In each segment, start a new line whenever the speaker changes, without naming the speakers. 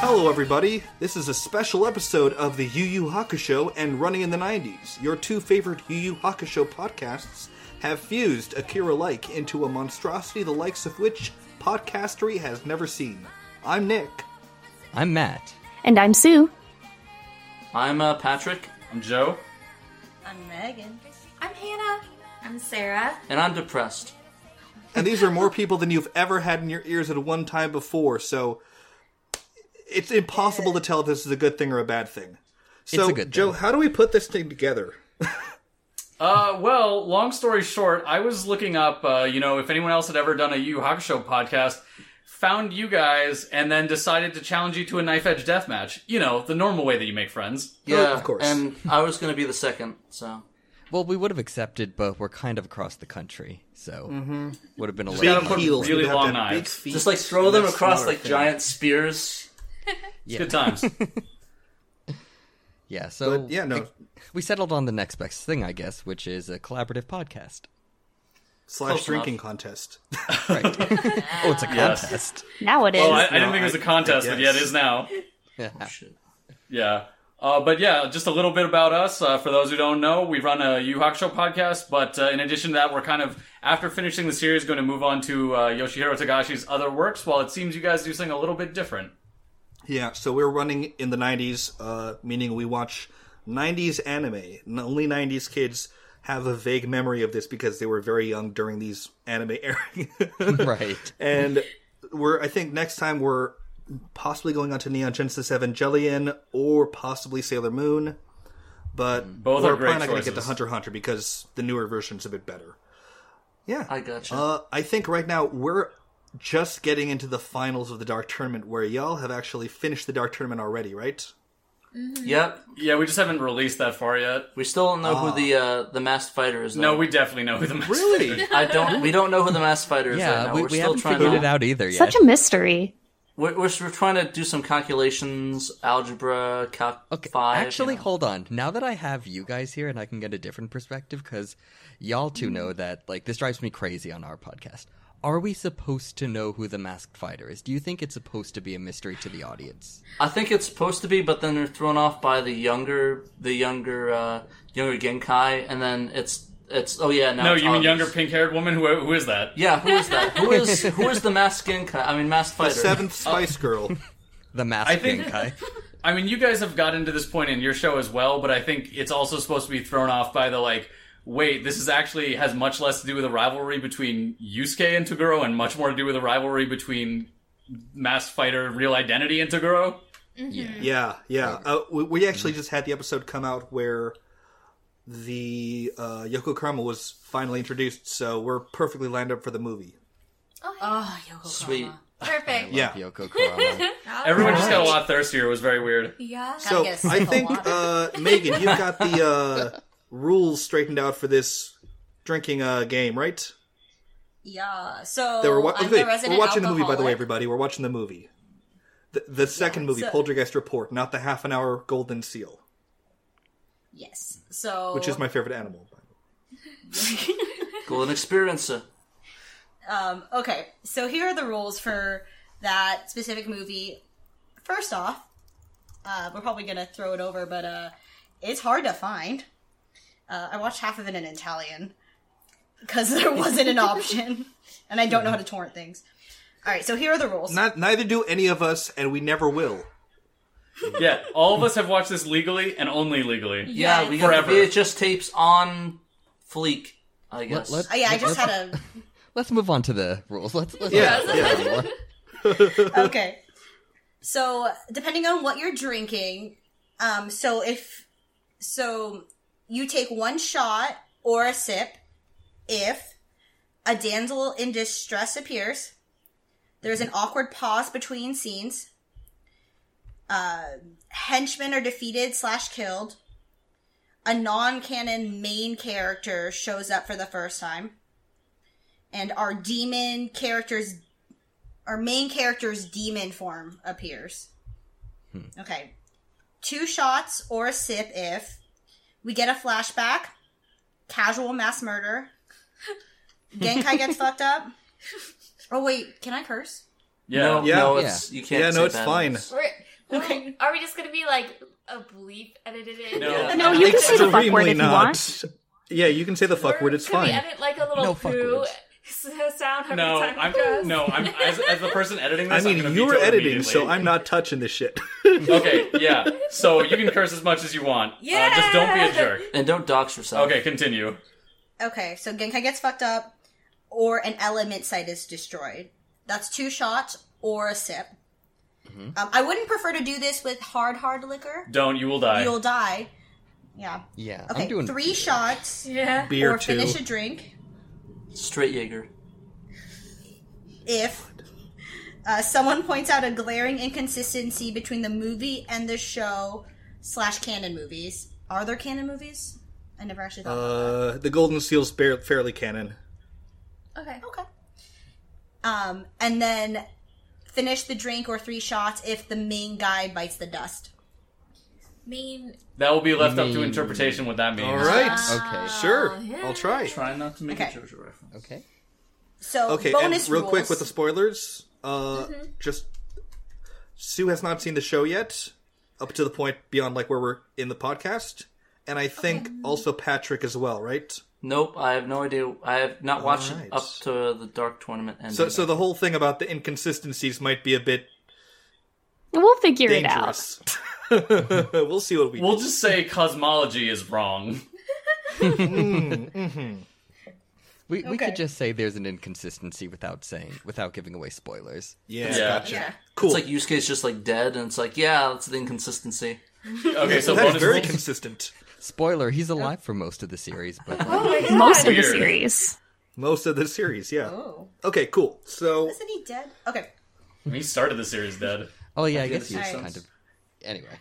Hello, everybody. This is a special episode of the Yu Yu Hakusho and Running in the 90s. Your two favorite Yu Yu Hakusho podcasts have fused Akira like into a monstrosity the likes of which podcastery has never seen. I'm Nick.
I'm Matt.
And I'm Sue.
I'm uh, Patrick. I'm Joe.
I'm Megan.
I'm Hannah. I'm Sarah.
And I'm depressed.
And these are more people than you've ever had in your ears at one time before, so it's impossible to tell if this is a good thing or a bad thing. So,
a good
Joe,
thing.
how do we put this thing together?
Uh, well, long story short, I was looking up, uh, you know, if anyone else had ever done a Yu Yu Hakusho podcast, found you guys, and then decided to challenge you to a knife edge death match. You know, the normal way that you make friends.
Yeah, Oh, of course. and
I was going to be the second, so.
Well, we would have accepted, but we're kind of across the country, so
Mm-hmm.
would have been a
Big
gotta
little.
put
heels.
really
You'd have to
long
have big
knives.
feet.
Just like throw them
That's
across
not a
like
thing.
giant spears.
Yeah,
Good times.
yeah. So
But, yeah, no.
we settled on the next best thing, I guess, which is a collaborative podcast.
Slash
close
drinking contest.
Right?
Ah.
oh, it's a
Yes.
contest.
Now it is.
well, Oh, I, I didn't
No,
think it was a
I-
contest,
I
but yeah, it
guess.
is now.
Oh, Shit.
Yeah. Uh, but yeah, just a little bit about us. Uh, for those who don't know, we run a Yu Hakusho podcast. But uh, in addition to that, we're kind of after finishing the series, going to move on to uh, Yoshihiro Tagashi's other works. While it seems you guys do something a little bit different.
Yeah, so we're running in the 90s, uh, meaning we watch 90s anime. And Only 90s kids have a vague memory of this because they were very young during these anime airing.
Right.
and we're, I think next time we're possibly going on to Neon Genesis Evangelion or possibly Sailor Moon. But
Both
we're
are great
probably not going to get to
choices.
Hunter x Hunter because the newer version's a bit better. Yeah.
I gotcha.
Oh.
Uh, I think right now we're just getting into the finals of the Dark Tournament, where y'all have actually finished the Dark Tournament already, right?
yep.
Yeah, we just haven't released that far yet.
We still don't know who
Ah.
the uh, the masked fighter is.
No,
though.
we definitely know who the master
Really?
I don't. We don't know who the masked fighter is. right
Yeah,
now.
we,
are
we
still
haven't
trying
figured
to,
it out either yet.
Such a mystery.
We're, we're, we're trying to do some calculations, algebra, calc
Okay,
five.
actually,
you know.
hold on. Now that I have you guys here and I can get a different perspective, because y'all
Mm-hmm.
two know that, like, this drives me crazy on our podcast. Are we supposed to know who the masked fighter is? Do you think it's supposed to be a mystery to the audience?
I think it's supposed to be, but then they're thrown off by the younger, the younger, uh, younger Genkai, and then it's it's. Oh yeah, now
No,
it's
you mean
obvious.
younger pink haired woman? Who, who is that?
Yeah, who is that? Who is who is the masked Genkai? I mean, masked fighter.
Seventh Spice Girl.
The masked
I think-
Genkai.
I mean, you guys have gotten to this point in your show as well, but I think it's also supposed to be thrown off by the like, wait, this is actually has much less to do with a rivalry between Yusuke and Toguro and much more to do with a rivalry between Mass Fighter Real Identity and Toguro.
yeah, yeah. Uh, we, we actually just had the episode come out where the uh, Yoko Karama was finally introduced, so we're perfectly lined up for the movie.
Oh, Yoko
Sweet.
Perfect.
Yeah.
Yoko Kurama.
Everyone just got a lot thirstier. It was very weird.
Yeah.
So
guess
I
the
think
water.
uh, Megan, you've got the uh, rules straightened out for this drinking uh, game, right?
Yeah. So
They were wa-
Oh, I'm
wait,
the resident
we're watching the movie, by the way,
alcoholic.
everybody. We're watching the movie. The, the second movie,
so-
Poltergeist Report, not the half an hour Golden Seal,
Yes. So
which is my favorite animal.
Golden Experiencer.
um, okay. So here are the rules for that specific movie. First off, uh, we're probably gonna throw it over, but uh, it's hard to find. Uh, I watched half of it in Italian because there wasn't an option, and I don't know how to torrent things. All right. So here are the rules.
Not neither do any of us, and we never will.
Yeah, all of us have watched this legally and only legally.
Yeah,
Yeah,
we got
forever.
the VHS tapes on fleek. I guess.
let-
oh, yeah, I just
Let's-
had a
Let's move on to the rules. Let's, let's
Yeah,
yeah.
okay. So depending on what you're drinking, um, so if so, you take one shot or a sip if a damsel in distress appears. There's an awkward pause between scenes. Uh, henchmen are defeated slash killed. A non-canon main character shows up for the first time, and our demon character's our main character's demon form appears.
Hmm.
Okay. Two shots or a sip if we get a flashback, casual mass murder, Genkai gets fucked up. Oh, wait, can I curse?
Yeah.
No,
Yeah.
no, it's you can't.
yeah,
say
no, it's
bad
fine.
words.
We're,
Okay.
Are we just gonna be like a bleep edited in?
No. Yeah.
No, you can say the fuck word
Extremely
if you want.
not. Yeah, you can say the fuck word. It's
Could we
fine.
edit like a little
No fuck
poo
words.
sound every
No,
time
I'm
it goes?
no, I'm as, as the person editing
I
this. I'm
mean,
gonna
you were
veto it
editing, so
immediately.
I'm not touching this shit.
okay. Yeah, so you can curse as much as you want. uh, just don't be a
Yeah!
jerk.
And don't dox yourself.
Okay, continue.
Okay, so Genkai gets fucked up, or an element site is destroyed. That's two shots or a sip.
Mm-hmm.
Um, I wouldn't prefer to do this with hard, hard liquor.
Don't you will die.
You'll die. Yeah.
Yeah,
Okay,
I'm doing
three
beer.
shots
Yeah.
Beer
or
too.
finish a drink
Straight Jaeger.
if uh, someone points out a glaring inconsistency between the movie and the show slash canon movies. Are there canon movies? I never actually thought. about
Uh, the Golden Seal's fair, fairly canon.
Okay.
Okay. Um, and then finish the drink or three shots if the main guy bites the dust.
Mean.
That will be left up to
mean-
interpretation what that means.
Mm. All right.
Okay.
Sure.
yeah.
I'll try.
Try not to make
Okay.
a JoJo reference.
Okay.
So
Okay,
bonus
and
rules.
real
Mm-hmm.
quick with the spoilers. Uh, Just Sue has not seen the show yet, up to the point beyond like where we're in the podcast, and I think also Patrick as well, right?
Nope, I have no idea. I have not watched
Alright.
it up to the Dark Tournament ending.
So, so the whole thing about the inconsistencies might be a bit
We'll figure it out.
dangerous. we'll see what we.
We'll just say cosmology is wrong.
We we
Okay.
could just say there's an inconsistency without saying without giving away spoilers.
yeah,
Yeah.
gotcha.
yeah.
Cool.
it's like Yusuke's just like dead, and it's like, yeah, that's the inconsistency.
Okay, so
That's
bonus
very
rules.
consistent.
Spoiler: He's alive for most of the series, but like,
Most of the
Weird.
series.
Most of the series, yeah.
Oh,
Okay, cool. So
isn't he dead? Okay.
he started the series dead.
oh yeah, I
Yeah,
guess
this
he's
makes
kind
sense.
of. Anyway,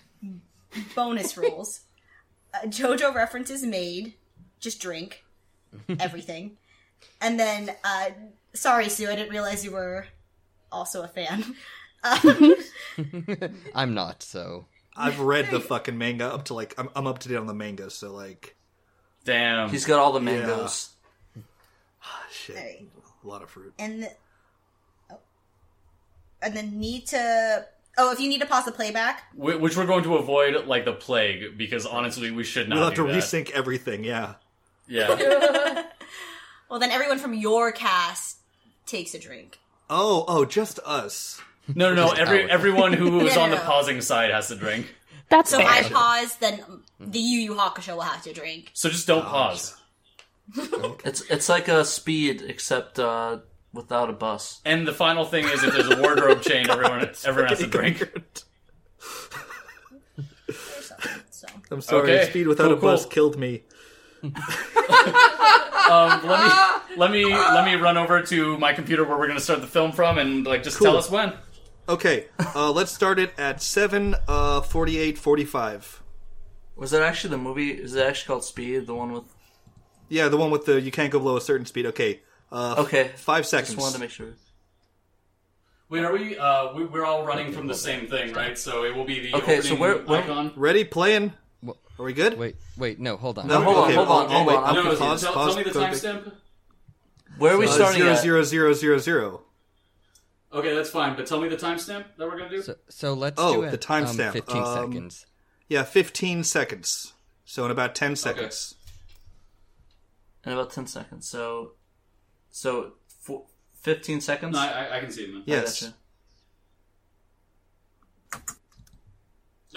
Bonus rules. Uh, JoJo references made. Just drink everything, and then. Uh, sorry, Sue. I didn't realize you were also a fan.
I'm not so.
I've read the fucking manga up to like I'm, I'm up to date on the manga, so like
Damn.
He's got all the mangoes.
shit,
Alright.
a lot of fruit.
and the, oh. and then need to. Oh, if you need to pause the playback,
Wh- Which we're going to avoid like the plague because honestly we should not.
We'll have to
do that.
resync everything. Yeah.
Yeah.
well, then everyone from your cast takes a drink.
Oh, oh, just us.
No, no, no. Every
out.
everyone who is
No,
on the
no, no.
pausing side has to drink.
That's
So if I
fair.
pause, then the Yu Yu Hakusho will have to drink.
So just don't pause.
It's it's like a speed except uh, without a bus.
And the final thing is, if there's a wardrobe change, everyone everyone has to drink.
So
I'm sorry.
Okay,
Speed without a
cool,
bus
cool.
killed me.
Um, let me let me let me run over to my computer where we're going to start the film from and like just tell
Cool.
us when.
Okay, uh, let's start it at seven uh, forty-eight forty-five.
Was that actually the movie? Is it actually called Speed? The one with
Yeah, the one with the you can't go below a certain speed. Okay, uh,
okay,
five seconds.
just wanted to make sure.
Wait, are we? Uh, we we're all running from the same thing, right? So it will be the
Okay, so
opening
where- where-
icon.
Ready? Playing?
Wha-
Are we good?
Wait, wait, no, hold on.
No,
hold on,
okay,
hold on,
oh,
hold
wait,
on.
I'm
No,
gonna
no,
pause,
tell,
pause,
tell me the
go back.
timestamp.
Where are we
Uh,
starting
zero,
at?
zero, zero, zero, zero.
Okay, that's fine, but tell me the timestamp that we're going to do.
So, so let's
Oh,
do
the
it,
timestamp,
Um, Fifteen
um,
seconds.
Yeah, fifteen seconds. So in about ten seconds.
In about ten seconds. So, so four, fifteen seconds.
no, I, I- I can see it. Man.
I
Yes.
gotcha.
Oh,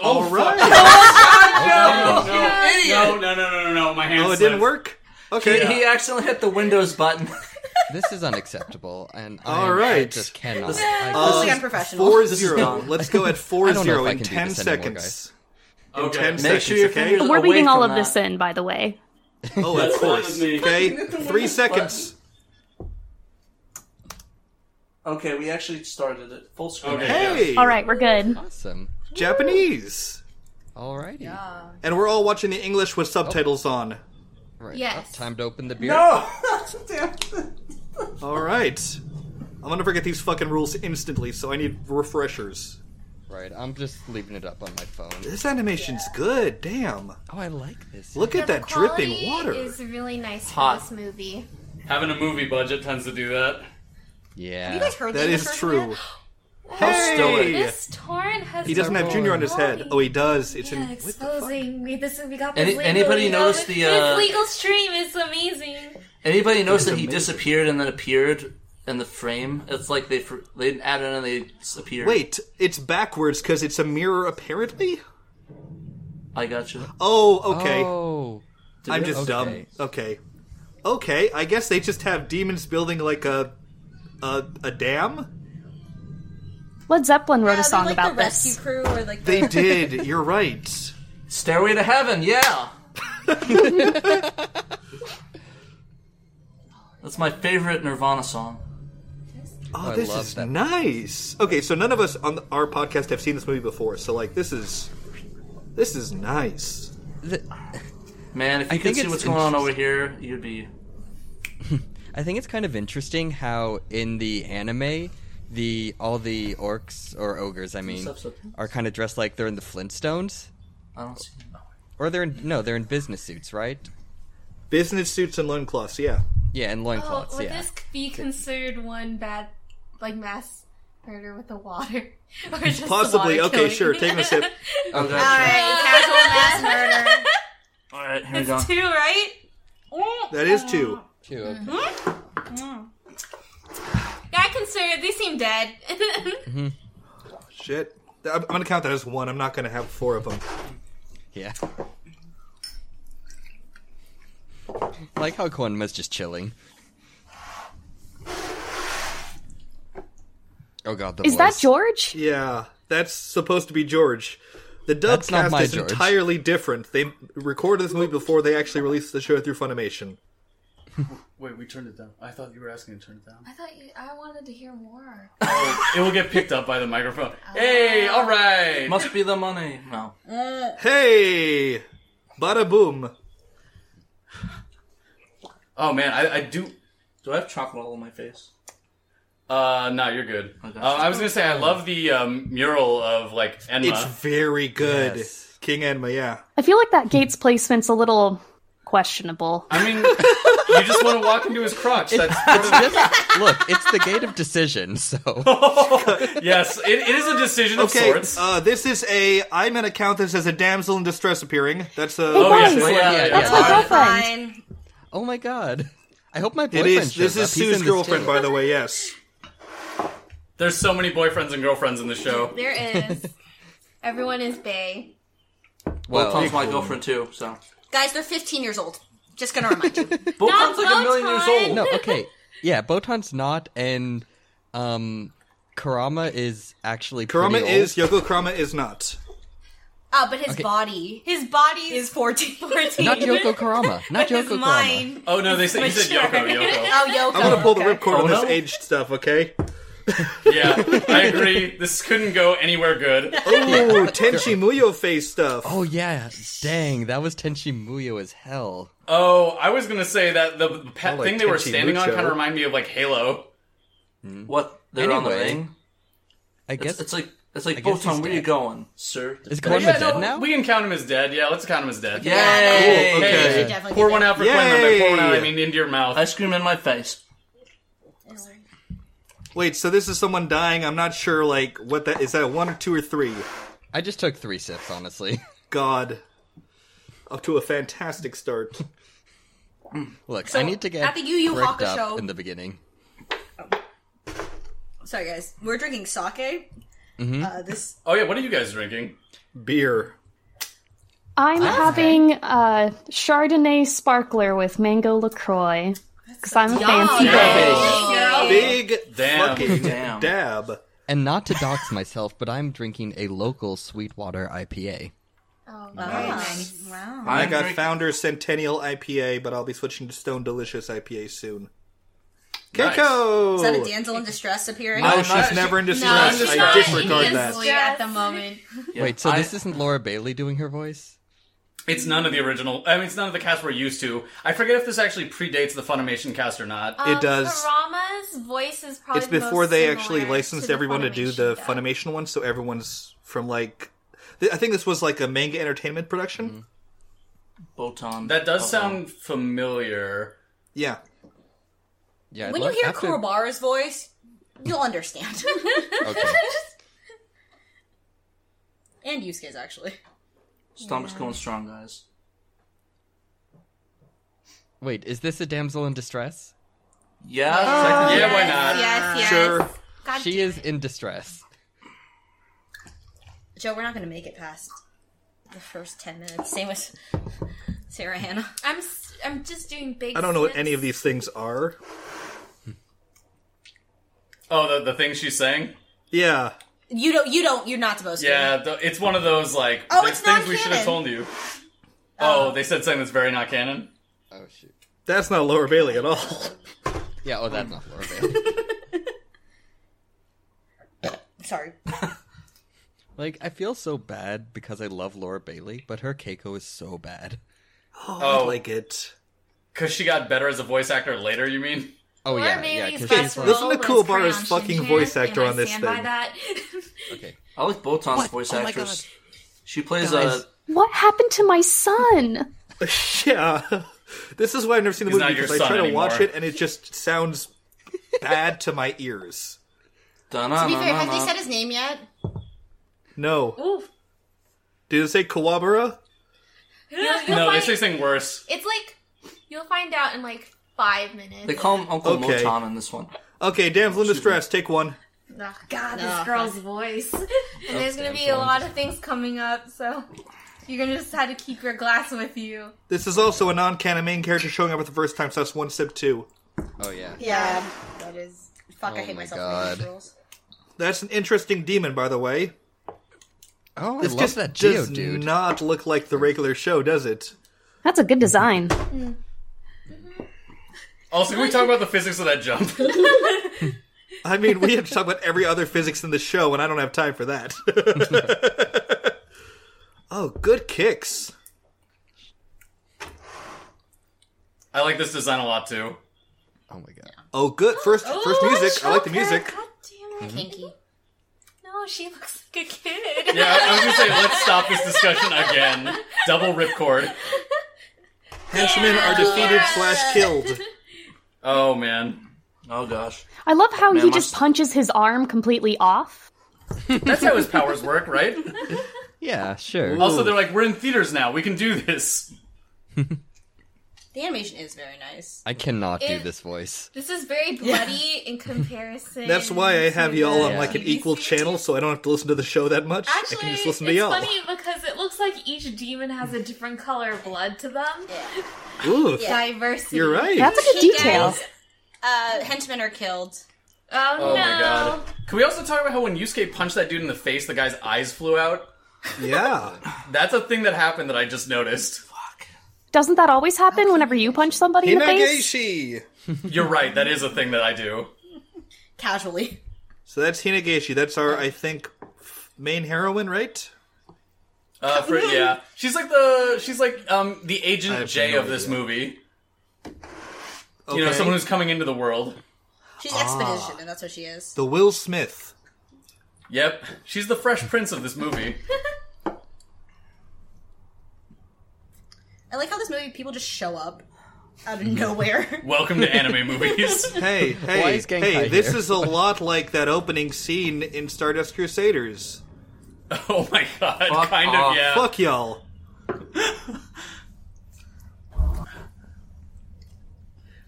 All
fuck.
right.
No, no, no, no, no, no, no, My hand.
oh, it didn't work. Okay.
He, he accidentally hit the Windows button.
This is unacceptable, and I-
All right.
I just cannot.
This-
I-
Mostly
Uh,
unprofessional.
Four
is
zero.
dumb.
Let's go at four
I don't know
zero
if I
in
can do
ten
this anymore,
seconds.
Okay.
In ten
Make
sure
seconds,
your
okay?
fingers-
We're
away
leaving
from
all of
that.
this in, by the way.
Oh, of
fine with
course.
me.
Okay, three seconds.
Okay, we actually started it full screen.
Okay.
Hey,
All right, we're good.
Awesome.
Japanese,
Alrighty.
and we're all watching the English with subtitles on.
Right.
Yes.
oh, time to open the beer.
No.
All right, I'm gonna forget these fucking rules instantly, so I need refreshers.
Right. I'm just leaving it up on my phone.
This animation's good. Damn,
Oh, I like this.
look at that dripping water.
is really nice
Hot.
for this movie.
Having a movie budget tends to do that.
you
Yeah.
guys heard
That
the
is
English version
true.
yet?
How stoic.
Hey!
This torrent has.
He doesn't have Junior on his head. Oh, he does. It's
Yeah,
in. What the fuck?
exposing me. This we got. This
Any-
legal,
anybody
we got
notice
this-
the, uh,
this legal stream is amazing.
Anybody notice that he
amazing.
disappeared and then appeared in the frame? It's like they fr- they didn't add in and they disappeared.
Wait, it's backwards because it's a mirror, apparently.
I got you.
Oh, okay.
Oh.
I'm just
Okay.
dumb. Okay, okay. I guess they just have demons building like a a, a dam.
Led Zeppelin wrote
Yeah,
a
they're
song
like
about
the rescue
this.
crew or like
They
the-
did. You're right.
Stairway to Heaven, yeah. That's my favorite Nirvana song.
Oh,
I
this
love
is
that.
nice. Okay, so none of us on the- our podcast have seen this movie before. So like, this is this is nice.
The-
Man, if
I
you could
think
see
it's
what's going on over here, you'd be.
I think it's kind of interesting how in the anime, the all the orcs or ogres, I mean,
Stop, stop.
are kind of dressed like they're in the Flintstones,
I don't see.
or they're in no, they're in business suits, right?
Business suits and loincloths. Yeah.
Yeah, and
Oh,
loincloths.
would
yeah.
this be considered one bad, like mass murder with the water, or just the
Possibly.
water
Okay,
killing?
sure. Taking a sip. Oh,
Okay.
All right, casual mass murder.
All right, here we go.
It's two, right?
That is two.
Two, okay.
Yeah, I consider they seem dead.
Shit. I'm I'm gonna count that as one. I'm not gonna have four of them.
Yeah. Like how Quanma's just chilling. Oh god, the
Is that
voice.
George?
Yeah, that's supposed to be George. The dub
That's not
cast
my
is
George.
entirely different. They recorded this movie before they actually released the show through Funimation.
Wait, we turned it down. I thought you were asking to turn it down. Oh,
I thought you, I wanted to hear more. Oh.
it will get picked up by the microphone. Hey, all right.
Must be the money. No.
Hey, bada boom.
Oh man, I, I do.
Do I have chocolate all on my face?
Uh, no, you're good.
Oh,
Uh, I was gonna say I love the um, mural of like Enma.
It's very good.
Yes.
King Enma, yeah.
I feel like that Gates placement's a little questionable.
I mean, you just want to walk into his crotch. That's part of
It's just- look, it's the gate of decision, so
it. yes, it, it is a decision of
Okay,
sorts.
uh, this is a. I'm gonna count this as a damsel in distress appearing. That's a.
oh yes,
guys,
it's like-
yeah,
yeah,
That's
yeah.
my girlfriend.
Fine.
Oh my god. I hope my
it
boyfriend
is.
shows
This is
up. He's in
Sue's
this
girlfriend,
too.
by the way. Yes.
There's so many boyfriends and girlfriends in the show.
There is. Everyone is Bay.
Well,
Well,
Tom's my girlfriend too, so.
Guys, they're 15 years old. Just gonna remind you.
Botan's like a million years
Botan!
old.
no, okay. Yeah, Botan's not and um Karama is actually pretty
Kurama
old.
is. Yoko Kurama is not.
Oh, but his body
His body
is 14.
14.
not Yoko Karama. Not
His
Yoko Karama.
mind.
Oh no, they said you said
Mature.
Yoko, Yoko.
Oh, Yoko.
I'm gonna pull the ripcord on
Oh,
this
no?
aged stuff, okay?
Yeah, I agree. This couldn't go anywhere good.
Ooh, Oh, Tenchi Muyo face stuff.
Oh yeah. Dang, that was Tenshi Muyo as hell.
Oh, I was gonna say that the pet
Oh, like
thing they were
Tenchi
standing on
Mucho.
kind of remind me of like Halo.
What? They're on the
Anyway,
ring?
I guess
It's, it's like, it's like,
I guess
Botan,
he's
where you
dead.
going, sir?
is
But
Karama
yeah,
dead
no,
now?
We can count him as dead. Yeah, let's count him as dead.
Yay!
Yeah,
Cool,
You
okay.
should
Yeah.
definitely
Pour
do
one
that.
out for Quinlan. By pour one out, I
Yay!
mean into your mouth.
Ice cream in my face.
Wait, so this is someone dying. I'm not sure, like, what that is. That one or two or three?
I just took three sips, honestly.
God, up to a fantastic start.
Look, I need to get
at the Yu Yu
bricked
Hakusho-
up in the beginning.
Sorry, guys. We're drinking sake. Uh, this
Oh yeah, what are you guys drinking?
Beer.
I'm having uh, Chardonnay sparkler with mango LaCroix. Because I'm a fancy
Yum.
girl.
Big
Damn.
fucking
Damn.
dab.
And not to dox myself, but I'm drinking a local Sweetwater IPA.
Oh,
wow.
I
I'm
got
drink-
Founder Centennial IPA, but I'll be switching to Stone Delicious IPA soon.
Nice.
Keiko.
Is that a damsel in distress appearing?
No,
I'm
she's
not-
never in
No,
distress.
she's
I
not in
disregard that.
distress.
at the moment.
Yeah,
Wait, so
I-
this isn't Laura Bailey doing her voice?
It's none of the original. I mean, it's none of the cast we're used to. I forget if this actually predates the Funimation cast or not.
It does.
Um, Karama's voice is probably
It's
the
before
most
they
similar
actually
to
licensed
the
everyone to do
Funimation
the
dub.
Funimation one, so everyone's from like. th- I think this was like a manga entertainment production.
Mm-hmm.
Botan.
that does
Botan.
sound familiar.
Yeah.
Yeah. I'd
When you
love-
hear
after-
Kurobara's voice, You'll understand.
Okay.
and use case actually.
Stomp's going strong, guys.
Wait, is this a damsel in distress?
Yeah, technically.
Yeah, why not?
Yes, yes.
Sure.
God
She
damn
is
it.
in distress.
Joe, we're not gonna make it past the first ten minutes. Same with Sarah Hannah.
I'm. s- I'm just doing big.
I don't know what
snips.
any of these things are.
Oh, the, the thing she's saying?
Yeah.
You don't. You don't. You're not supposed to.
Yeah, th it's one of those, like,
Oh,
there's
it's
things
not
we should
canon.
have told you. Oh, they said something that's very not canon?
Oh shoot.
That's not Lower Bailey at all.
Yeah. Oh, that's not Laura Bailey.
Sorry.
like, I feel so bad because I love Laura Bailey, but her Keiko is so bad.
I
Oh.
like it.
Because she got better as a voice actor later, you mean?
Oh
Laura
yeah, yeah.
Bailey's
'cause
best
she's
role
like-
Listen to
was
Cool Bar's
Crayon
fucking
Shin-chan,
voice actor
and I
on this
stand by
thing.
that.
okay.
I like Botan's
What?
voice
Oh my
actress.
God.
She plays uh,
Guys.
a.
What happened to my son?
yeah. This is why I've never seen the
He's
movie
not your
because I
son
try to
anymore.
watch it and it just sounds bad to my ears.
To be fair, have they said his name yet?
No.
Ooh.
Did it say Kawabura?
You'll, you'll
No, they
find,
say something worse.
it's like you'll find out in like five minutes.
They call him Uncle
Okay.
Motan in this one.
Okay, damsel in distress, take one.
Oh, God,
No.
this girl's voice. And there's gonna be a lot of things coming up, so you're gonna just have to keep your glass with you.
This is also a non-canon main character showing up for the first time, so that's one sip two.
Oh yeah.
Yeah. That is. Fuck. I
Oh
hate
my
myself for
God.
these rules.
That's an interesting demon, by the way.
Oh, I
This
love
just
that Geo
does
dude.
not look like the regular show, does it?
That's a good design.
Also, can we talk about the physics of that jump?
I mean, we have to talk about every other physics in the show, and I don't have time for that. oh, good kicks.
I like this design a lot, too.
Oh my god.
Oh, good. First, first
Ooh,
music. I like the
choke her.
music.
God damn it.
Kinky.
No, she looks like a kid.
Yeah, I was gonna say, let's stop this discussion again. Double ripcord.
Henchmen are defeated slash killed.
Oh, man.
Oh gosh.
I love how
Man,
he
my
just
s-
punches his arm completely off.
That's how his powers work, right?
Yeah, sure.
Also, they're like, we're in theaters now. We can do this.
The animation is very nice.
I cannot do
It-
this voice.
This is very bloody in comparison.
That's why I have
to
y'all
the
on like an
previous
equal
season.
channel, so I don't have to listen to the show that much.
Actually,
I can just listen to
it's
y'all.
funny because it looks like each demon has a different color of blood to them.
Ooh,
Diversity.
you're right.
That's a good
Hey,
detail.
guys. Uh, henchmen are killed.
Oh,
Oh
no.
my god. Can we also talk about how when Yusuke punched that dude in the face, the guy's eyes flew out?
yeah.
That's a thing that happened that I just noticed.
Doesn't that always happen whenever you punch somebody in the face?
Hinageishi.
You're right, that is a thing that I do.
Casually.
So that's Hinageishi. That's our, I think, f- main heroine, right?
Uh, for, yeah. She's like the, she's like, um, the
I
Agent
have
J
no
of this
idea.
movie.
Okay.
You know, someone who's coming into the world.
She's expedition, and that's what she is.
the Will Smith.
Yep. She's the Fresh Prince of this movie.
I like how this movie people just show up out of nowhere.
Welcome to anime movies.
Hey, hey,
is Genkai
hey! This
here?
is a lot like that opening scene in Stardust Crusaders.
Oh my god.
Fuck
kind
off.
of, yeah.
Fuck y'all.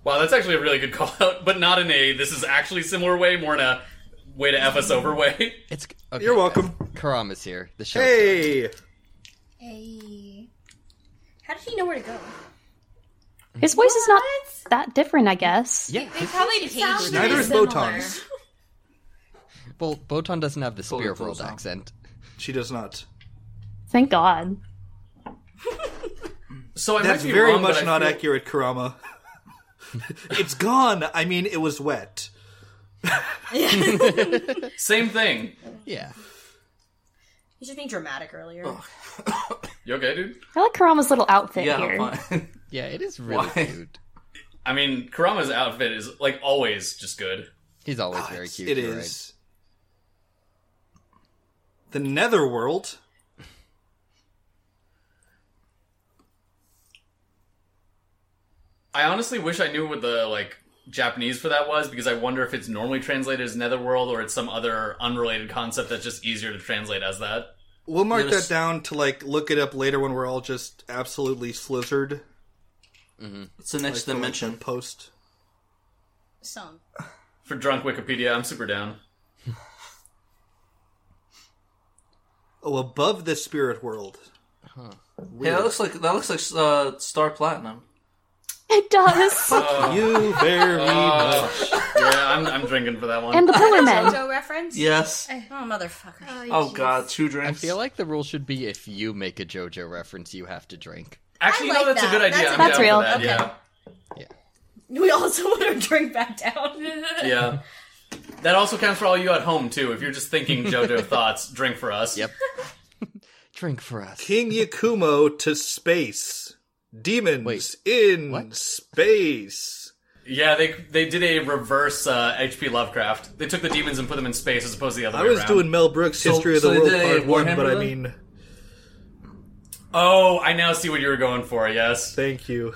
Wow, that's actually a really good call out, but not in a this is actually similar way, more in a way to F us over way.
It's okay,
You're
guys.
welcome.
Karam is here. The show.
Hey,
Hey. How did he know where to go?
His voice is not
What?
that different, I guess.
Yeah.
They probably
Neither
sound
neither
very
is
similar.
Botan's.
Well, Botan doesn't have the
Totally
Spear World
close, huh?
accent.
She does not.
Thank God.
So I
That's
might be
very
wrong, but
much
I
not
feel-
accurate, Karama. it's gone. I mean, it was wet.
Same thing.
Yeah.
He's just being dramatic earlier.
You okay, dude?
I like Karama's little outfit
Yeah,
here.
I'm fine.
Yeah, it is really
Why?
cute.
I mean, Kurama's outfit is like always just good.
He's always very cute.
It
you're right.
is. The Netherworld.
I honestly wish I knew what the like Japanese for that was because I wonder if it's normally translated as Netherworld or it's some other unrelated concept that's just easier to translate as that.
We'll mark
Yes.
that down to like look it up later when we're all just absolutely slizzard.
It's the next
Like,
dimension.
like, post.
So,
For drunk Wikipedia, I'm super down.
Oh, above the spirit world.
Yeah, that looks like that looks like uh, Star Platinum.
It does.
Uh,
Uh,
You very much.
Yeah, I'm, I'm drinking for that one.
and the Pillar Men.
JoJo reference?
Yes.
oh motherfucker.
Oh god, two drinks.
I feel like the rule should be if you make a JoJo reference, you have to drink.
Actually,
I
no,
like
that's a
that.
good idea.
That's-
I'm
That's
down
real.
For that.
Okay.
Yeah.
we also want our drink back down.
Yeah. That also counts for all you at home too. If you're just thinking JoJo thoughts, drink for us.
Yep. Drink for us.
King Yakumo to space. Demons
Wait,
in
what?
space.
Yeah, they they did a reverse uh, H.P. Lovecraft. They took the demons and put them in space as opposed to the other
I
way
was
around.
doing Mel Brooks'
So-
History of
so
the
they
World
did a
Part One,
Warhammer
but I
then?
mean,
Oh, I now see what you were going for. Yes,
thank
Oh,
you.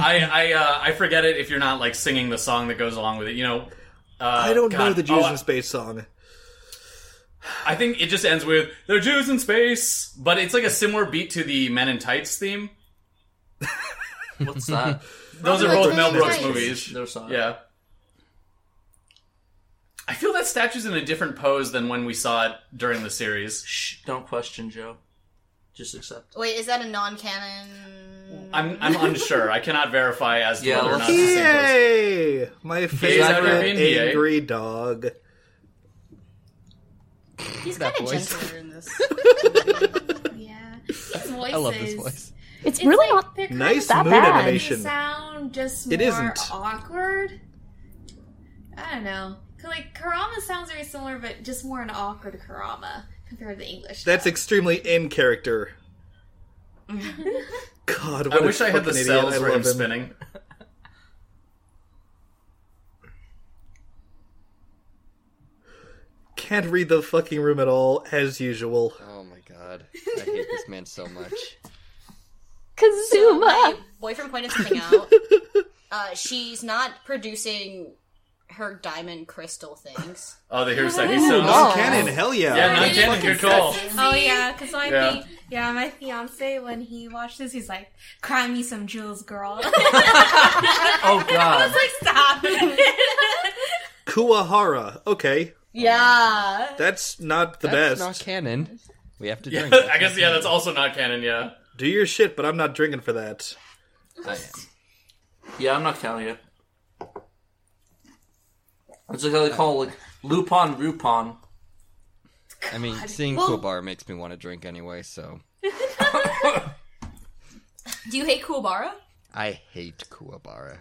I I uh, I forget it if you're not like singing the song that goes along with it. You know, uh,
I don't know
God.
the Jews
Oh,
in Space song.
I think it just ends with "They're Jews in space," but it's like a similar beat to the Men in Tights theme.
What's that?
Those are
like
both
Men
Mel
in
Brooks
Tights.
movies.
There's not.
Yeah. I feel that statue's in a different pose than when we saw it during the series.
Shh, don't question Joe. Just accept. it.
Wait, is that a non-canon?
I'm I'm unsure. I cannot verify as to
Yeah,
whether or
let's-
not it's the same pose.
Yay! My favorite
European, yay.
angry dog.
He's
That
kind of
voice.
gentler in this.
Yeah. These voices.
I love this voice.
It's
It's
really
like
not.
they're kind
Nice
of
that
mood
bad.
animation.
sound just more
It isn't.
awkward. I don't know. 'Cause, Like Karama sounds very similar, but just more an awkward Karama compared to the English.
That's
dub.
extremely in character. God, what
I wish
I
I had the
idiot.
cells
I
for him
love him.
spinning.
Can't read the fucking room at all, as usual.
Oh my god. I hate this man so much.
Kazuma.
My boyfriend pointed something out. Uh, she's not producing her diamond crystal things.
Oh, the hearsay sounds.
Non canon, hell yeah.
Yeah,
That's
non-canon,
fucking
good call.
sick.
Oh yeah, because my
Yeah.
yeah. yeah, my fiance when he watched this, he's like, "Cry me some jewels, girl."
Oh god.
like, stop.
Kuahara. Okay.
Yeah.
That's not the best.
That's not canon. We have to
Yeah,
drink.
I guess yeah, that's also not canon. Yeah,
Do your shit, but I'm not drinking for that.
I-
Yeah, I'm not counting it. It's like how they call like Lupon Rupon.
I mean, seeing
Well-
Kobar makes me want to drink anyway, so
Do you hate Kuwabara?
I hate Kuwabara.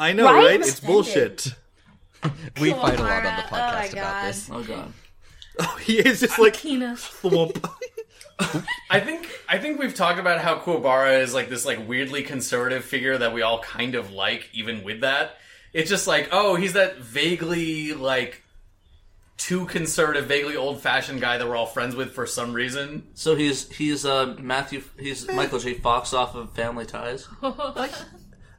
I know,
Right?
right? It's bullshit.
We fight a lot on the
Kuwabara, oh my
podcast about
God.
this.
Oh god.
Oh, he is just like
Kina.
thwomp.
I think I think we've talked about how Kuwabara is like this like weirdly conservative figure that we all kind of like, even with that. It's just like, oh, he's that vaguely like too conservative, vaguely old fashioned guy that we're all friends with for some reason.
So he's he's uh Matthew he's Michael J. Fox off of Family Ties.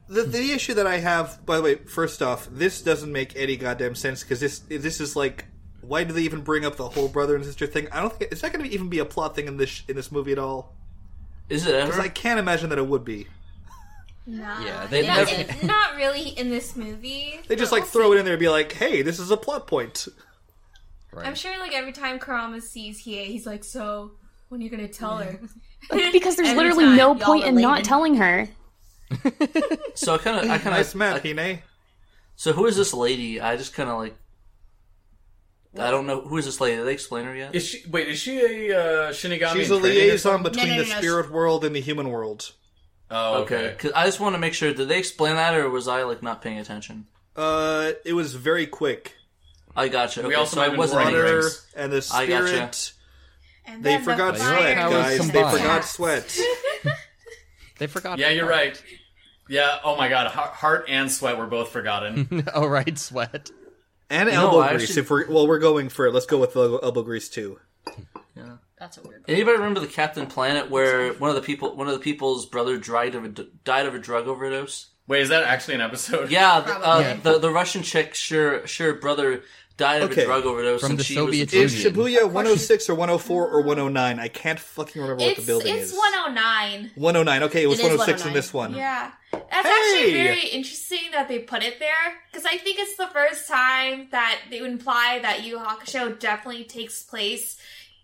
the, the issue that I have, by the way, first off, this doesn't make any goddamn sense because this this is like, why do they even bring up the whole brother and sister thing? I don't think is that going to even be a plot thing in this sh- in this movie at all.
Is it ever?
Because I can't imagine that it would be.
Yeah, they
Not,
never.
in- not really in this movie.
They just like throw it in there and be like, hey, this is a plot point.
I'm
Right.
sure, like every time Karama sees Hiei, he's like, "So, when are you gonna tell her?"
Because there's
Every
literally
time,
no
y'all
point in not
related.
telling her.
so I kinda I kinda
Nice map,
I-
Hine.
So who is this lady? I just kinda like I don't know who is this lady? Did they explain her yet?
Is she wait? Is she a uh, Shinigami?
She's a
in training or
liaison between
No, no,
the
no, no.
spirit world and the human world.
something? Oh,
Okay.
okay.
'Cause I just want to make sure did they explain that or was I like not paying attention?
Uh, it was very quick.
I gotcha. Okay,
We also
so
might
I
have been
wasn't
running
aware.
Water
drinks.
and the
I
spirit.
gotcha.
And
They
then the
forgot
fire
sweat,
powers
guys. They
combined.
forgot sweat.
They forgot.
Yeah, you're right. Yeah. Oh my God, Heart- heart and sweat were both forgotten.
All Oh, right, sweat.
And
know,
elbow
I
grease.
actually-
If we're well, we're going for it. Let's go with el- elbow grease too.
That's a weird.
Anybody remember the Captain Planet where one of the people, one of the people's brother died of a, died of a drug overdose?
Wait, is that actually an episode?
Yeah, the, uh,
Probably.
the the Russian chick, sure, sure, brother died of
Okay.
a drug overdose
From
and
the
she
Soviet
was
Is
Union.
Shibuya 106 or 104 or 109? I can't fucking remember what
It's
the building
it's
is.
oh- 109.
109. Okay, it was
It is
106 in
109.
this one.
Yeah. That's
Hey!
actually very interesting that they put it there because I think it's the first time that they would imply that Yu Yu Hakusho definitely takes place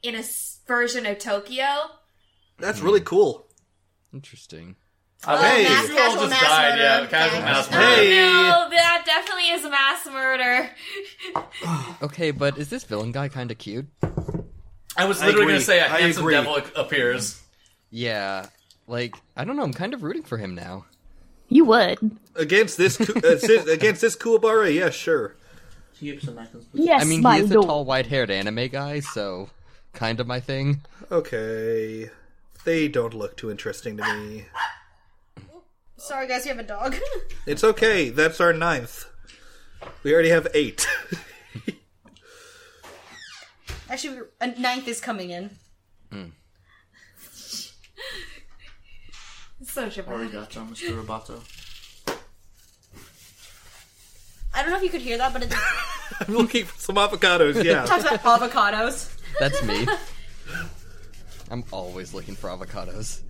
in a s- version of Tokyo.
That's really cool.
Interesting.
Oh,
Hey!
mass
You all
casual
just
mass
died,
murder.
yeah, casual
Thanks.
mass murder.
Hey!
Oh no, that definitely is a mass murder.
Okay, but is this villain guy kind of cute?
I was
I
literally
agree.
going to say a
I
handsome
agree.
devil a- appears.
Yeah. Like, I don't know, I'm kind of rooting for him now.
You would.
Against this, Ku- uh, si- against this Kuwabara, yeah, sure.
Yes,
I mean,
my
he is a
lord.
tall, white haired anime guy, so kind of my thing.
Okay, they don't look too interesting to me.
Sorry, guys, you have a dog.
It's okay. That's our ninth. We already have eight.
Actually, we're- a ninth is coming in.
It's so dramatic.
Arigato, Mr. Roboto.
I don't know if you could hear that, but it talks
I'm looking for some avocados. Yeah.
about avocados.
That's me. I'm always looking for avocados.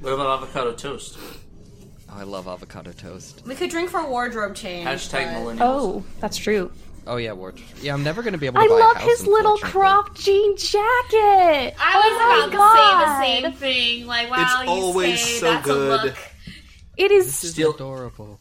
What about avocado toast?
Oh, I love avocado toast.
We could drink for wardrobe change.
Hashtag
but-
millennials.
Oh, that's true.
Oh yeah, Ward. Yeah, I'm never gonna be able to
I
buy a
love
house,
his little
unfortunately.
crop jean jacket.
I was
oh
about
my God.
to say the same thing. Like, wow,
It's
you
always
say
so
that's
good.
a look.
It
This
is.
is
Steal-
adorable.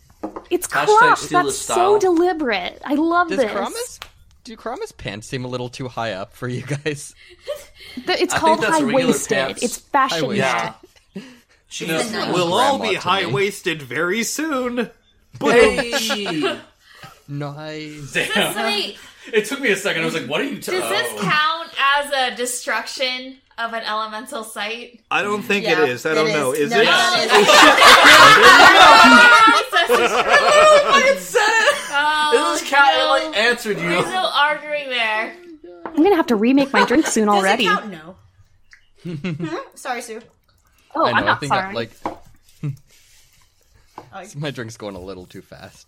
It's
Hashtag
cropped.
steal his
That's so
style.
deliberate. I love
Does
this.
Krama's do Krama's pants seem a little too high up for you guys?
Th- It's
I think
called
that's
high
regular
waisted.
pants.
It's fashion.
High-waisted.
Yeah.
Yeah. She's
nice.
we'll all
Grandma
be
to me.
high waisted very soon.
Hey!
Nice.
Does,
Damn.
wait,
It took me a second. I was like, what are you Oh. talking
Oh.
does this count as a destruction of an elemental site?
I don't think
Yeah,
it is. I don't know. Is
no,
it?
no, it is.
this cat like answered you.
There's no arguing there.
I'm gonna have to remake my drink soon
Does it
already.
count? No. Hmm? Sorry, Sue.
Oh,
I know.
I'm not
I think
sorry.
that, like
I-
my drink's going a little too fast.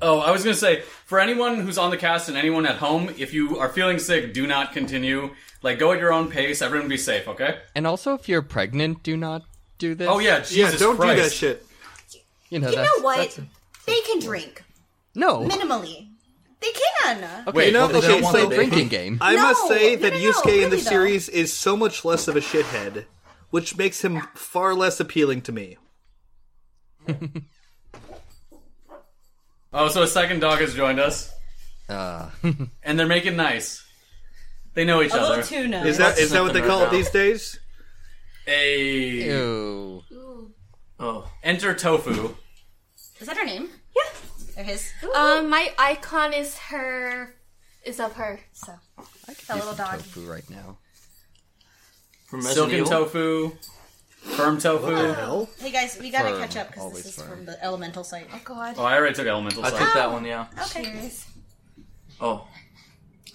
Oh, I was going to say for anyone who's on the cast and anyone at home, if you are feeling sick, do not continue. Like, go at your own pace. Everyone be safe, okay?
And also, if you're pregnant, do not do this.
Oh yeah,
Yeah,
Jesus
don't
Christ.
do that shit.
You know,
You
that's,
know what?
that's-
They can drink
no.
minimally. They can.
Okay,
Wait,
no,
well, then
okay,
I want
so-
the drinking game.
I
No,
must say
no,
that
no, no,
Yusuke in the
really, though.
series is so much less of a shithead, which makes him far less appealing to me.
Oh, so a second dog has joined us,
Uh,
and they're making nice. They know each
A
other.
little too nice.
Is that is that what they
Something
call
right
it
now.
these days?
Hey,
ew.
Oh.
enter tofu.
Is that her name? Yeah. Or his. Ooh,
Um, my icon is her. Is of her. So
I could
A
use
little
some
dog.
tofu right now.
From Resident
Silken
Evil?
tofu, firm
The
Oh.
tofu.
hell?
hey guys, we gotta
Firm.
catch up because
Always
this is
firm.
from the elemental site.
God.
Oh, I already took elemental
I
side.
took that one, yeah.
Okay.
Oh.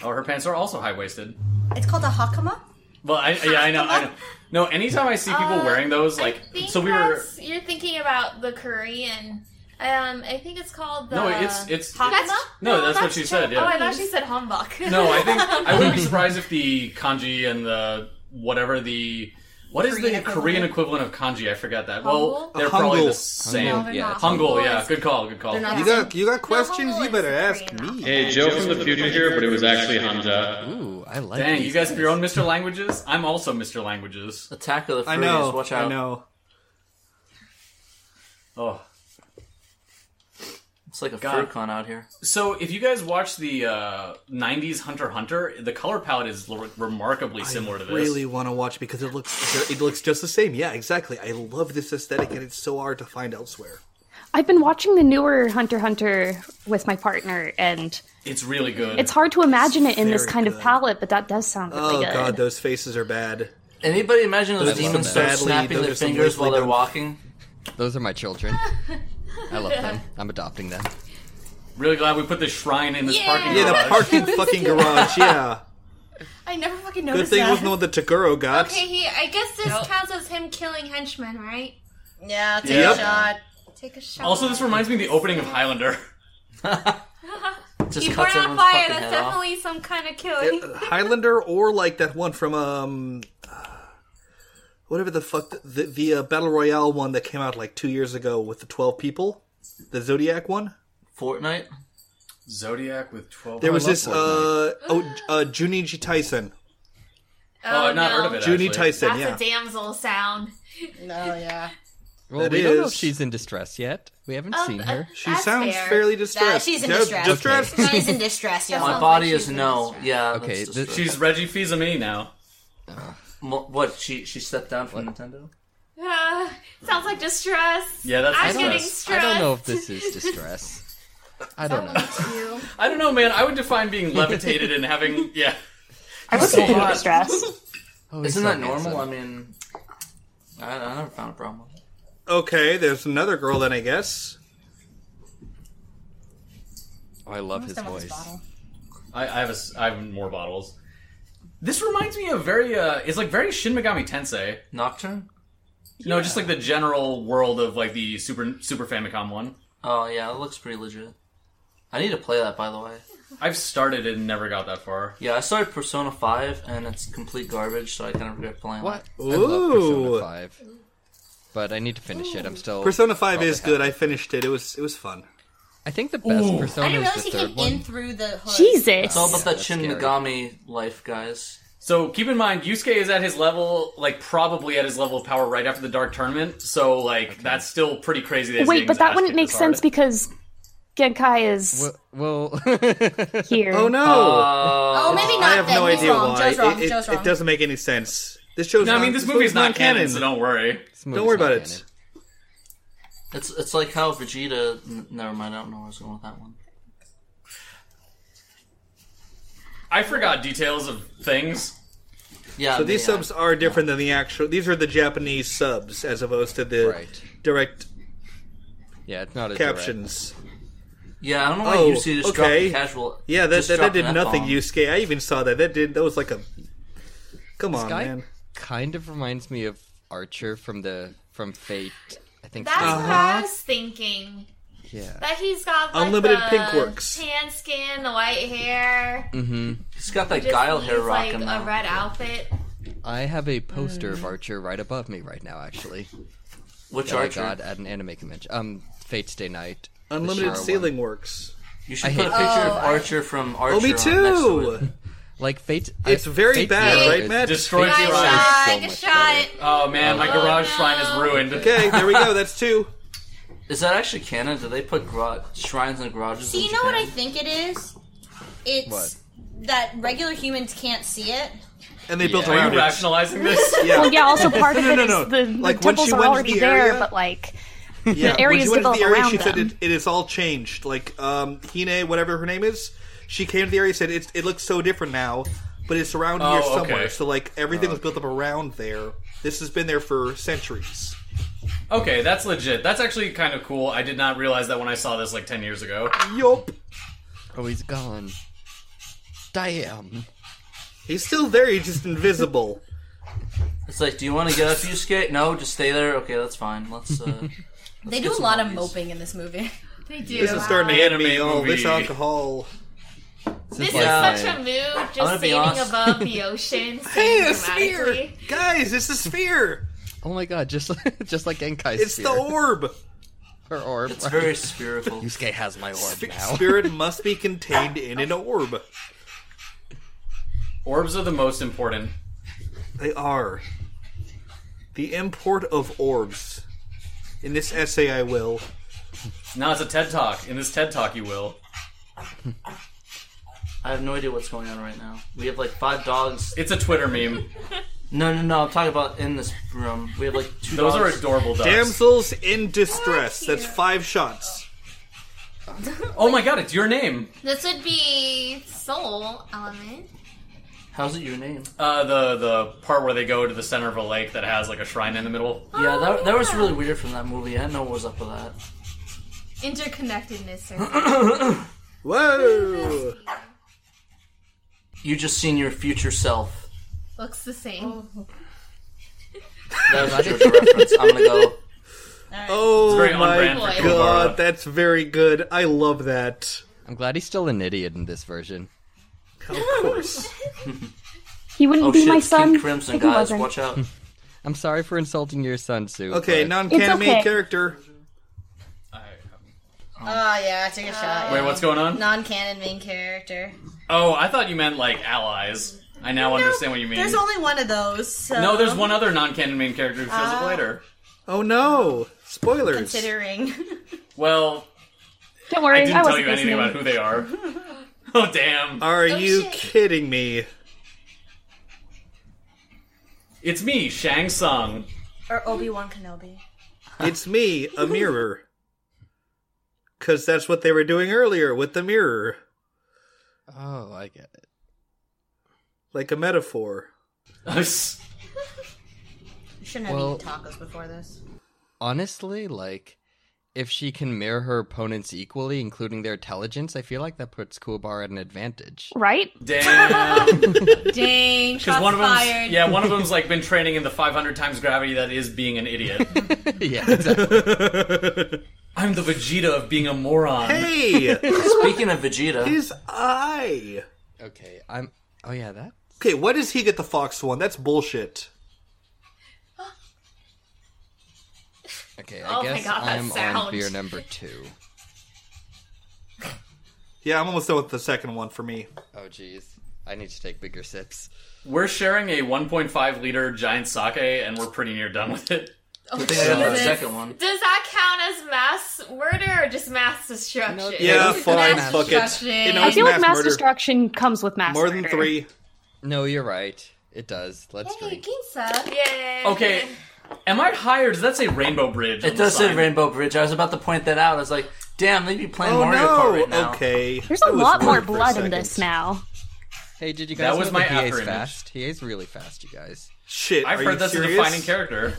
Oh, her pants are also high waisted.
It's called a hakama.
Well, I, yeah, I know, I know. No, anytime I see people
Uh,
wearing those,
I
like,
think
so we were.
that's- You're thinking about the Korean. Um, I think it's called the.
No, it's- it's-
Hakama?
That's- no, that's what she said, yeah.
Oh, I thought she said humbug.
No, I think I wouldn't be surprised if the kanji and the whatever the what is
Korean
the
equivalent.
Korean equivalent of kanji? I forgot that. Well,
Hangul?
they're probably
Hangul.
the same.
yeah,
not.
it's-
Hangul,
Hangul
yeah,
is-
good call, good call.
They're not
You
the
got you got questions?
whole
You better
is
ask
Korean.
me.
Hey, Joe from the future here, but it was actually Hanja.
Ooh, I like.
Dang, you
these
guys have your own Mr. Languages. I'm also Mr. Languages.
Attack of the Furries,
I know.
watch out.
I know.
Oh,
It's like a
God.
fur con out here.
so if you guys watch the uh, '90s Hunter x Hunter, the color palette is l- remarkably similar to this.
Really want to watch because it looks it looks just the same. Yeah, exactly. I love this aesthetic, and it's so hard to find elsewhere.
I've been watching the newer Hunter x Hunter with my partner, and
It's really good.
it's hard to imagine it in this
Very
kind
good.
of palette. But that does sound really
Oh
good.
god, those faces are bad.
Anybody imagine those
Those are
demons
some
start
badly-
snapping
those
their
are some
fingers while
lethally
they're
done-
walking?
Those are my children. I love them. I'm adopting them.
really glad we put this shrine in this
Yeah.
parking
Yeah,
garage.
the parking fucking garage. Yeah,
I never fucking
good
noticed
thing it
that.
wasn't the one that Takuro got.
Okay, he. I guess this counts as him killing henchmen, right?
yeah, take
Yep.
a shot.
Take a shot.
Also, this reminds me of the opening of Highlander.
Just
you
cuts
burn on
everyone's fucking
fire. That's
head off.
definitely some kind of killing.
Uh, Highlander or like that one from um whatever the fuck the the uh, battle royale one that came out like 2 years ago with the 12 people, the Zodiac one.
Fortnite.
Zodiac with twelve.
There was
love
this uh oh uh Junichi Tyson.
Oh, I've not heard of it.
Junie
actually.
Tyson,
That's
yeah.
a damsel sound.
No, yeah.
Well,
That
we don't know if
is-
she's in distress yet. We haven't
Oh,
seen
uh,
her.
she
that's
sounds
fair.
fairly distressed.
That- she's in
Yeah,
distress.
distressed.
She's in distress, y'all.
My
like
body
she's
is
in
no.
distress.
Yeah.
Okay,
that's
this-
distress.
She's Reggie Fils-Aimé now.
Mo- what? She she stepped down from Nintendo.
Uh, sounds like distress.
Yeah, that's
I'm
distress.
getting
I
stressed.
don't know if this is distress. I don't know.
You.
I don't know, man. I would define being levitated and having yeah.
I would
so
say
hot.
distress.
Oh, he's
Isn't
so
that normal? I
handsome.
mean, I, I never found a problem. with it.
Okay, there's another girl then I guess.
Oh, I love his voice.
I, I have a s I have more bottles. This reminds me of very. uh It's like very Shin Megami Tensei.
Nocturne.
No, just like the general world of like the Super Super Famicom one.
Oh yeah, it looks pretty legit. I need to play that, by the way.
I've started it and never got that far.
Yeah, I started Persona Five and it's complete garbage, so I kind of regret playing.
What?
it.
I love
Ooh.
Persona 5. But I need to finish it. I'm still.
Persona 5
probably
is good. I finished it. It was it was fun.
I think the best
Ooh.
Persona
I didn't realize
is the
he
third
came
one.
in through the hood.
Jesus.
It's all about
Yeah,
that
that's
Shin
scary.
Megami life, guys.
So keep in mind, Yusuke is at his level, like probably at his level of power right after the Dark Tournament. So like that's still pretty crazy. That his
Wait,
game
but
was
that
ass
wouldn't
kicked
make
this hard.
sense because Genkai is
Well,
here.
Oh no.
Oh, maybe not.
I have
then.
no
He's
idea
wrong.
why.
Joe's wrong.
It, it-
Joe's
it
wrong.
doesn't make any sense. This show's
No, I
not-
mean this
movie's
movie's not canon, so don't worry.
Don't worry about it.
It's it's like how Vegeta. n- Never mind, I don't know where I was going with that one.
I forgot details of things.
Yeah.
So these
yeah.
subs are different than the actual. These are the Japanese subs as opposed to the
Right.
direct
Yeah, it's not a direct.
captions.
Yeah, I don't know why
Oh,
you see just
okay.
dropped the casual.
Yeah, that
just
that, that
dropped
did
an
nothing,
F-bomb.
Yusuke. I even saw that. That did that was like a. Come on,
guy-
man.
Kind of reminds me of Archer from the from Fate. I think.
That's
Fate-
Uh-huh.
what I was thinking.
Yeah.
That he's got like,
Unlimited
the
pink works. Mm.
tan skin, the white hair,
Mm-hmm.
He's got that
just
guile hair uh,
needs, like
rocking
a
now.
red outfit.
I have
Oh,
a poster of Archer right above me right now, actually.
Which
Oh my
Archer?
god, at an anime convention. Um, Fate's Day Night. the Shara
Unlimited
one.
ceiling works.
You should
I
put a
hate-
picture of Archer from Archer.
Oh, me
on next to it.
too.
Like Fate.
It's very bad,
right,
Matt?
Destroyed
Guys,
your eyes.
shot,
so
good
much
Ah, shot.
Oh man, my garage shrine is ruined.
Okay, there we go. That's two.
Is that actually canon? Do they put gra- shrines in garages?
Do
in
you know what I
Japan?
think it is? It's
What?
that regular humans can't see it.
And they built
Yeah.
Are
around
you
it.
rationalizing this?
Yeah.
Well, yeah. Also, part of
No,
it
no,
is
no, no.
the, the
Like, when
temples
she
are
went to
already
the
there,
area-
but like
yeah.
the areas
when she went to the
develop
area,
around
she said
them.
it, it is all changed. Like um, Hine, whatever her name is, she came to the area and said it's, it looks so different now, but it's around
Oh,
here
okay.
somewhere. So like everything was built up around there. This has been there for centuries.
Okay, that's legit. That's actually kind of cool. I did not realize that when I saw this like ten years ago.
Yup.
Oh, he's gone. Damn.
He's still there. He's just invisible.
It's like, do you want to get up, you skate? No, just stay there. Okay, that's fine. Let's. uh...
They do a lot of moping in this movie.
They do.
This is starting to get
Anime
me. Oh, this
movie.
alcohol.
This
Yeah.
is such a mood,
gonna
just
be
sailing
honest.
above the ocean.
Hey,
sailing
a sphere,
dramatically.
guys! It's a sphere.
Oh my god, just just like Enkai's
It's the orb.
Her orb.
It's very spherical.
Yusuke has my orb
Sp-
now.
Spirit must be contained in an orb.
Orbs are the most important.
They are. The import of orbs. In this essay, I will.
Now it's a TED Talk. In this TED Talk, you will.
I have no idea what's going on right now. We have like five dogs.
It's a Twitter meme.
No, no, no. I'm talking about in this room. We have like two
Those are
dogs.
adorable dogs.
Damsels in distress. That's five shots.
Oh my god, it's your name.
This would be soul element.
How's it your name?
Uh, the the part where they go to the center of a lake that has like a shrine in the middle.
yeah, that, that was really weird from that movie. I didn't know what was up with that.
Interconnectedness. Or
Whoa!
You just seen your future self.
Oh.
looks the same.
That was a church reference. I'm gonna go.
Oh
very on
my
brand
for Kubara.
god, that's very good. I love that.
I'm glad he's still an idiot in this version.
Of course.
He wouldn't
Oh
be
shit,
my
it's
son.
King Crimson,
if he
guys,
wasn't.
watch out.
I'm sorry for insulting your son, Sue.
Okay,
but-
non-canon
okay.
character.
Oh yeah, I took a shot.
uh, Wait, what's going on?
Non-canon main character.
Oh, I thought you meant like allies. I now understand what you mean.
There's only one of those. So
no, there's one other non-canon main character who shows up later.
Oh no, spoilers.
Considering
Well,
Don't
I
worry, I,
didn't tell
wasn't
you anything
listening.
about who they are. oh damn!
Are
Oh,
you
shit.
kidding me?
It's me, Shang Tsung.
or Obi Wan Kenobi.
It's me, a mirror. Cause that's what they were doing earlier with the mirror,
Oh, I get it.
like a metaphor.
I
You shouldn't have
Well-
eaten tacos before this.
Honestly, like, if she can mirror her opponents equally, including their intelligence, I feel like that puts Kuobar at an advantage.
Right?
Damn.
Dang,
Because
shots
one of them's
fired.
yeah, one of them's like been training in the 500 times gravity that is being an idiot.
yeah, exactly.
I'm the Vegeta of being a moron.
Hey,
Speaking of Vegeta,
his eye.
okay, I'm. Oh yeah, that.
Okay, why does he get the fox one? That's bullshit.
Okay, I
Oh my
guess
God, that
I'm on
sound.
beer number two.
Yeah, I'm almost done with the second one for me.
Oh jeez, I need to take bigger sips.
We're sharing a 1.5 liter giant sake, and we're pretty near done with it.
uh, the second one.
Does that count as mass murder or just mass destruction?
No,
Yeah,
Mass
fine,
destruction.
fuck it. You know,
I
I
it's
feel like mass
murder.
destruction comes with mass
More than
murder.
three.
No, you're right. It does. Let's drink.
Yay.
Okay, am I high or does that say Rainbow Bridge? on
It
the
does say
sign?
Rainbow Bridge. I was about to point that out. I was like, damn, they'd be playing
Oh
Mario Kart right
no!
now.
Okay.
There's a
I was
lot more
worried for a
blood in
second.
this now.
Hey, did you guys
That was
know
my
that he is
afterimage.
fast? He is really fast, you guys.
Shit.
I've
are you
heard that's
serious?
a defining character.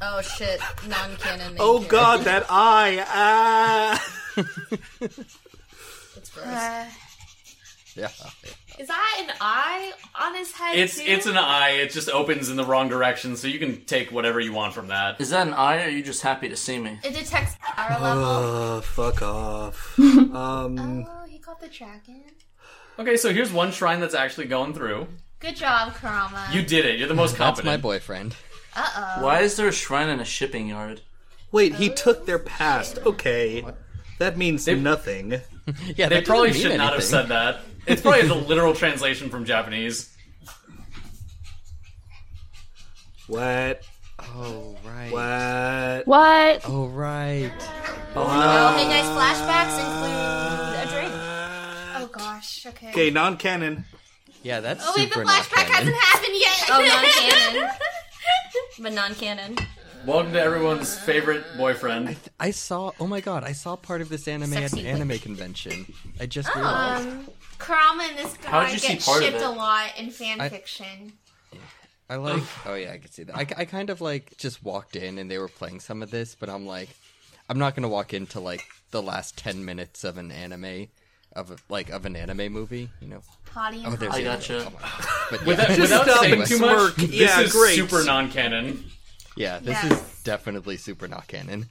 Oh shit, non-canon. Main
Oh
character.
god, that eye. Ah.
It's gross.
Yeah.
Is that an eye on his head?
It's
too?
it's an eye. It just opens in the wrong direction, so you can take whatever you want from that.
Is that an eye or are you just happy to see me?
It detects power level.
Uh, fuck off. Um.
Oh, he caught the dragon.
Okay, so here's one shrine that's actually going through.
Good job, Karama.
You did it. You're the most
That's my
competent.
boyfriend.
Why is there a shrine in a shipping yard?
Wait, he took their past. Okay. That means nothing.
Yeah,
They
that
probably
doesn't
should
mean
not have
anything.
said that. It's probably the literal translation from Japanese.
What?
Oh right.
What?
What?
Oh right.
Okay, guys, flashbacks include a drink.
Oh gosh. Okay.
Okay, non-canon.
Yeah, that's
Oh wait, the
super
flashback
non-canon.
hasn't happened yet.
Oh, non-canon. But non-canon.
Welcome to everyone's favorite boyfriend.
I saw. Oh my god, I saw part of this anime at an
Sexy
anime convention. I just realized.
um, Karama and this
How
guy
did you
get
see part of
shipped
it?
a lot in fan
I-
fiction.
I
Um.
like. Oh yeah, I can see that. I, I kind of like just walked in and they were playing some of this, but I'm like, I'm not gonna walk into like the last ten minutes of an anime. Of a, like of an anime movie, you know.
Hottie and
Oh, there's
hot.
I
the
gotcha.
anime. Oh, my God. But yeah,
Without, without
stop
saying
and
too much,
smirk.
this
Yeah,
is
great.
super non-canon.
yeah, this
Yes.
is definitely super not canon.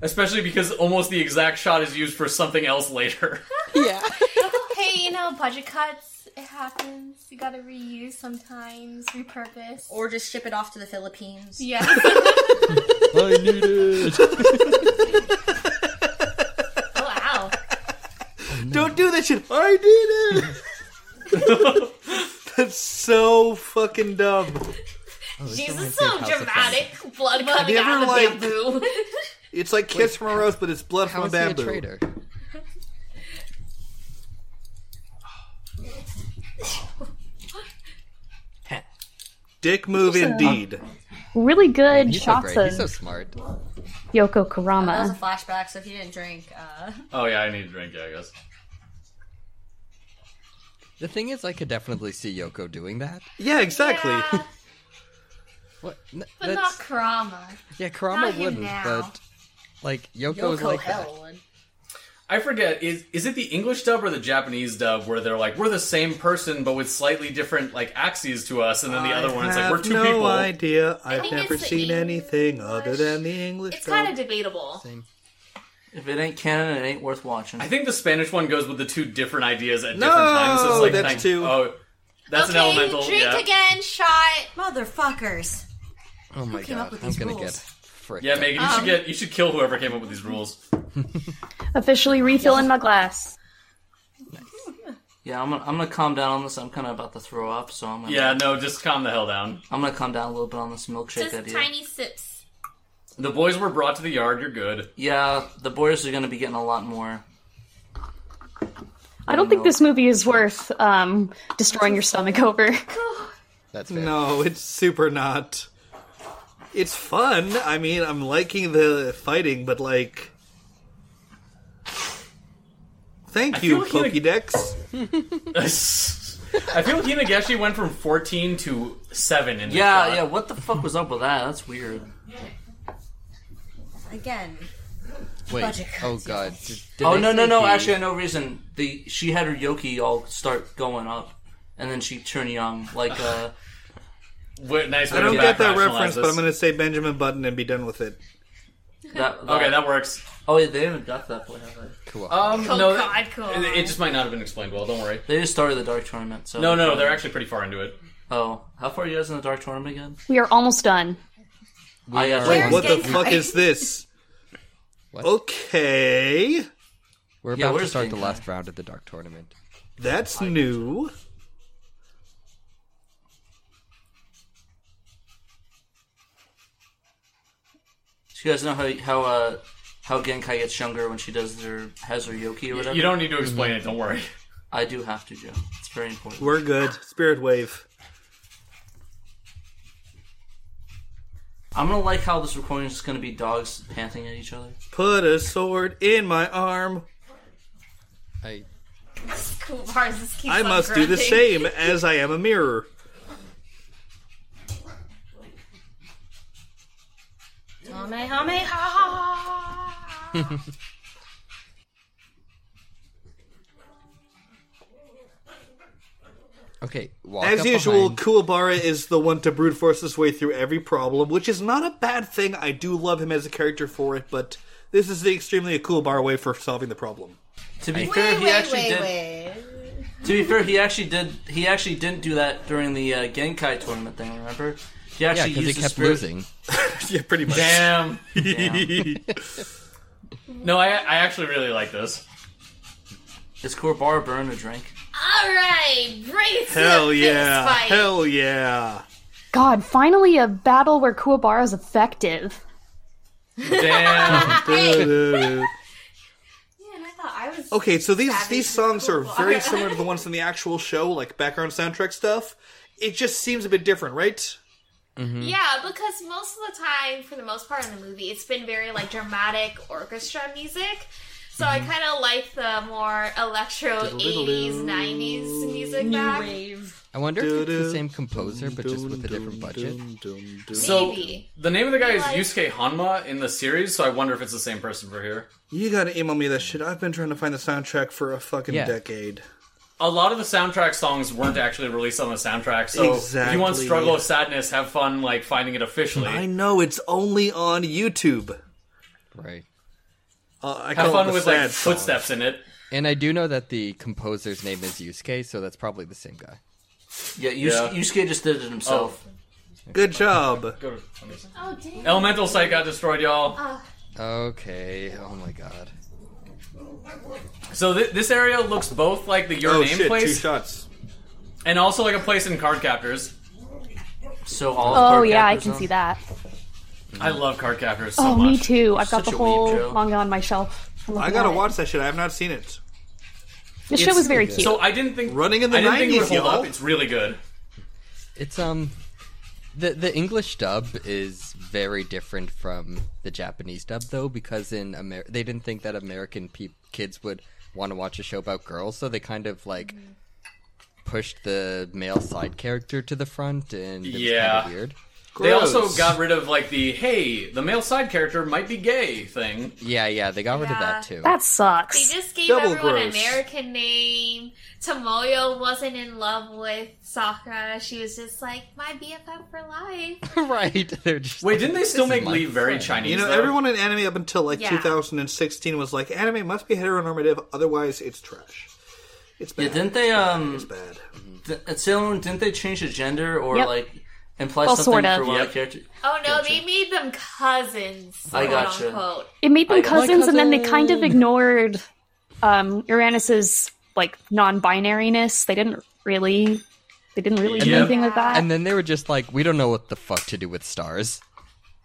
Especially because almost the exact shot is used for something else later.
hey, you know, budget cuts. It happens. You gotta reuse sometimes, repurpose.
Or just ship it off to the Philippines.
yeah.
I need it.
oh, wow.
Don't do that shit. I did it. That's so fucking dumb.
Jesus, so dramatic. Blood coming
Never
out of
liked-
bamboo.
It's like Kiss from a Rose, but it's blood from
How
a
is he a
bamboo.
traitor?
Dick move indeed.
Really good
He's so
shots
great.
of
He's so smart.
Yoko
That was
Kurama.
a flashback, so if you didn't drink, uh,
oh yeah, I need a drink, yeah, I guess.
The thing is, I could definitely see Yoko doing that.
Yeah, exactly.
Yeah,
What? N-
but
that's-
not Karama.
yeah,
not
Karama
him
wouldn't,
now.
but like Yoko is
Yoko
like that.
Hell.
I forget is is it the English dub or the Japanese dub where they're like we're the same person but with slightly different like axes to us, and then the other one's like we're two
no
people.
idea. I've
think
never
it's the
seen anything
English-
other than the English.
It's kind of
dub.
debatable.
Same.
If it ain't canon, it ain't worth watching.
I think the Spanish one goes with the two different ideas at
No,
different times. It's like
that's
nine-
two.
Oh, that's
okay,
an elemental.
drink
yeah.
again, shot.
Motherfuckers.
Oh my
came up
god,
with
I'm
these
gonna
rules?
get fricked.
Yeah,
up.
Megan, you
Um.
should get you should kill whoever came up with these rules.
Officially refilling my glass.
Yeah, I'm gonna, I'm gonna calm down on this. I'm kind of about to throw up, so I'm gonna,
Yeah, no, just calm the hell down.
I'm gonna calm down a little bit on this milkshake
Just
idea.
tiny sips.
The boys were brought to the yard. You're good.
Yeah, the boys are gonna be getting a lot more.
I don't think this movie is worth um, destroying your stomach over.
That's fair.
no, it's super not. It's fun. I mean, I'm liking the fighting, but like, thank you,
feel like he-
Pokédex.
I feel Hinageshi went from 14 to seven in. this
Yeah,
shot.
yeah. What the fuck was up with that? That's weird.
Again.
Wait.
budget
Oh god. Did, did
Oh
they
no, no,
say
no.
he-
Actually, I know reason. The she had her yoki all start going up, and then she turned young. Like, uh,
Wait, nice.
I don't get that reference, but I'm going to say Benjamin Button and be done with it.
that,
Okay, that works.
Oh yeah, they haven't got to that point. Have they?
Cool.
Um,
Oh
no,
God, cool.
it, it just might not have been explained well. Don't worry.
They just started the dark tournament. So
No, no, they're actually pretty far into it.
Oh, how far are you guys in the dark tournament again?
We are almost done.
we
I uh, got
are-
Where's
What the
Genkai?
fuck is this?
What?
Okay,
We're
Yeah,
about to
where's
start the
Genkai?
last round of the Dark Tournament.
that's new.
So you guys know how how uh, how Genkai gets younger when she does her has her yoki or whatever.
You don't need to explain it. Don't worry.
I do have to, Joe. It's very important.
We're good. Spirit Wave.
I'm gonna like how this recording is just gonna be dogs panting at each other.
Put a sword in my arm.
I
Cool bars. This keeps
I
on
must do the
growing.
same as I am a mirror.
Kamehameha.
okay. Walk
As
up
usual,
behind-
Kuwabara is the one to brute force his way through every problem, which is not a bad thing. I do love him as a character for it, but this is the extremely Kuwabara way for solving the problem.
To be fair,
Wait,
he
wait,
actually
wait,
did.
wait.
To be fair, he actually did. He actually didn't do that during the uh, Genkai tournament thing. Remember? He
yeah,
actually
because he
used the
kept
spirit-
losing.
yeah, pretty much.
Damn.
Yeah.
No, I, I actually really like this.
Is Korbar burn a drink?
All right, bring it to
Hell
the
yeah.
fist fight.
Hell yeah.
God, finally a battle where Kuwabara is effective.
Damn.
Man, I thought I was.
Okay, so these
Savage
these songs are
Kuwabara.
very similar to the ones in the actual show, like background soundtrack stuff. It just seems a bit different, right?
Yeah, because most of the time, for the most part in the movie, it's been very like dramatic orchestra music. So I kind of like the more electro '80s, '90s music back.
I wonder if it's the
Doo-doo.
same composer, but just with a different budget.
so
Maybe.
the name of the guy is
Like-
Yusuke Hanma in the series, so I wonder if it's the same person for here.
You gotta email me that shit. I've been trying to find the soundtrack for a fucking
Yeah.
decade.
a lot of the soundtrack songs weren't actually released on the soundtrack, so if you want
Exactly.
struggle of sadness, have fun like finding it officially.
I know it's only on YouTube.
Right.
Uh, I
have
call it
fun
the
with
sad
like
song.
footsteps in it.
And I do know that the composer's name is Yusuke, so that's probably the same guy.
Yeah, Yus-
Yeah. Oh.
Yusuke just did it himself.
Good job.
Go to-
Oh dang!
Elemental Sight got destroyed, y'all.
Oh.
Okay. Oh my god.
So th- this area looks both like the your
oh
name
shit! Two
place
shots.
and also like a place in card captors.
So all.
Oh
of
yeah, I
Korbar's
can
on-
see that.
I love card captors so
Oh,
much.
me too. I've got
Such
the
a weeb
whole
joke.
manga on my shelf. I'm
I
looking
gotta
at it.
watch that shit. I have not seen it.
The show was very cute.
So I didn't think
Running in the
I didn't think it
90s,
would hold
y'all.
up. It's really good.
It's um the the English dub is very different from the Japanese dub though because in Amer- they didn't think that American peop kids would want to watch a show about girls so they kind of like pushed the male side character to the front and it was
Yeah.
kind of weird.
They also
Gross.
got rid of like the hey, the male side character might be gay thing.
Yeah, yeah, they got rid of that too.
That
They
sucks.
just gave
Double
everyone an
gross.
American name. Tomoyo wasn't in love with Sakura. She was just like, my BFF for life.
right. They're just
Wait, didn't they still
is
make
my
Lee very
friend.
Chinese?
You know,
though?
everyone in anime up until like
Yeah.
2016 was like, anime must be heteronormative, otherwise it's trash. It's bad.
Yeah, didn't they?
It's
Um,
bad.
th- at Sailor Moon, didn't they change the gender or
Yep.
like imply
Well,
something
sorta.
for one of
Yep.
the characters?
Oh no, they made them cousins.
I gotcha.
Quote unquote.
It made them
I got my
cousins, and then they kind of
cousin.
ignored um, Uranus's like non-binariness. They didn't really, they didn't really do
Yep.
anything with that.
And then they were just like, we don't know what the fuck to do with stars,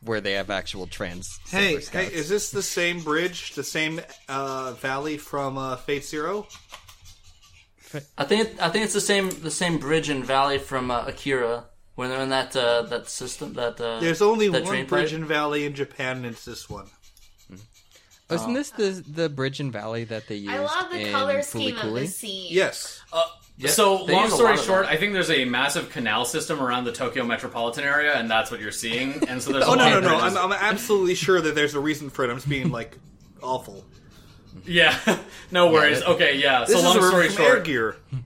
where they have actual trans.
Hey,
Silver
hey,
Scouts.
is this the same bridge, the same uh, valley from uh, Fate Zero?
I think it, I think it's the same the same bridge and valley from uh, Akira when they're in that uh, that system that uh,
There's only
that
one
train
bridge
ride.
and valley in Japan, and it's this one.
Oh.
Isn't this the the bridge and valley that they used?
I love the
in
color scheme of
Fulikuli?
this scene.
Yes.
Yeah,
so
they
long
use a
story
lot of
short,
that.
I think there's a massive canal system around the Tokyo metropolitan area, and that's what you're seeing. And so there's
Oh
a
no
lot
no
of
no!
bridges.
I'm, I'm absolutely sure that there's a reason for it. I'm just being like awful.
yeah, no worries.
that-
okay, yeah.
This
so long
is a
story
story from Air
short,
Gear.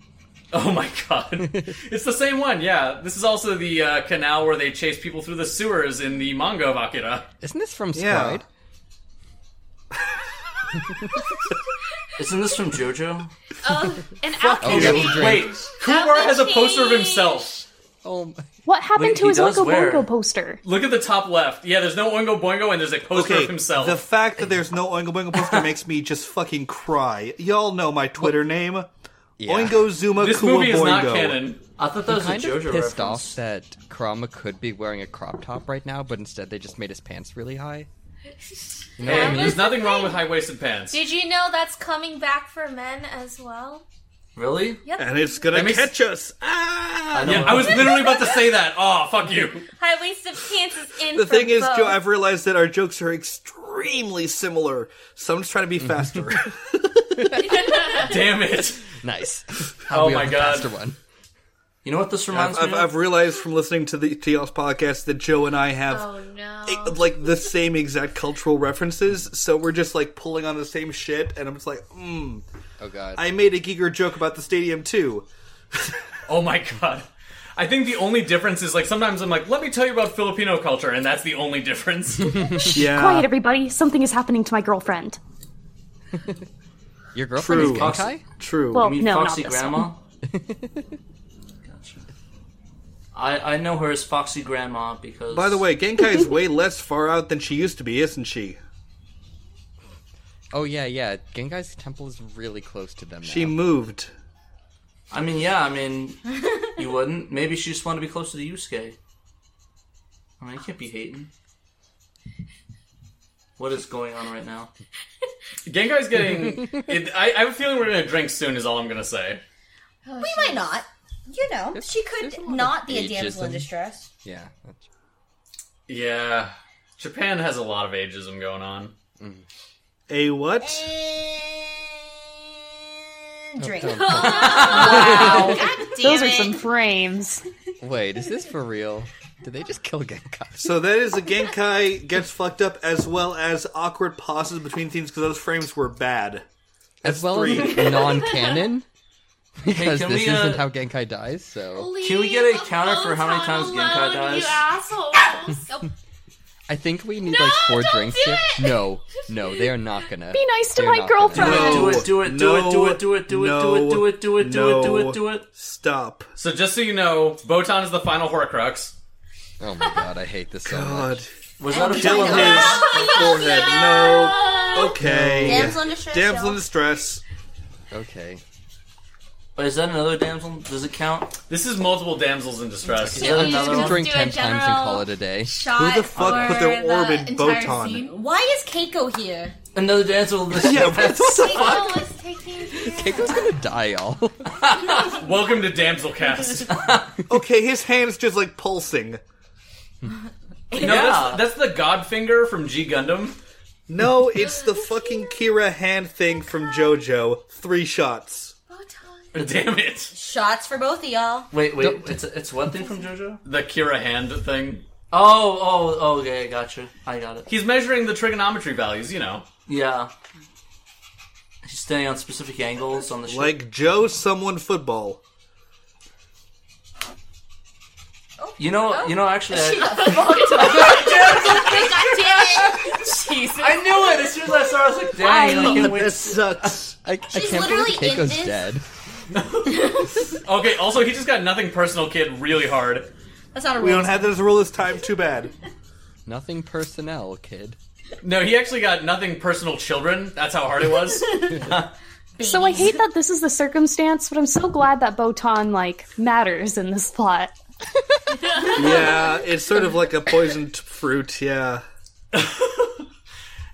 Oh my god. it's the same one, yeah. This is also the uh, canal where they chase people through the sewers in the manga of Akira.
Isn't this from
Yeah.
Sprite?
isn't this from JoJo?
Oh, an outfit
you.
change.
Drake.
Wait, Kumar has a poster of
change.
himself.
Oh, my.
what happened
Wait,
to
he
his
does
Oingo
wear-
Boingo poster?
Look at the top left. Yeah, there's no Oingo Boingo and there's a poster
Okay,
of himself.
the fact that there's no Oingo Boingo poster makes me just fucking cry. Y'all know my Twitter name,
Yeah.
Oingo Zuma
this
Kua
movie is
Boingo.
not canon.
I thought that was
kind
a
of
JoJo
pissed
reference.
off that Kurama could be wearing a crop top right now, but instead they just made his pants really high. You know what
Hey,
I
That
mean?
was
there's nothing
the
wrong
thing.
with high waisted pants.
Did you know that's coming back for men as well?
Really?
And it's gonna
That makes-
catch us. Ah!
Yeah, I was literally about to say that. Oh, fuck you.
High waisted pants is in.
The
for
thing is,
both.
Joe, I've realized that our jokes are extremely similar, so I'm just trying to be faster.
Damn it.
Nice. How we
Oh my
on the
God.
faster one.
You know what this reminds
I've, I've,
me of?
I've realized from listening to the to y'all's podcast that Joe and I have
Oh no.
eh, like the same exact cultural references, so we're just like pulling on the same shit, and I'm just like, mm,
Oh god.
I made a Giger joke about the stadium too.
Oh my god. I think the only difference is like sometimes I'm like, let me tell you about Filipino culture, and that's the only difference.
Yeah,
Quiet, everybody! Something is happening to my girlfriend.
Your girlfriend
true,
is Genkai?
true.
Well,
You mean
no,
Foxy
not this
Grandma?
one.
Gotcha. I I know her as Foxy Grandma because.
By the way, Genkai is way less far out than she used to be, isn't she?
Oh yeah, yeah. Genkai's temple is really close to them now.
She moved.
I mean, yeah, I mean, you wouldn't. Maybe she just wanted to be close to the Yusuke. I mean, you can't be hating. What is going on right now?
Gengai's getting. It, I, I have a feeling we're gonna drink soon. Is all I'm gonna say.
We might not. You know, she
there's a
could
lot
not
of
be a damsel in
ageism.
distress.
Yeah. that's-
Yeah, Japan has a lot of ageism going on.
A what?
And drink.
Those
Damn
are some
it.
frames.
Wait, is this for real? Did they just kill Genkai?
So that is a Genkai gets fucked up as well as awkward pauses between scenes because those frames were bad.
As well
three.
as non-canon? Because
can
this
we, uh,
isn't how Genkai dies, so
Leave
Can we get a
the
counter for how many
photon
times Genkai
alone,
dies?
You
Ah!
assholes.
I think we need
No,
like 4
don't
drinks
do
here.
it!
No, no, they are not gonna.
Be nice to
They're
my
not gonna.
girlfriend.
No,
Do it, do it, do it, do it, do it, do it, do it, do it, do it, do it, do it, do it.
Stop.
So just so you know, Botan is the final Horcrux.
Oh my god, I hate this so much.
God.
Was that a
Kill his
fucking-
forehead. No. Okay.
Damsel in distress.
Damsel in
y'all.
distress.
Okay.
Wait, Is that another damsel? Does it count?
This is multiple damsels in distress.
Is that
just
another
Just
one?
drink
do a
10 times and
general
call it a day.
Shot
the fuck put their
for
orb
the
in
entire
Botan?
scene.
Why is Keiko here?
Another damsel?
Yeah, what the fuck?
Keiko was taking care.
Keiko's gonna die, y'all.
Welcome to Damselcast. no,
Okay, his hand's just like pulsing.
Yeah.
that's, that's the Godfinger from G Gundam.
No, it's the fucking Kira hand thing from JoJo. Three shots.
Botan.
Damn it,
Shots for both of y'all.
Wait, wait. It's it's what thing from JoJo?
the Kira hand thing.
Oh, oh, oh, okay, I gotcha. I got it.
He's measuring the trigonometry values, you know.
Yeah. He's staying on specific angles on the ship.
Like Joe Someone Football.
you know, you know, actually, I,
Jesus.
I knew it as soon as I saw it. I was like, dang, I can't wait.
This sucks.
I, I can't
literally
believe
in
Keiko's
this.
dead.
Okay, also, he just got nothing personal, kid, really hard.
That's not a
We
real.
don't have that as a rule this time. Too bad.
Nothing personnel, kid.
No, he actually got nothing personal, children. That's how hard it was.
So I hate that this is the circumstance, but I'm so glad that Botan like matters in this plot.
Yeah, it's sort of like a poisoned fruit. Yeah.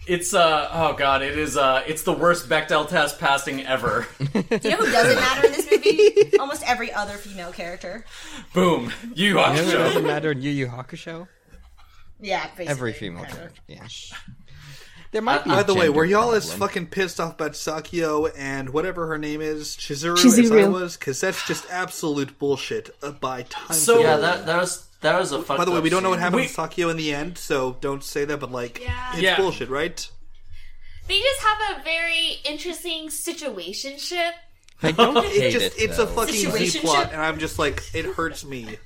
it's, uh, oh god, it is, uh, it's the worst Bechdel test passing ever.
you know who doesn't matter in this movie? Almost every other female character.
Boom. You are
You know what
show.
doesn't matter in Yu Yu Hakusho?
Yeah, basically.
Every female character. Yeah. There might be. a
Uh, By the way,
gender
were y'all as
problem.
fucking pissed off about Sakio and whatever her name is, Chizuru, as I
Chizuru.
was? Because that's just absolute bullshit uh, by time.
So-
Yeah, that that was that was a.
By the way, we don't know what happened
We-
with Sakio in the end, so don't say that. But like,
Yeah.
it's
Yeah.
bullshit, right?
They just have a very interesting situationship.
I don't hate
Just
it.
it's a
though.
fucking Z
Situationship?
plot, and I'm just like, it hurts me.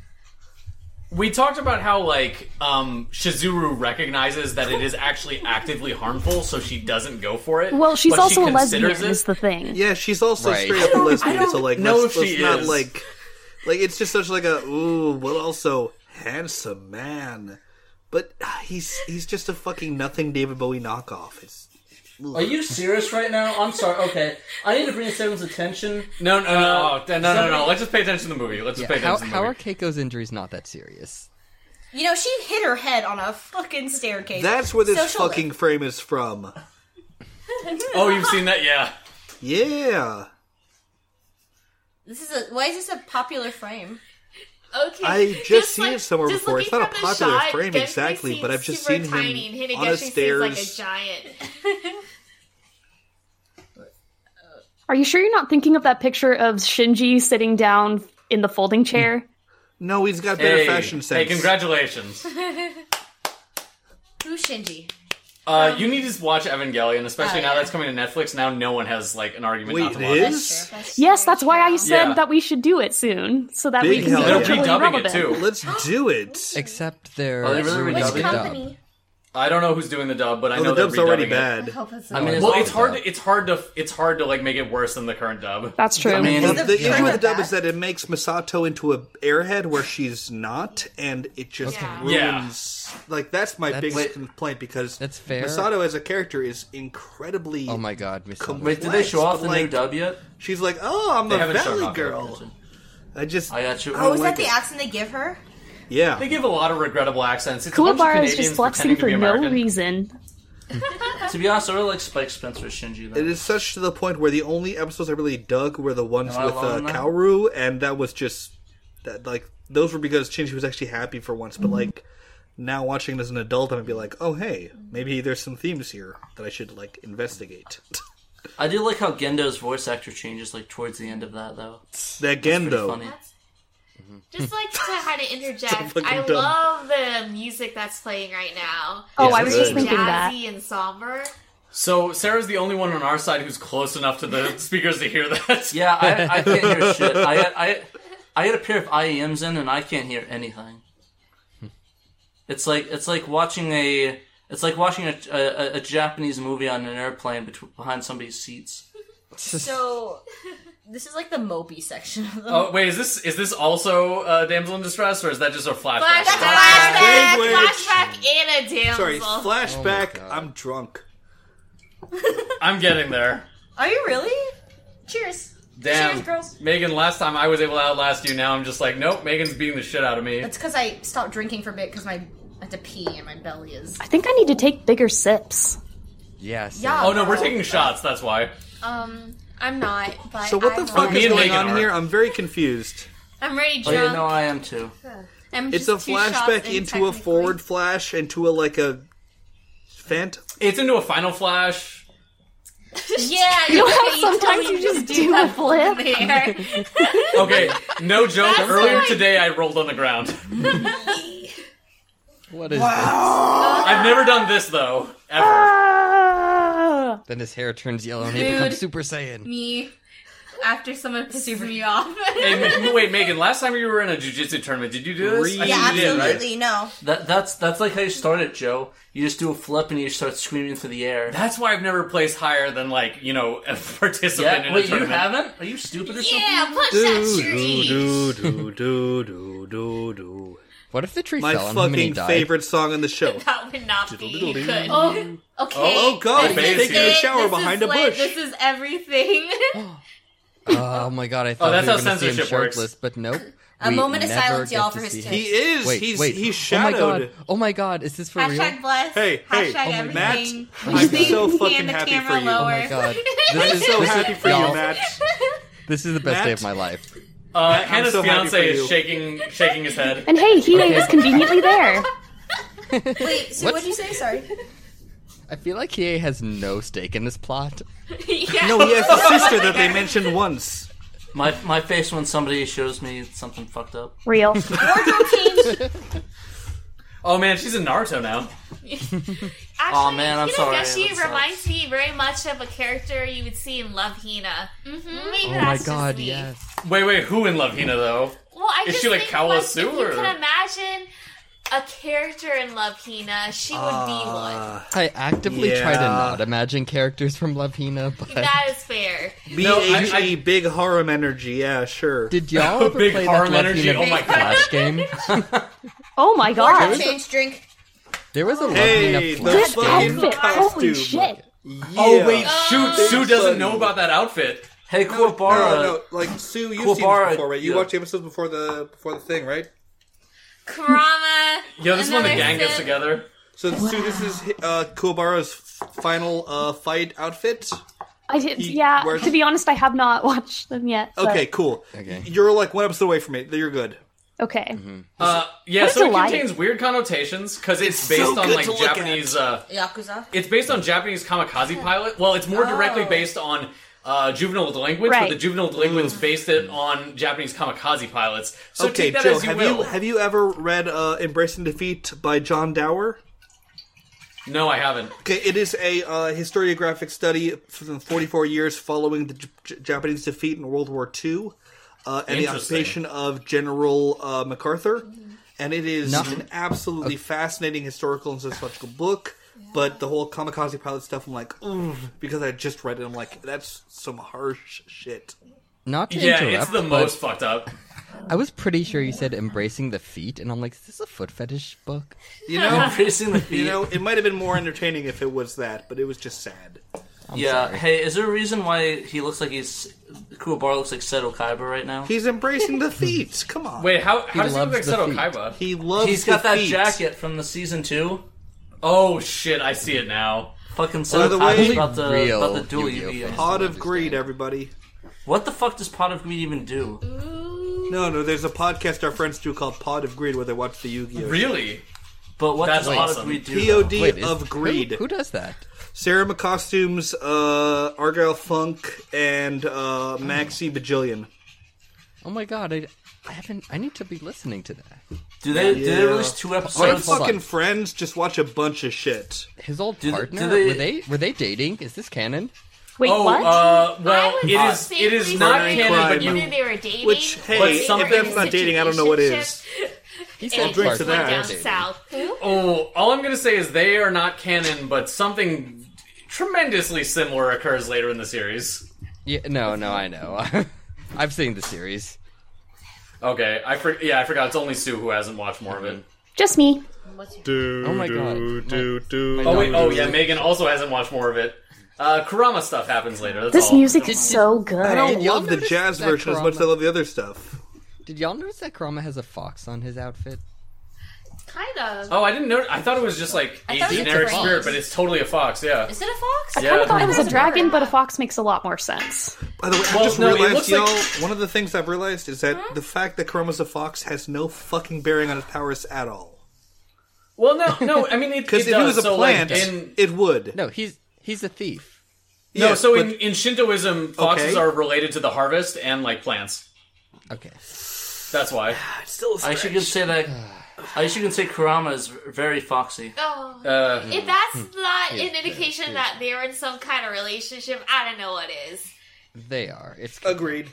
We talked about how, like, um, Shizuru recognizes that it is actually actively harmful, so she doesn't go for it.
Well, she's
but she
also a lesbian,
considers
is
it.
the thing.
Yeah, she's also
Right.
straight up a lesbian, so like,
know
let's,
if she
let's not
is.
like, like it's just such like a ooh, but also handsome man, but ah, he's he's just a fucking nothing David Bowie knockoff. It's
Are you serious right now? I'm sorry. Okay, I need to bring everyone's attention.
No, no, no, Oh, no, no, no,
somebody-
no. Let's just pay attention to the movie. Let's just
Yeah,
pay
How,
attention to the
how are
movie.
Keiko's injuries not that serious?
You know, she hit her head on a fucking staircase.
that's where this
Social
fucking
link.
frame is from.
Oh, you've seen that? Yeah.
Yeah,
This is a. Why is this a popular frame?
Okay.
I just, seen
like-
it somewhere
just
before. It's
looking
not a
from the
popular
shot,
frame
Genki
exactly, but
seems
I've just
super
seen
tiny, and
him
Hidegashi
on a
seems like a
stairs.
giant.
Are you sure you're not thinking of that picture of Shinji sitting down in the folding chair?
No, he's got better
hey,
fashion sense.
Hey, congratulations.
Who's Shinji? Um,
Uh, you need to watch Evangelion, especially
Oh,
now
yeah.
that's coming to Netflix. Now no one has like an argument
Wait,
not to
it
watch it.
is?
That's true. That's
Yes, that's why I said
Yeah.
that we should do it soon, so that we
Big
can
hell
be
yeah.
They're
Culturally
culturally
redubbing it
relevant.
too.
Let's do it.
Except they're
Are they really
ruining
redubbing
Which
the
Dubby
dub.
company?
I don't know who's doing the dub, but I
Oh,
know
the
they're
dub's already
redubbing
bad.
I hope it's
I
not.
It.
mean, it's
Well,
all
it's hard.
dub.
To, it's hard to. It's hard to like make it worse than the current dub.
That's true.
I mean,
Well,
the
the issue with the
current
dub
bad.
is that it makes Misato into a airhead where she's not, and it just
Yeah.
Yeah.
ruins. Like that's my
That's-
biggest
wait.
complaint because
That's fair.
Misato as a character is incredibly.
Oh my god, Miss
Com-
Oliver.
Wait, did they show off the new
Like-
dub yet?
She's like, oh, I'm
They
a
haven't shown
valley
off
girl. I just.
I got you.
don't
Oh, is
like
that the
it.
accent they give her?
Yeah.
They give a lot of regrettable accents. It's a bunch of
Kuwabara is
Canadians
just flexing
pretending to
for
be
no
American.
reason.
To be honest, I really like Spike Spencer as Shinji. Though.
It is such to the point where the only episodes I really dug were the ones
Am I
with
alone
uh,
in that?
Kaoru, and that was just that like those were because Shinji was actually happy for once. But like now watching it as an adult, I'm gonna be like, oh hey, maybe there's some themes here that I should like investigate.
I do like how Gendo's voice actor changes like towards the end of that though. It's
that
pretty
Gendo,
funny.
Just like to kind of interject,
fucking
I
dumb.
love the music that's playing right now.
Oh,
Yeah,
I was just
good.
thinking
Jazzy
that.
and somber.
So Sarah's the only one on our side who's close enough to the speakers to hear that.
Yeah, I, I can't hear shit. I had, I I had a pair of IEMs in and I can't hear anything. It's like it's like watching a it's like watching a a, a Japanese movie on an airplane betw behind somebody's seats.
So, this is like the mopey section of the.
Oh wait, is this is this also uh, damsel in distress, or is that just a flashback?
Flashback,
Language.
flashback, and a damsel.
sorry, flashback.
God.
I'm drunk.
I'm getting there.
Are you really? Cheers.
Damn,
Cheers, girls.
Megan. Last time I was able to outlast you. Now I'm just like, nope. Megan's beating the shit out of me.
That's because I stopped drinking for a bit because my I had to pee and my belly is.
I think I need to take bigger sips.
Yes.
Yeah.
Oh no, we're taking shots. That's why.
Um, I'm not. But
So what the
I'm
fuck
me
is
and
going
Megan
on
are.
here? I'm very confused.
I'm ready
Oh
drunk.
yeah, no, I am too.
I'm
It's a
just two shots
flashback
in
into a
technically.
forward flash into a like a phantom.
It's into a final flash.
Yeah, you,
You know
know
how
you
sometimes
totally
you just
do
do a
that
flip?
there.
Okay, no joke.
That's
Earlier
like-
today, I rolled on the ground.
What is
I've never done this though, ever.
this? Then his hair turns yellow and he
Dude.
becomes Super Saiyan.
Me after someone pisses me off.
Hey, Ma- wait, Megan, last time you were in a jujitsu tournament, did you do this? I
Yeah,
think you did, right?
absolutely. No.
That that's that's like how you start it, Joe. You just do a flip and you start screaming through the air.
That's why I've never placed higher than like you know a participant in
yeah,
a
wait, you
tournament.
haven't? Are you stupid or something?
yeah, punch that tree.
do, do, do, do, do, do.
What if the tree
My
fell on him and he
fucking
died?
favorite song on the show.
That would not be
Diddle-diddle-ding.
good.
Oh,
okay.
oh, God,
This
he's
is
taking a
it.
shower
This
behind a
is like-
bush.
This is everything.
Oh my god, I thought
that's
we were
how
gonna see him
censorship works.
shirtless, but nope.
A
We
moment of
never
silence,
get
y'all,
to
for his
see him.
kids.
He is.
Wait,
he's
wait.
he's
Oh my
shadowed.
god. Oh my god, is this for real?
Hashtag bless.
Hey, hey,
Hashtag
oh my-
everything.
Matt, I'm
Please
so
hand
fucking
the
happy
camera
for you.
Lower.
Oh
Oh my god. This
I'm
is
so
this is-
happy for you,
y'all,
Matt.
This is the best day of
Matt.
my life.
Uh, Hannah's
so happy for
fiance
you.
is shaking shaking his head.
And hey, he is conveniently there.
Wait, so
What?
what did you say? Sorry.
I feel like Hiei has no stake in this plot.
yeah.
No, he has a sister that they mentioned once.
My my face when somebody shows me something fucked up.
Real.
Oh man, she's in Naruto now.
Actually,
Aw, man, I'm
Hina
sorry.
Geshi
That sucks.
reminds me very much of a character you would see in Love Hina. Mm-hmm. Maybe
Oh
that's
my
just
god,
me.
yes.
Wait, wait, who in Love Hina though?
Well, I
Is
just
she like
think,
Kawasu,
like, if you
or-
could imagine a character in Love Hina, she would be one.
I actively try to
Yeah.
not imagine characters from Love Hina, but
That is fair.
B H E big harem energy. Yeah, sure.
did y'all ever
Big
play that
harem
Love
energy,
Hina
oh my god.
Flash game?
Oh my
Water
god.
change drink.
There was a Love
Hey,
Hina
the
Flash game.
fucking
Outfit. Holy
costume.
shit.
Yeah.
Oh wait,
Uh,
shoot,
Big
Sue doesn't
funny.
know about that outfit.
Hey,
No,
Kuwabara.
Uh, no, no, like Sue, you've seen
Kuwabara,
this before, right? You
yeah.
watched the episodes before the before the thing, right?
Kurama.
Yo, this is when the
another
gang gets
Sid-
together.
So Sue, this is uh, Kuwabara's f- final uh, fight outfit.
I did.
He
yeah.
wears-
To be honest, I have not watched them yet. so-
Okay, cool.
Okay.
You're like one episode away from it. You're good.
Okay.
Mm-hmm.
Uh, yeah,
What
so
a
it
delight.
contains weird connotations because it's,
It's
based
so
on
good
like
to look at.
Japanese. Uh,
Yakuza.
it's based on Japanese kamikaze pilot. Well, it's more directly
Oh.
based on uh, juvenile delinquents,
Right.
but the juvenile delinquents based it on Japanese kamikaze pilots. So
okay,
take that
Joe,
as you
have
will.
you have you ever read uh, "Embracing Defeat" by John Dower?
No, I haven't.
Okay, it is a uh, historiographic study from 44 years following the J- J- Japanese defeat in World War II uh, and the
Interesting.
occupation of General uh, MacArthur.
Mm-hmm.
And it is an absolutely fascinating historical and sociological book. But the whole kamikaze pilot stuff, I'm like, ooh, because I just read it. I'm like, that's some harsh shit.
Not to
Yeah,
interrupt,
it's the
but
most fucked up.
I was pretty sure you said embracing the feet, and I'm like, is this a foot fetish book?
You know,
Embracing the feet.
you know, it might have been more entertaining if it was that, but it was just sad.
yeah. Hey, is there a reason why he looks like he's Kuwabara looks like Seto Kaiba right now?
He's embracing the feet. Come on,
Wait, how, how does he look
loves
like
the
Seto
feet.
Kaiba?
he loves.
He's got
the
that
feet.
jacket from the season two.
Oh shit, I see it now.
Fucking
By
Seto
the
Kaiba's
way-
about the
Real
about the dual
Yu-Gi-Oh
Yu-Gi-Oh.
fan.
Pot of greed, everybody.
What the fuck does Pot of Greed even do?
No, no, there's a podcast our friends do called Pod of Greed where they watch the Yu-Gi-Oh!
Really?
But what
That's
does Pot
awesome.
of Greed do? though?
POD
Wait, is-
of Greed.
Who, who does that?
Sarah McCostumes, uh, Argyle Funk, and uh, Maxi Bajillion.
Oh my god, I, I haven't. I need to be listening to that.
Do they do
Yeah.
they release two
Our
episodes?
hold on.
fucking friends just watch a bunch of shit.
His old
Do th-
partner.
do they-
Were they were they dating? Is this canon?
Wait,
oh,
what?
uh, well,
I would
it is
safely
it is
say
not
Crime,
canon,
crime.
but
either
you
they were dating,
Which, hey,
or they
if
were
something-
in
that's
not dating, I don't know what is.
situationships,
He
and
said
it
drink
just
to that.
Clark
went down
was dating.
south.
Oh, all I'm gonna say is they are not canon, but something tremendously similar occurs later in the series.
Yeah, no, no, I know. I've seen the series.
Okay, I for- yeah, I forgot. It's only Sue who hasn't watched more of it.
Mm-hmm.
Just me.
Oh my god. My- my
Oh wait,
daughter
oh
was
yeah,
like,
Megan also hasn't watched more of it. Uh, Kurama stuff happens later. That's
This
all.
music is so good.
I don't
y'all
love the
notice
jazz
that
version as much as I
drama?
love the other stuff.
Did y'all notice that Kurama has a fox on his outfit?
Kind of.
Oh, I didn't know. I thought it was just like a
thought it was
generic
a fox.
spirit, but it's totally a fox. Yeah.
Is it a fox?
I kind
Yeah.
of thought it was a
That's
dragon,
weird.
but a fox makes a lot more sense.
By the way, I
Well,
just
no, it
realized,
looks
y'all,
like-
one of the things I've realized is that the fact that Chroma's a fox has no fucking bearing on his powers at all.
Well, no, no. I mean, it,
Because
it
if
does.
he was a
so,
plant,
like, in,
it would.
No, he's he's a thief.
no.
Yes,
so
but-
in, in Shintoism, foxes
Okay.
are related to the harvest and like plants.
Okay.
That's why.
Still a
I should just say that I guess you can say Kurama is very foxy.
Oh.
Uh,
If that's not
Hmm. Yeah,
an indication
yeah.
that they're in some kind of relationship, I don't know what is.
They are. It's
Agreed.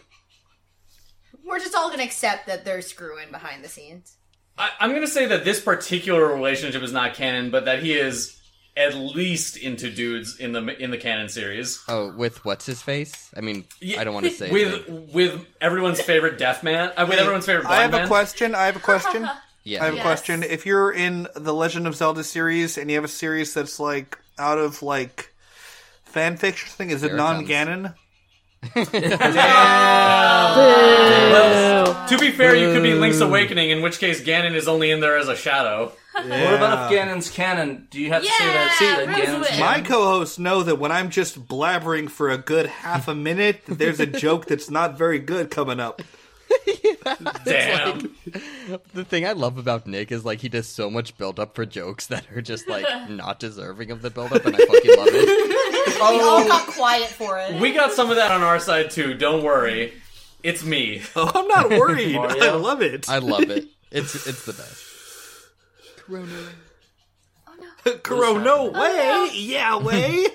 We're just all gonna accept that they're screwing behind the scenes.
I, I'm going to say that this particular relationship is not canon, but that he is at least into dudes in the in the canon series.
oh, with what's his face? I mean,
Yeah,
I don't want to say
with
anything.
with everyone's favorite deaf man. Uh, with everyone's favorite blind
I have
man.
a question. I have a question.
Yeah,
I have
yeah.
a
Yes.
question. If you're in the Legend of Zelda series and you have a series that's like out of like fan fiction thing, is it
There it comes.
non Ganon?
Well, to be fair, you could be Link's Awakening, in which case Ganon is only in there as a shadow.
What about if Ganon's canon? Do you have to say that?
Yeah,
that
Bruce
Ganon's
Willis.
canon?
My co hosts know that when I'm just blabbering for a good half a minute, there's a joke that's not very good coming up.
Damn.
The thing I love about Nick is like he does so much build up for jokes that are just like not deserving of the build up, and I fucking love it.
We
Oh.
all got quiet for it.
we got some of that on our side too. Don't worry, it's me.
Oh, I'm not worried.
Mario.
I love it.
I love it. It's it's the best.
Kuro, no way. Yeah, way.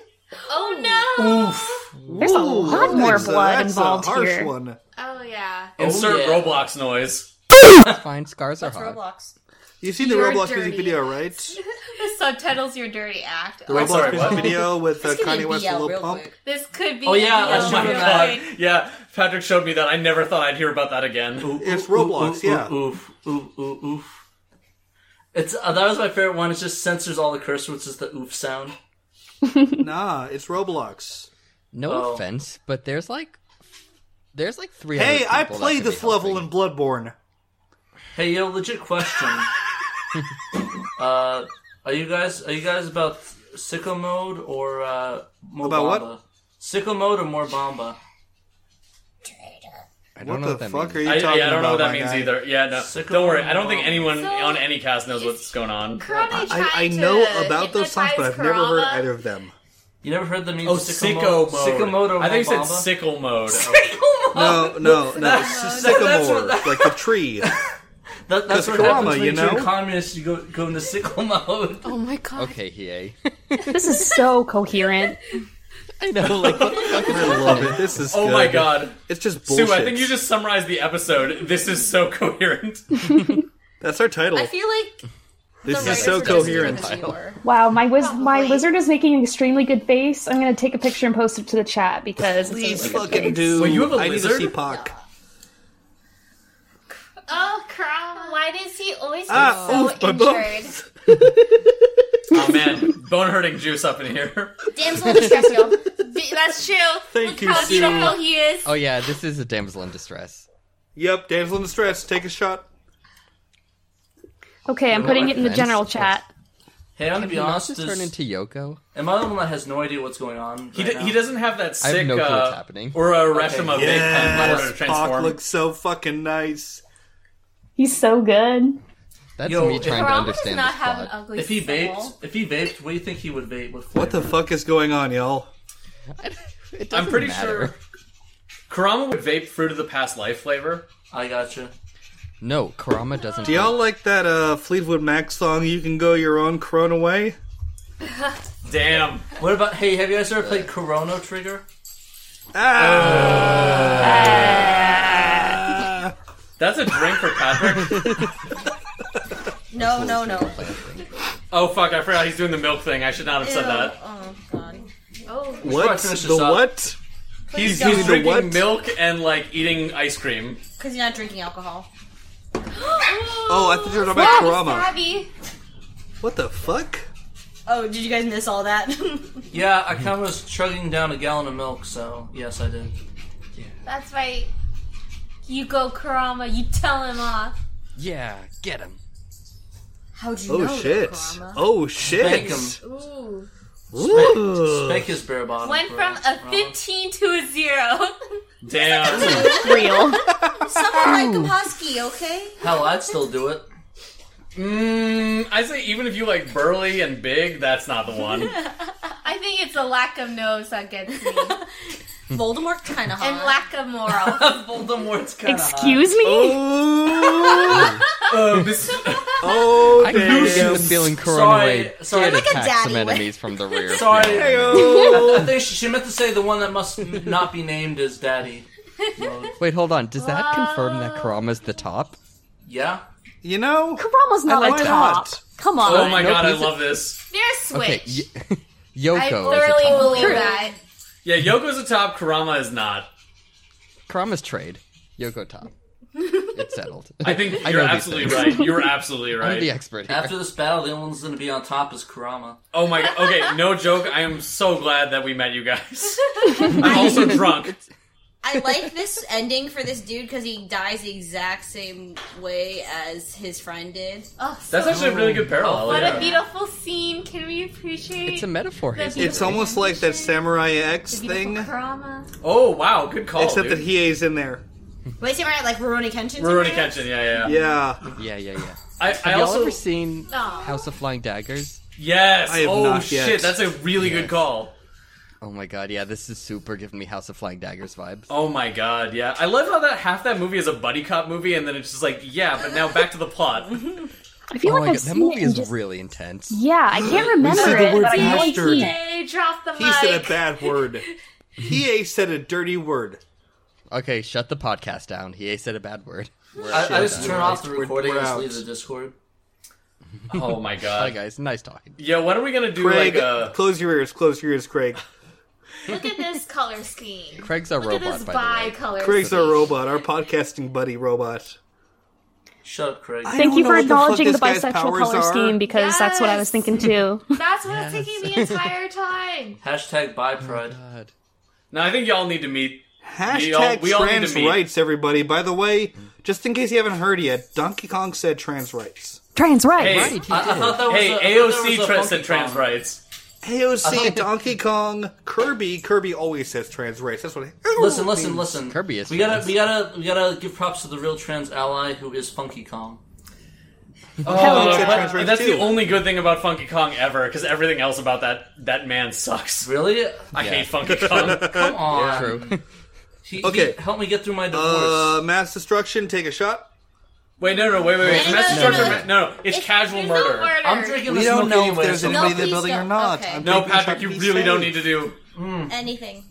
Oh no!
There's a lot more
That's a-
blood
that's
involved
a harsh
here.
One.
Oh yeah.
Insert
yeah.
Roblox noise.
It's fine. Scars are
That's
hot.
Roblox.
You've seen the
You're
Roblox
dirty.
music video, right?
The subtitles your dirty act.
The
Wait,
Roblox
sorry,
music
what?
video with uh,
It's gonna
Kanye West
be
and
out
Lil
real
Pump.
quick.
This could be.
Oh, yeah,
a
that's
deal
my
breaker.
God.
Yeah, Patrick showed me that. I never thought I'd hear about that again.
It's Roblox,
ooh,
yeah.
Oof, oof, oof, oof. It's uh, that was my favorite one. It just censors all the curse words. It's the oof sound.
Nah, it's Roblox.
No
Oh.
offense, but there's like there's like three.
Hey, I played this level in Bloodborne.
Hey, yo, legit question. uh, are you guys are you guys about sicko mode or uh, more
About what?
bomba? Sicko mode or more bomba?
I
What
don't know
the
what that
fuck
means.
are you
I,
talking
yeah, I don't know
about,
what that
my
means
guy?
either. Yeah, no.
Sicko
Don't worry. I don't think
mode.
anyone
So-
on any cast knows what's going on.
Karate
I, I
tried to
know about those songs,
hypnotize
but I've never heard
Karama.
either of them.
You never heard the meme?
Oh,
sicko,
sicko mode.
Sicko mode or
I think
more
you said
bomba?
sickle mode.
No, no, no. s- Sycamore, like the tree.
That, that's
That's
what happens
Kurama,
when
you
you turn
know?
communist. You go go into sicko mode.
Oh my god.
Okay, Hiei.
This is so coherent.
I know, like what
I love it. This is.
Oh
good.
my god.
It's just bullshit.
Sue, I think you just summarized the episode. This is so coherent.
That's our title.
I feel like
This
the
is so
writers were just
coherent.
Wow, my wiz- my
Probably.
wizard is making an extremely good face. I'm gonna take a picture and post it to the chat because it's a
Please
really good
fucking
face.
do.
Wait, you have a
I need to
lizard?
see Pac.
oh Krom, why does he always get
Ah,
so
oof, my bum.
injured?
Oh man, bone hurting juice up in here.
Damsel in distress, y'all.
B- That's true.
Thank
Look
you,
how
Sue.
beautiful he is.
Oh yeah, this is a damsel in distress.
Yep, damsel in distress. Take a shot.
Okay, I'm putting it in the
offense,
general
but-
chat.
Hey, I'm gonna be
Did Nas
honest.
just
this-
turn into Yoko?
Am I the one that has no idea what's going on?
He,
right
d- he
now?
doesn't have that
I have
sick
no clue what's
uh,
happening.
or a Reshima big pen in order to
Yes, Pac
transform.
looks so fucking nice.
He's so good.
That's
Yo,
me
if-
trying to
Krom does
understand
not
this
have an
plot.
ugly
If he
soul.
vaped, if he vaped, what do you think he would vape with?
What the
flavor?
fuck is going on, y'all?
It
I'm
doesn't
pretty
matter.
sure Kurama would vape fruit of the past life flavor.
I gotcha.
No, Karama doesn't.
Do y'all like that uh, Fleetwood Mac song, You Can Go Your Own Corona Way?
Damn.
What about? Hey, have you guys ever played Corona Trigger?
Ah!
That's a drink for Patrick.
No, no, no.
oh fuck, I forgot he's doing the milk thing. I should not have said that.
Oh, God.
Oh,
What?
finish this
The
up.
what?
He's,
don't.
he's drinking
What?
milk and like eating ice cream.
Because you're not drinking alcohol.
Oh, I thought you were talking about Kurama.
Abby.
What the fuck?
Oh, did you guys miss all that?
Yeah, I kind of was chugging down a gallon of milk, so yes, I did.
That's right. You go, Karama. You tell him off.
Yeah, get him.
How'd you
Oh
know
shit.
That, Karama?
Oh
Spank
shit.
him.
Ooh.
Ooh.
Spank his bare bottom.
Went
bro.
from a 15 to a 0.
Damn.
Real.
Someone like Husky, okay?
Hell, I'd still do it.
mm, I say even if you like burly and big, that's not the one.
I think think it's the lack of nose that gets me,
Voldemort kind of
and lack of moral.
Voldemort's kind
Excuse me?
Oh,
Uh, this-
oh,
I knew she
damn.
was feeling
Sorry,
coronaway.
sorry.
Did
Like
a
attack
daddy
some
way.
enemies from the rear.
Sorry.
Heyo.
I think she, she meant to say the one that must n- not be named is Daddy. Mode.
Wait, hold on. Does that confirm that Karama's the top?
Yeah.
You know,
Karama's not
I
a
like
top.
that.
Come on.
oh my
Nope,
god, I
he's a-
love this.
They're switch.
Okay. Y-
I
Yoko is a
thoroughly
top.
believe that.
Yeah, Yoko's a top. Kurama is not.
Karama's trade. Yoko top. It's settled.
I think
I
you're
know these
absolutely
things.
right. You're absolutely
I'm the
right.
expert here.
After this battle, the only one's gonna be on top is Kurama.
Oh my god. Okay, no joke. I am so glad that we met you guys. I'm also drunk.
I like this ending for this dude because he dies the exact same way as his friend did.
Oh, so
That's actually a really good parallel.
what
yeah.
a beautiful scene. Can we appreciate
It's a metaphor.
the
Hazel.
it's almost like that Samurai X
beautiful
thing,
Kurama?
Oh wow, good call.
except
dude.
that Hiei's in there.
Wait, am I right? Like Rurouni Kenshin?
Rurouni Kenshin, yeah, yeah. yeah.
Yeah,
Yeah, yeah, yeah.
I, I
Have y'all
also
ever seen
Aw.
House of Flying Daggers?
yes.
I have
oh
not
shit,
yet.
that's a really good call.
Oh my god, yeah, this is super giving me House of Flying Daggers vibes.
Oh my god, yeah. I love how that half that movie is a buddy cop movie, and then it's just like, yeah, but now back to the plot.
I feel
Oh my
like I've
god, that
seen
movie
it. and
is
just-
really intense.
Yeah, I can't
said
remember
the
it,
word
but I know I
bastard.
see it.
Hey, drop the
he
mic.
said a bad word. Hiei said a dirty word.
Okay, shut the podcast down. He said a bad word.
I, I just turn off the
We're-
recording
we're
and just
out.
leave the Discord.
Oh my
Hi
god.
guys, nice talking.
Yeah, when are we gonna do
Craig,
like uh, a
close your ears, close your ears, Craig.
Look at this color scheme.
Craig's a
Look at this
robot, by the way.
bi-color
Craig's our
scheme.
robot, our podcasting buddy robot.
Shut up, Craig.
I
Thank
don't
you
know
for
what the fuck
acknowledging the,
this guy's
bisexual
powers
color
are.
scheme because that's what I was
Yes.
thinking too.
That's what it's taking the entire time.
Hashtag buy pride.
God.
No, I think y'all need to meet. We all-
Hashtag
we all need to
trans
meet.
rights, everybody. By the way, just in case you haven't heard yet, Donkey Kong said trans rights.
Trans
Hey,
rights.
Right, he
I, I
did.
thought that was
Hey,
a, I thought that was
AOC
a
trans
funky
said trans
song.
rights.
Uh-huh.
AOC, Donkey Kong, Kirby. Kirby always says trans rights. That's what. I,
Listen, listen, listen.
Kirby is
we gotta,
trans.
we gotta, we gotta give props to the real trans ally who is Funky Kong.
Kong
Uh,
said
but
trans rights
that's
too.
the only good thing about Funky Kong ever, because everything else about that that man sucks.
Really?
I
Yeah.
hate Funky Kong.
Come on.
True.
He- he
Okay.
help me get through my divorce.
Uh, mass destruction. Take a shot.
Wait, no, no, wait, wait, wait.
No,
Mass
no, no,
destruction.
no.
ma- No, no, it's casual
There's
murder.
No murder.
I'm drinking.
We
this
don't
milk
know if
anyway,
there's
so-
anybody
No,
in the
please
building or
don't.
not.
Okay.
I'm
No,
taking a shot
Patrick, you
be
really
safe.
don't need to do.
Hmm. Anything.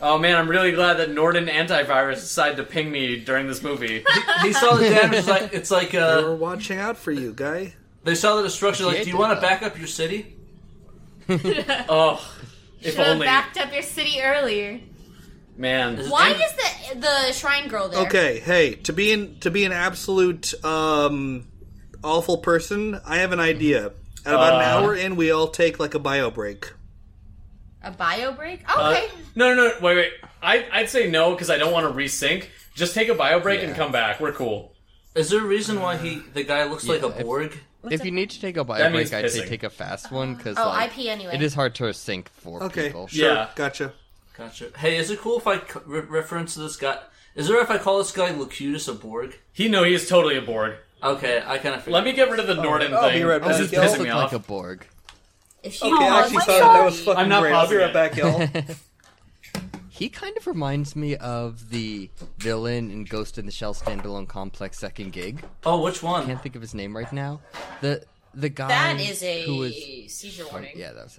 Oh man, I'm really glad that Norden Antivirus decided to ping me during this movie.
He saw the damage. Like it's like
We're
uh,
watching out for you, guy.
they saw the destruction. Like,
He
do you
did
want to
that.
back up your city?
Oh, if
Should have
only.
backed up your city earlier.
Man,
Why is the the shrine girl there?
Okay, hey, to be an to be an absolute um, awful person, I have an idea. At about an
Uh.
hour in, we all take like a bio break.
A bio break? Oh, okay.
Uh, no, no, no, wait, wait. I, I'd say no because I don't want to resync. Just take a bio break and
Yeah.
come back. We're cool.
Is there a reason why he the guy looks like a
if-
Borg?
If you need to take a bio
That means
break, I'd say
pissing.
take a fast one because
oh,
like,
IP anyway.
it is hard to sync for
Okay,
people.
sure,
Yeah.
gotcha.
Gotcha. Hey, is it cool if I c- re- reference this guy? Is there if I call this guy Locutus a Borg?
He no, he is totally a Borg.
Okay, I kind of
Let me get rid of the Norden
I'll Oh. be
thing.
right
This
back,
is
y'all.
pissing
Look
me
like
off.
a Borg.
If she
Okay, I actually
my
thought that, that was
God.
fucking
I'm not
great. I'll be right
positive.
back, y'all.
He kind of reminds me of the villain in Ghost in the Shell standalone complex second gig.
Oh, which one?
Can't think of his name right now. The the guy
That is a
Um, who was
seizure
oh,
warning.
yeah that was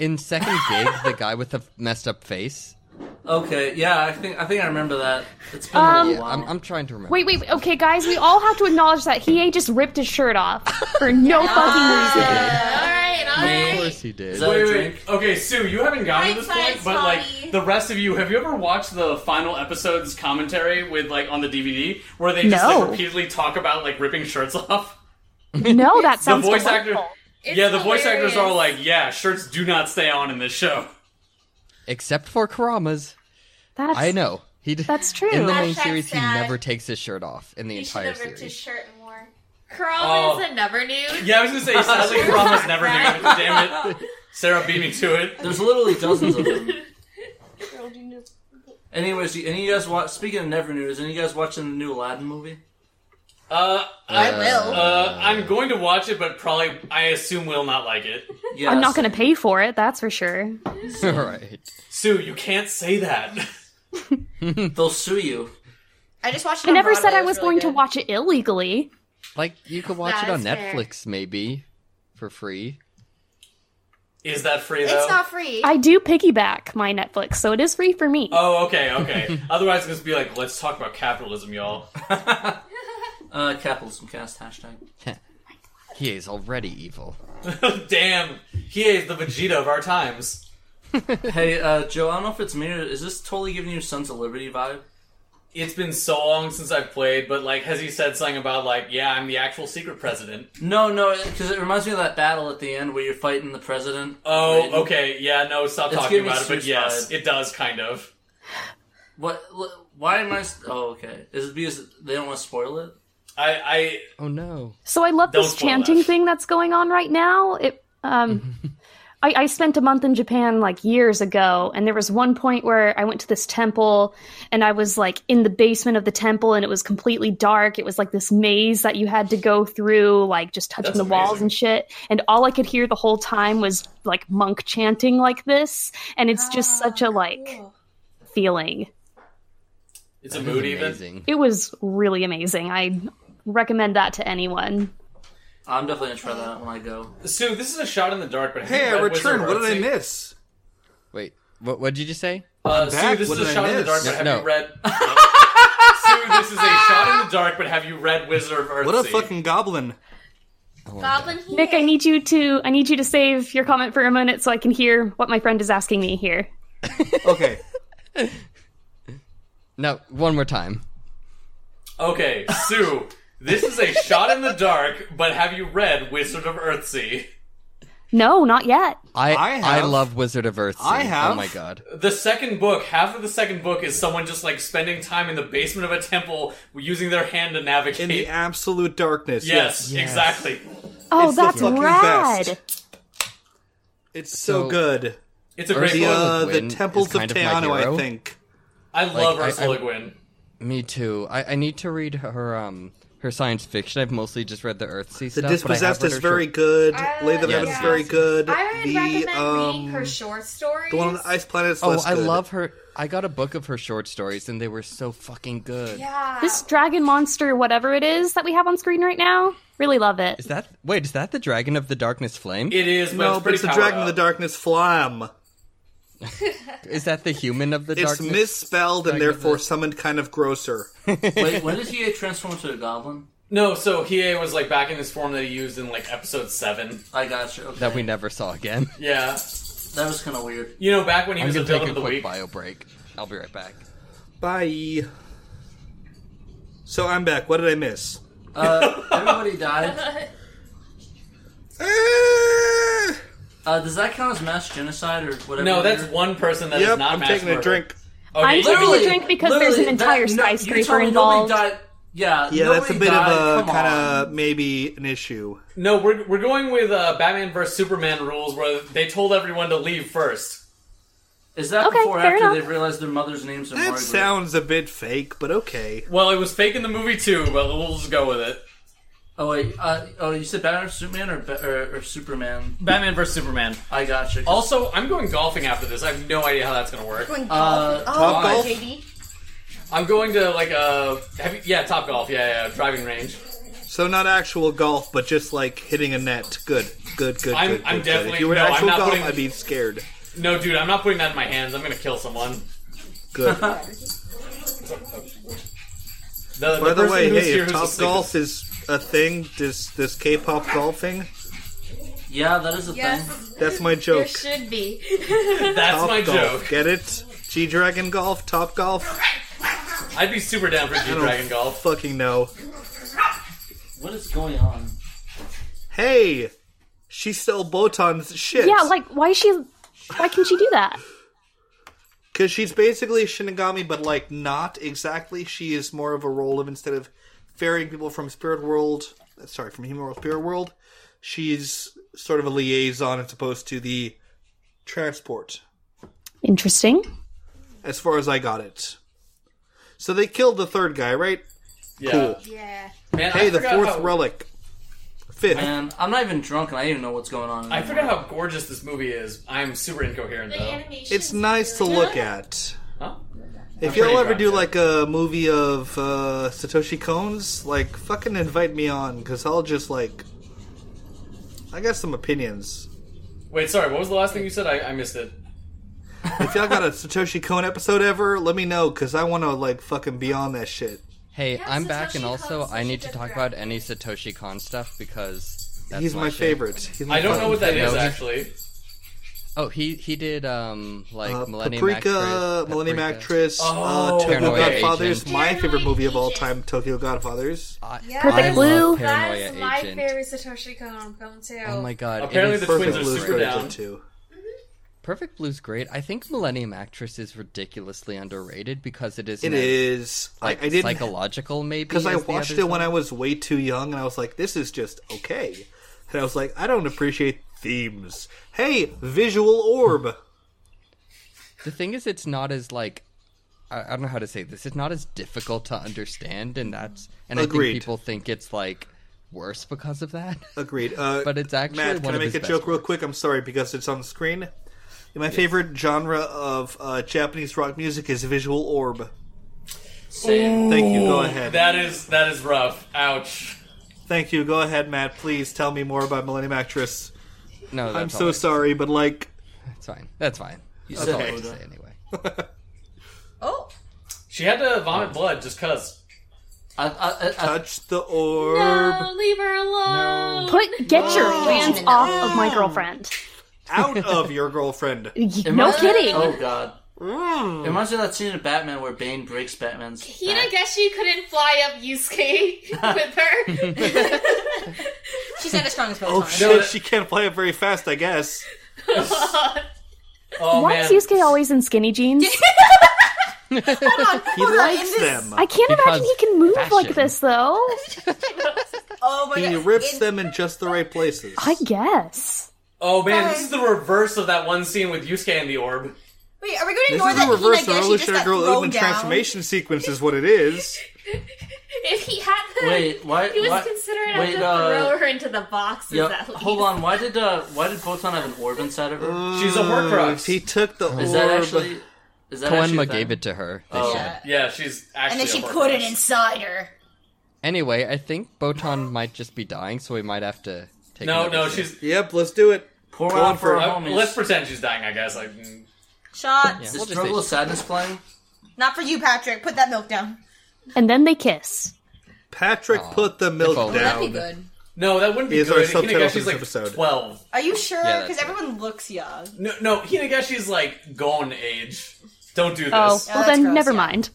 in second gig the guy with the messed up face.
Okay, yeah, I think I think I remember that. It's been a
Yeah,
little while.
Um, I'm, I'm trying to remember.
Um, Wait, wait, wait, okay, guys, we all have to acknowledge that Hiei just ripped his shirt off for no fucking reason.
All right, all
Of
right.
course he did.
Is that-
Wait, wait,
drink.
wait. Okay, Sue, you haven't gotten to this
Hindsight's
point, but like
foggy.
the rest of you, have you ever watched the final episode's commentary with like on the DVD where they just
No.
like repeatedly talk about like ripping shirts off?
No, that sounds
voice
delightful.
actor- yeah, the voice
hilarious.
actors are all like, yeah, shirts do not stay on in this show.
Except for Karama's.
That's,
I know. He d-
That's true.
In the main
Hashtag
series,
sad.
he never takes his shirt off in the
You should
entire
have ripped his
series.
shirt more. Carl
Oh.
is a never nude.
Yeah, I was gonna say sadly Karama's never named it. Damn it, Sarah beat me to it.
There's literally dozens of them. Anyways, you- any of you guys watch? Speaking of Never News, any of you guys watching the new Aladdin movie?
Uh,
I will.
Uh, I'm going to watch it, but probably I assume we'll not like it.
I'm not going to pay for it, that's for sure.
All right, Sue, you can't say that.
They'll sue you.
I just watched. It
I
on
never
Broadway.
said I
It
was
really
going to
good.
watch it illegally.
Like you could watch
That
it on
is fair.
Netflix maybe for free.
Is that free though?
It's not free.
I do piggyback my Netflix, so it is free for me.
Oh, okay, okay. Otherwise, it's gonna be like, let's talk about capitalism, y'all.
uh, capitalism cast hashtag.
He is already evil.
Damn, he is the Vegeta of our times.
hey, uh, Joe, I don't know if it's me or is this totally giving you Sons of Liberty vibe?
It's been so long since I've played, but like, has he said something about like, yeah, I'm the actual secret president?
No, no, because it reminds me of that battle at the end where you're fighting the president.
Oh,
Right?
okay, yeah, no, stop
It's
talking
giving me
about it. But
Suicide.
yes, it does kind of.
What? wh- Why am I? s- Oh, okay. Is it because they don't want to spoil it?
I, I.
Oh no.
So I love
Don't
this
spoil
chanting
that.
thing that's going on right now. It um I, I spent a month in Japan like years ago, and there was one point where I went to this temple and I was like in the basement of the temple and it was completely dark. It was like this maze that you had to go through, like just touching
That's
the walls
amazing.
and shit. And all I could hear the whole time was like monk chanting like this, and it's just such a like feeling.
It's a mood even.
It was really amazing. I recommend that to anyone.
I'm definitely gonna try that out when I go.
Sue, this is a shot in the dark, but have
Hey,
you
I
read Wizard
returned. What did I
Artsy?
miss?
Wait, what what did you just say?
Uh,
I'm
Sue,
back.
this
What
is
did
a
I
shot in the
miss?
dark, but have
No.
you read? Sue, this is a shot in the dark, but have you read Wizard of Earthsea?
What a fucking goblin!
Goblin he
Nick, I need you to I need you to save your comment for a minute so I can hear what my friend is asking me here.
Okay,
No, one more time.
Okay, Sue, this is a shot in the dark, but have you read Wizard of Earthsea?
No, not yet.
I
I
I,
have-
love Wizard of Earthsea.
I have-
Oh my god.
The second book, half of the second book is someone just like spending time in the basement of a temple using their hand to navigate.
in the absolute darkness.
yes, exactly.
Oh,
It's the
that's
fucking
rad.
best. It's so,
So-
good.
It's a
Or
great
The
book.
uh,
Gwyn
the
is
temples of
kind of my
Teano, I
hero.
think.
I love
I-
Ursula
I-
Gwyn.
Me too. I, I need to read her um her science fiction. I've mostly just read the Earthsea
The
stuff.
dispossessed
but I have read
is
her
very
short-
good.
Uh,
Lay the
yes.
Heaven is very good.
I would
the
recommend reading her
um,
short stories.
the one on the ice planet is
Oh,
less
I
good.
love her. I got a book of her short stories, and they were so fucking good.
Yeah.
This dragon monster, whatever it is that we have on screen right now, really love it.
Is that wait? Is that the Dragon of the Darkness Flame?
It is, but
No,
it's
but
pretty
it's the Dragon of
powered
the
up.
Darkness Flam.
Is that the Human of the
It's
Darkness?
misspelled and
Dragon of
therefore
the-
summoned kind of grosser.
Wait, when did he transform to a goblin?
No, so Hiei was like back in this form that he used in like episode seven.
I got you. Okay.
that we never saw again.
Yeah,
That was kind of weird.
you know, back when he
I'm
was a
gonna take a
villain of the
quick
week.
bio break. I'll be right back.
Bye. So I'm back. What did I miss?
Uh, everybody died.
Ah!
Uh, does that count as mass genocide or whatever?
No, that's
you're-
one person that is
Yep,
not
I'm
mass
taking
murder.
a drink.
Okay,
I'm
you-
taking a drink because there's an
literally,
entire
that- no, you
skyscraper
told me nobody
involved.
died- Yeah,
Yeah, that's a
nobody
bit
died,
of a
come
kind
on.
of maybe an issue.
No, we're, we're going with uh, Batman vs Superman rules where they told everyone to leave first.
Is that
Okay,
before or
fair
after
enough.
they've realized their mother's names are
That
Margaret?
sounds a bit fake, but okay.
Well, it was fake in the movie too, but we'll just go with it.
Oh wait, uh, oh you said Batman or Superman or, Ba- or, or Superman?
Batman vs Superman.
I got you.
Also, I'm going golfing after this. I have no idea how that's going to work.
Going
Uh,
golfing.
Top
oh,
Golf?
JD.
I'm going to like uh, have you, yeah, Top Golf. Yeah, yeah, driving range.
So not actual golf, but just like hitting a net. Good, good, good.
I'm-
good,
I'm
good,
definitely-
Good. If you were
no, I'm
actual
not
golf,
putting-
I'd be scared.
No, dude, I'm not putting that in my hands. I'm going to kill someone.
Good.
The,
By the
person
way,
who's
hey,
here
if
who's
top
asleep
golf is a thing, this this K-pop golfing,
yeah, that is a thing.
yes,
that's my
there
joke.
should be.
that's
Top
my
golf,
joke.
get it? G Dragon golf, top golf.
I'd be super down for G Dragon golf.
Fucking no.
What is going on?
Hey, she stole Botan's shit.
Yeah, like why is she why can she do that?
Because she's basically Shinigami, but like not exactly. She is more of a role of instead of ferrying people from spirit world, sorry, from human world, spirit world, she's sort of a liaison as opposed to the transport.
Interesting.
As far as I got it. So they killed the third guy, right?
Yeah.
Cool.
Yeah.
Man,
hey,
I
the
forgot
fourth
how-
relic. Fifth.
Man, I'm not even drunk and I don't even know what's going on.
I
anymore.
forgot how gorgeous this movie is. I'm super incoherent
The
though.
animation.
It's nice to look at.
Huh?
If
I'm
y'all
pretty
ever
drunk,
do
yeah.
like a movie of uh, Satoshi Kon's, like fucking invite me on because I'll just like. I got some opinions.
Wait, sorry. What was the last thing you said? I, I missed it.
If y'all got a Satoshi Kon episode ever, let me know because I want to like fucking be on that shit.
Hey,
Yeah,
I'm
Satoshi
back, and
Kon,
also I
Satoshi
need to
Kon.
talk about any Satoshi Kon stuff because that's
He's my,
shit.
favorite. He's my
I don't know what that
No,
is
he-
actually.
Oh, he he did um like
Uh,
Millennium
Paprika,
Actress,
Millennium
Paprika.
Actress,
Oh,
uh, Tokyo
Paranoia
Godfathers,
Agent.
my favorite movie of all
Paranoid
time, Tokyo Godfathers.
I,
Yeah.
Perfect
I
Blue.
Love
That
Paranoia
is my
Agent.
favorite Satoshi Kon film too.
Oh my god! it
Apparently
is
the
so
twins are
great.
super down.
too.
Perfect Blue's great. I think Millennium Actress is ridiculously underrated because it is
It
meant,
is.
like
I, I didn't
psychological maybe
because I
is the
watched
other
it when
song.
I was way too young, and I was like, "This is just okay," and I was like, "I don't appreciate themes." Hey, visual orb.
The thing is, it's not as like I, I don't know how to say this. It's not as difficult to understand, and that's and I
Agreed.
think people think it's like worse because of that.
Agreed. Uh,
But it's actually
Matt.
one
Can I
of
make
his
a
best
joke real
works.
quick? I'm sorry because it's on the screen. My favorite genre of uh, Japanese rock music is visual orb.
Same.
Thank you. Go ahead.
That is that is rough. Ouch.
Thank you. Go ahead, Matt. Please tell me more about Millennium Actress.
No, that's
I'm
all
so
right.
sorry, but like,
It's fine. That's fine.
You
That's
said
all I have to
Oda.
say anyway.
Oh,
She had to vomit blood just cause.
I, I,
Uh,
I, I,
touch the orb.
No, leave her alone.
Put get your hands
Even
off of my girlfriend.
out of your girlfriend.
Y-
it
No
reminds-
kidding.
Oh god. It reminds me of that scene in Batman where Bane breaks Batman's. back.
Hinageshi couldn't fly up Yusuke with her.
She's not as strong as
Oh
Photon.
shit, she can't play it very fast, I guess.
Oh
Why
man.
is Yusuke always in skinny jeans?
He likes them.
I can't imagine he
Because
can move
fashion.
like this though.
oh my
He
god!
rips
It-
them in just the right places.
I guess.
Oh man, this is the reverse of that one scene with Yusuke and the orb.
Wait, are we going to
This
ignore
is the
that
reverse
Hinageshi just
Revolutionary
got
Girl
thrown
Oatman
down?
transformation sequence, is what it is.
if he had the,
Wait, why?
he was
why,
considering
wait,
to
uh,
throw her into the boxes.
Yeah,
at least.
hold on. Why did uh, why did Photon have an orb inside of her?
She's a Horcrux.
If he took the
is
orb.
that actually? Is that actually a
Koenma
thing?
gave it to her. They
Oh.
said.
Yeah, she's
And
actually.
then she
a Horcrux.
put it inside her.
Anyway, I think Botan might just be dying, so we might have to take.
No,
another
no,
sip.
she's.
Yep, let's do it.
Pour
Going
out
for
for
it.
our
uh,
homies.
let's pretend she's dying. I guess. Like, mm.
Shots.
Yeah,
Is
we'll just
Struggle of
say-
Sadness playing?
Not for you, Patrick. Put that milk down.
And then they kiss.
Patrick put the milk
Nicole.
down.
That'd be good.
no, that wouldn't be
Is
good.
our subtitle for
Hinagashi's
this
like
episode?
twelve.
Are you sure?
Yeah, that's
Because everyone looks young.
No, no, Hinagashi's like gone age. Don't do this.
Oh, well
that's
then,
gross,
never
yeah.
mind.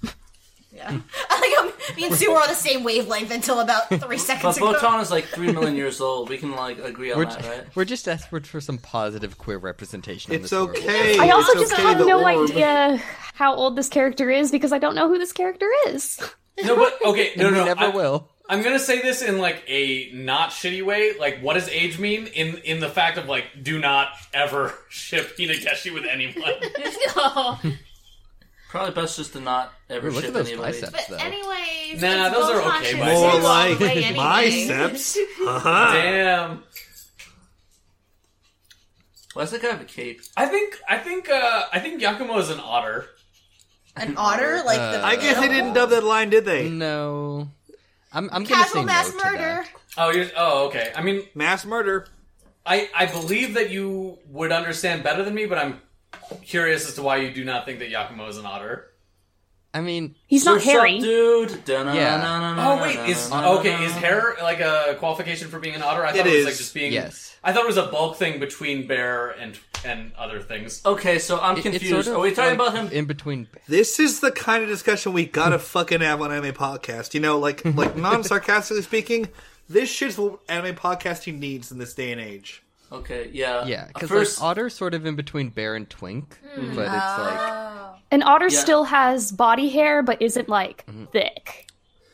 Yeah. I think I'm, me and Sue were on the same wavelength until about three
But
seconds ago.
Photon is like three million years old. We can like agree on
We're,
that, right?
we're just desperate for some positive queer representation. in
It's
this world.
okay.
I also
it's
just
okay,
have
the
no
orb.
idea how old this character is because I don't know who this character is.
No, but okay, no,
And we
no,
never
I,
will.
I'm gonna say this in like a not shitty way. Like, what does age mean? In in the fact of like, do not ever ship Hinageshi with anyone.
No.
Probably best just to not ever
Look
ship
at those
anybody.
biceps,
But
though.
anyways,
Nah,
it's
those are
Botan
okay
should
biceps.
go
More
all the
like
way anyway.
biceps. Uh-huh. Haha.
Damn.
Why does that guy have a cape?
I think I think uh I think Yakumo is an otter.
An otter, like
Uh,
the.
I guess they didn't dub that line, did
Mm.
they?
No, I'm. I'm gonna
Casual
say
mass
no to
murder.
that.
Oh, you're, oh, okay. I mean,
Mass murder.
I I believe that you would understand better than me, but I'm curious as to why you do not think that Yakumo is an otter.
I mean,
He's not
Surf's up,
hairy.
dude.
Oh wait, is okay? Is hair like a qualification for being an otter? I thought it,
It
was
is.
like just being.
Yes.
I thought it was a bulk thing between bear and and other things.
Okay, so I'm
it- it's
confused.
sort of
Are we talking
like
about him?
in between?
This is the kind of discussion we gotta fucking have on anime podcast. You know, like like non sarcastically speaking, this shit's what anime podcasting needs in this day and age.
Okay, yeah,
Yeah, because
First,
like Otter's sort of in between Bear and Twink,
Hmm.
but it's like
Ah.
An otter
Yeah.
still has body hair, but isn't like thick.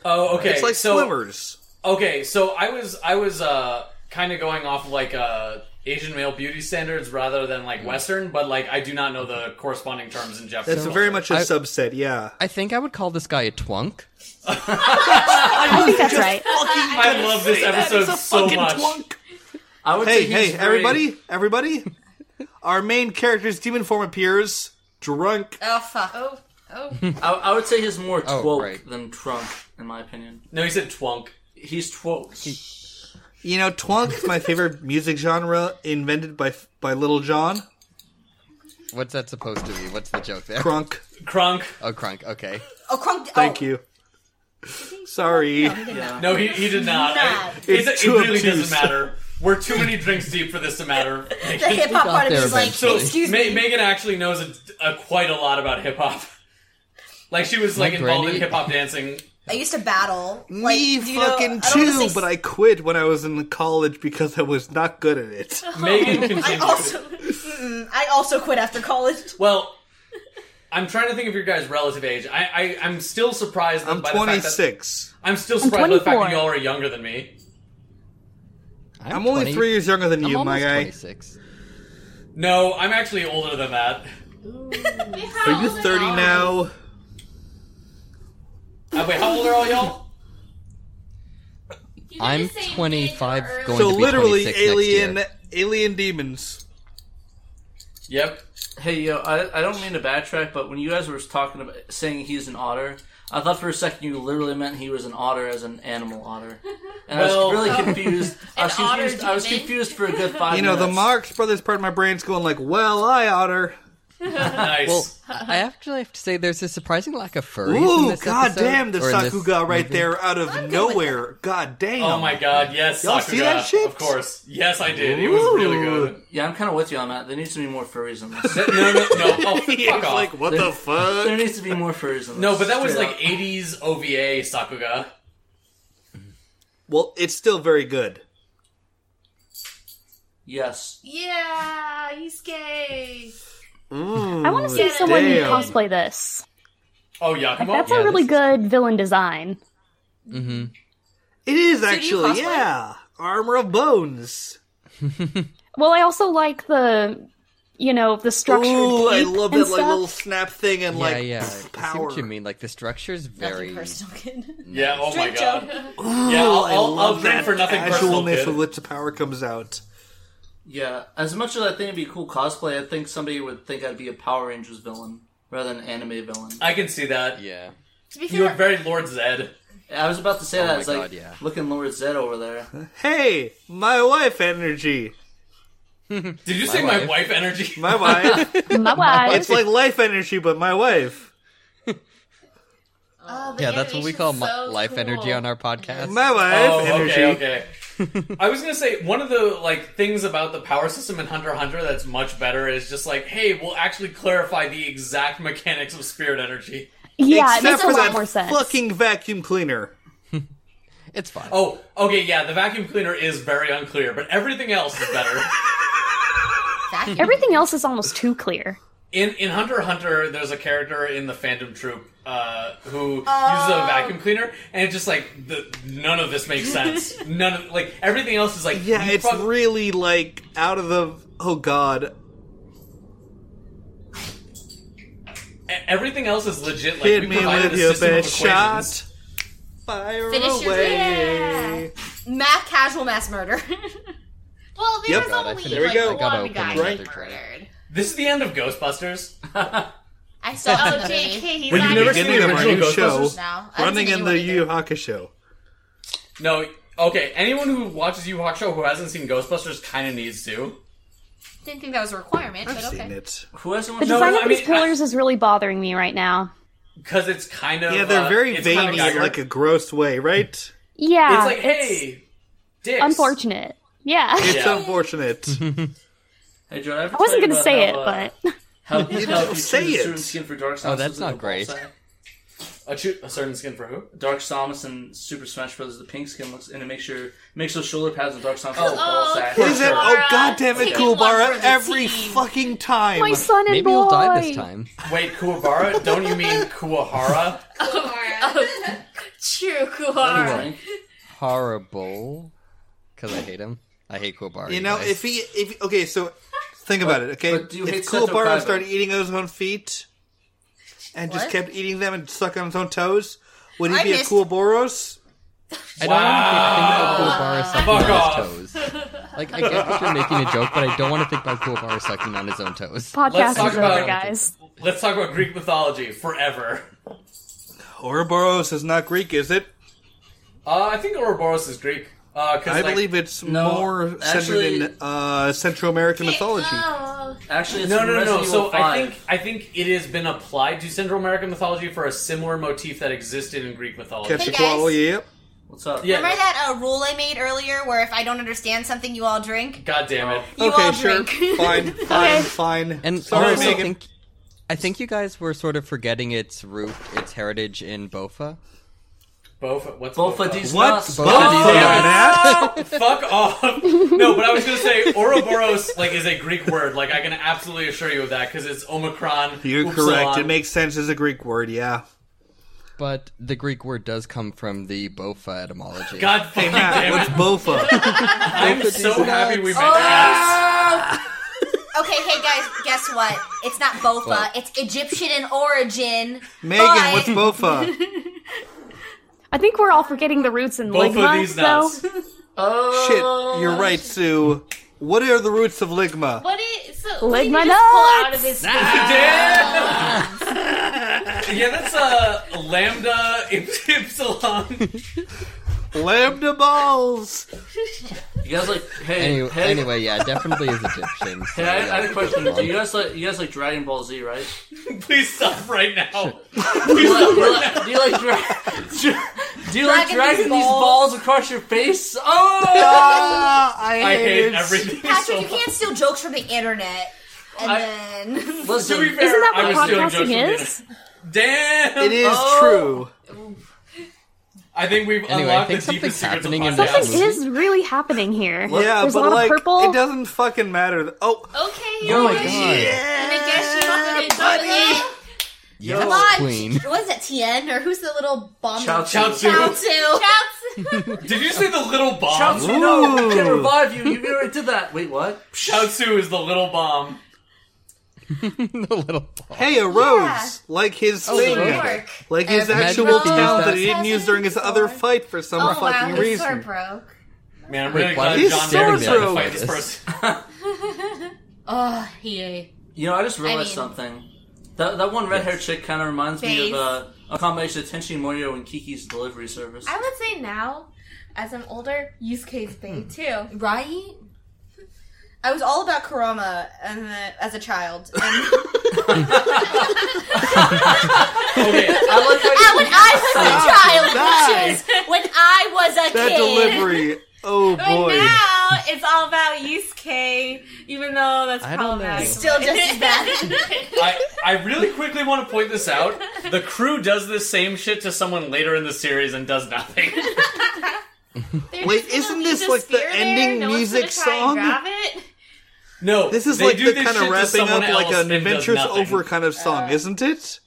Oh, okay.
It's like
so
swimmers.
okay, so I was I was uh kind of going off like uh, Asian male beauty standards rather than like Western, but like I do not know the corresponding terms in Japanese.
That's very much a
I-
subset, yeah.
I think I would call this guy a twunk.
I think that's right.
I love this episode so much.
I would
Hey,
say he's
hey,
very-
everybody, everybody! Our main character's demon form appears drunk.
Oh fuck.
Oh, oh.
I, I would say he's more
Oh,
twoke
right.
than trunk, in my opinion.
No, he said twunk.
He's twoke.
You know, twunk is my favorite music genre, invented by by Little John.
What's that supposed to be? What's the joke there?
Crunk.
Crunk.
Oh, crunk. Okay.
Oh, crunk.
Thank
oh,
you. Sorry.
yeah.
No, he, he did not. I-
It's
it's- it
too
really
obtuse.
doesn't matter. We're too many drinks deep for this to matter.
The hip hop
got
part of me
there
is like,
So
eventually.
excuse
Ma-
me.
Megan actually knows a, a, quite a lot about hip hop. Like she was like
Like
involved
Randy?
in hip hop dancing.
I used to battle. Like,
Me
you know,
fucking
I don't wanna
too,
say-
but I quit when I was in college because I was not good at it.
Megan
Oh, I
continued.
also, Mm-mm. I also quit after college.
Well, I'm trying to think of your guys' relative age. I, I I'm still surprised. that
I'm
by the fact that-
26.
I'm still surprised by the fact that
24.
y'all are younger than me.
I'm,
I'm only
20
three years younger than
I'm
you, my
almost
guy.
26.
No, I'm actually older than that.
Are you 30 now?
Uh, wait, how old are all y'all?
I'm 25 going
So
to be
literally,
26 next
alien,
year.
alien demons.
Yep.
Hey yo, I, I don't mean to backtrack, but when you guys were talking about saying he's an otter, I thought for a second you literally meant he was an otter as an animal otter, and
Well- um,
I was really confused. I was
An otter
confused. I was
demon?
confused for a good five.
You know, the
minutes.
Marx Brothers part of my brain's going like, "Well, I otter."
Nice.
Well, I actually have to say there's a surprising lack of furries in
Ooh,
this episode,
goddamn! The
or in this
Sakuga right
movie.
there out of nowhere. God damn!
oh my god, yes.
Y'all
Sakuga,
see that shit?
Of course. Yes, I did. It was really good.
Yeah, I'm kind of with you on that. There needs to be more furries in this.
No, no, no. Oh,
It's
fuck off.
like, what the
there
fuck?
needs to be more furries in this.
no, but that was
straight
like
up.
80s OVA Sakuga.
Well, it's still very good.
yes.
Yeah, he's gay.
I want to see someone
damn.
cosplay this.
Oh, Yakumo?
That's
yeah,
a really
this
good villain design.
mm-hmm.
It is
you
actually,
cosplay?
yeah. Armor of Bones.
Well, I also like the, you know, the structured
Ooh, I
cape
love
and
that like
stuff.
little snap thing and
Yeah,
like
yeah.
pff,
I see
power.
what you mean. Like the structure's very.
Nothing personal, kid.
Yeah, oh my
Straight
god.
joke.
Yeah, I'll,
I
I'll, I'll
love
drink
that
for nothing personal,
casualness
kid.
with which the power comes out.
Yeah. As much as I think it'd be cool cosplay, I think somebody would think I'd be a Power Rangers villain rather than an anime villain.
I can see that.
Yeah.
To be
You are
fair,
very Lord Zed.
I was about to say that.
Oh my
It's like
God, yeah.
looking Lord Zed over there.
Hey, my wife energy.
Did you say my
wife.
wife energy?
My wife.
My wife.
it's like life energy, but my wife.
oh, the
Yeah, that's what we
animation's
call mi-
so
life energy
cool.
on our podcast.
My wife
Oh,
energy.
okay, okay. I was gonna say one of the like things about the power system in Hunter x Hunter that's much better is just like, hey, we'll actually clarify the exact mechanics of spirit energy.
yeah, it
Except
makes a
for
lot
that
more sense.
fucking vacuum cleaner.
It's fine.
Oh, okay, yeah, the vacuum cleaner is very unclear, but everything else is better.
Everything else is almost too clear.
in in Hunter x Hunter, there's a character in the fandom troop uh, who uses a vacuum cleaner, and it's just like the, none of this makes sense. none of like everything else is like
Yeah,
you
it's
fuck-
really like out of the. Oh god.
e-, everything else is legit. Like
Hit
we
me
provided
with
a
your
system of
best
equations.
shot. Fire
Finish your-
away.
Math casual mass murder.
Well, there
Yep.
was
God,
I
only
think-
There we
like,
go.
one
I gotta
guy
open
that
another credit.
murdered.
This is the end of Ghostbusters.
I still
Oh,
have
JK, he's
We're
not
never
even
getting
seen
them
the
on
original
new show.
Ghostbusters?
now.
Running in the Yu Yu Hakusho.
No, okay. Anyone who watches Yu Yu Hakusho who hasn't seen Ghostbusters kind of needs to.
Didn't think that was a requirement,
I've
but okay.
seen it.
Who hasn't
The
watched?
No,
design
I
of these
mean, I-
pillars is really bothering me right now.
Because it's kind of
Yeah, they're
uh,
very
it's
veiny
kind of
in like a gross way, right?
Yeah,
it's like hey, dicks.
unfortunate. Yeah, I
It's
Yeah.
unfortunate.
Hey, Joe, I ever
wasn't
tell you
gonna
about
say it,
how, uh,
but
how, you
don't
how
say
you choose
it.
certain skin for Dark Samus
Oh, that's
is
not
the
great.
ballsack.
A, chu- a certain skin for who?
Dark Samus and Super Smash Bros. The pink skin looks, and it makes your makes those shoulder pads and Dark Samus.
Oh,
look
oh,
ballsack.
For
Is it?
sure.
Oh god damn it,
Taking one
Kulbara!
for the
Every
team.
fucking time.
my son and
Maybe
boy.
you'll die this time.
Wait, Kuwabara? Don't you mean Kuwahara?
True, Kuwar.
Anyway,
Horrible. Because I hate him. I hate Kobari.
You know,
guys.
if he, if okay, so think about it. Okay,
but do you hate
if
Seto
Kuwabara
Kaiba?
started eating his own feet and just
What?
kept eating them and sucking on his own toes, would he
I
be
missed-
a Kuwaboros?
I don't want to keep thinking of Kuwabara sucking on his toes. Like, I get that you're making a joke, but I don't want to think about Kuwabara sucking on his own toes.
Let's
Podcast
talk
is
about-
over, guys.
Let's talk about Greek mythology forever.
Ouroboros is not Greek, is it?
Uh, I think Ouroboros is Greek. Uh 'cause
I
like,
believe it's
No,
more
actually-
centered in uh, Central American mythology.
Oh,
Actually, it's
No, no, no,
Resident
no.
Evil
So
5.
I think I think it has been applied to Central American mythology for a similar motif that existed in Greek mythology.
Catch
Hey,
a koala,
guys.
yep.
What's up?
Yeah.
Remember that uh, rule I made earlier where if I don't understand something, you all drink?
God damn it!
You
okay,
all
sure.
drink.
Fine, fine, fine.
And
Sorry,
also, I
Megan.
think, I think you guys were sort of forgetting its root, its heritage in Bofa.
Bofa, what's
Bofa
Bofa?
D's
What?
nuts.
Both of these guys.
Fuck off! No, but I was gonna say Ouroboros like is a Greek word. Like I can absolutely assure you of that because it's Omicron.
You're
upsilon.
correct. It makes sense as a Greek word, yeah.
But the Greek word does come from the Bofa etymology.
God fucking
Matt,
damn
what's
it!
Bofa?
I'm
Bofa D's
so happy we
nuts.
met.
Oh,
that.
Okay, hey guys, guess what? It's not Bofa.
What?
It's Egyptian in origin.
Megan,
but
what's Bofa?
I think we're all forgetting the roots in
Both of
Ligma,
these
though.
nuts.
Shit, you're right, Sue. What are the roots of Ligma?
what is so?
Lick
What did
my
you just pull out of his?
Yeah, that's a uh, lambda ipsilon.
Lambda balls!
You guys like hey
Anyway,
hey.
anyway, yeah, definitely is Egyptian. So
Hey, I, I had
yeah.
a question. Do you guys like you guys like Dragon Ball Z, right?
Please stop right now.
Do you like, do you like, do you like dra- do you like
Dragging
dragging
these
these
balls.
balls across your face? Oh!
Ah,
I hate everything
Patrick,
so
you
much.
can't steal jokes from the internet. And
I-
then.
To be
Listen,
fair,
Isn't that
I
what
was doing jokes
podcasting
with
is?
Nina. Damn.
It is
Oh.
true.
I think we've
Anyway, I
unlocked
think
the deepest
something's
secrets of
happening in
podcasts.
this
Something is really happening here.
Yeah,
There's a
but
lot
like,
of purple.
it doesn't fucking matter. Oh,
Okay,
oh my
you guys-
god.
I guess you don't get it.
Yes,
Come on,
queen.
what is it, Tien? Or who's the little bomb?
Chao
Chao
Chu.
Chu.
Chaozu.
Did you say the little
Chao
bomb?
Chu, no,
Ooh.
I can revive you. You already did that. Wait, what?
Chaozu is the little bomb.
the little ball.
hey, a rose! Like his
Oh,
thing.
York.
Like his actual
Imagine if he used
talent that
that-
he didn't use during his other fight for some
Oh, wow,
fucking
the sword
reason.
broke.
Man, I'm
Wait,
really
why
glad
are you
John
staring
Barrow's
at me
trying to
like
fight
this?
this person.
Oh, he.
You know, I just realized
mean-
something. That, that one red haired chick kind of reminds me
Face.
of uh, a combination of Tenshi Muyo and Kiki's delivery service.
I would say now, as I'm older, use case bay too.
Right? I was all about Kurama and the, as a child. And
Okay,
I like how you-
when I was a child,
die.
which is when I was a
That
kid.
delivery. Oh
But
boy.
now it's all about Yusuke, even though that's
I don't know.
problematic.
Still just as bad.
I, I really quickly want to point this out. The crew does this same shit to someone later in the series and does nothing.
They're
Wait,
just gonna
isn't
leave
this
the
like the
spear there,
ending
no one's gonna
music
try and
song?
grab it.
No,
This is
they
like
do
the
this
kind
shit
of
to
wrapping
someone
up like
else
an
and does
adventures
nothing.
over kind of song, isn't it?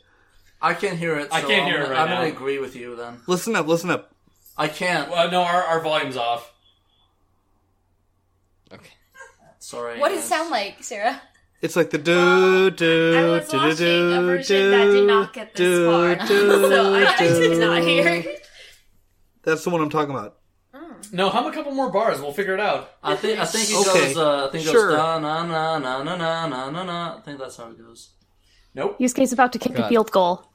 I can't hear it. So
I can't hear
am
it right
I'm
now.
gonna agree with you then.
Listen up, listen up.
I can't.
Well, Uh, no, our, our volume's off.
Okay.
Sorry.
What does it
guys.
sound like, Sarah?
It's like the do do
I was
do,
watching
do,
a version
do,
that did not get this
do,
far,
do,
so I did not
do.
hear.
That's the one I'm talking about.
No, hum a couple more bars. We'll figure it out.
I think I think it
Okay.
goes. Uh, I think it
Sure.
goes. Da, na na na na na na na na. I think that's how it goes.
Nope.
Use case about to kick a
God.
field goal.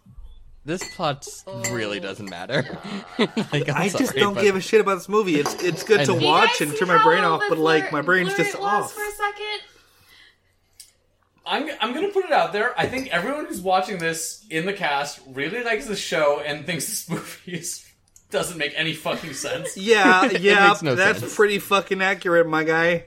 This plot s- really doesn't matter. like, I'm
I just
sorry,
don't
but
give a shit about this movie. It's it's good
I
to
know. You
You guys
watch and
see
turn my
how
brain off,
the
but like my
blur-
brain's
blur
just
it was
off.
For a second,
I'm, I'm gonna put it out there. I think everyone who's watching this in the cast really likes the show and thinks this movie is, doesn't make any fucking sense.
Yeah, yeah,
makes no
that's
sense.
pretty fucking accurate, my guy.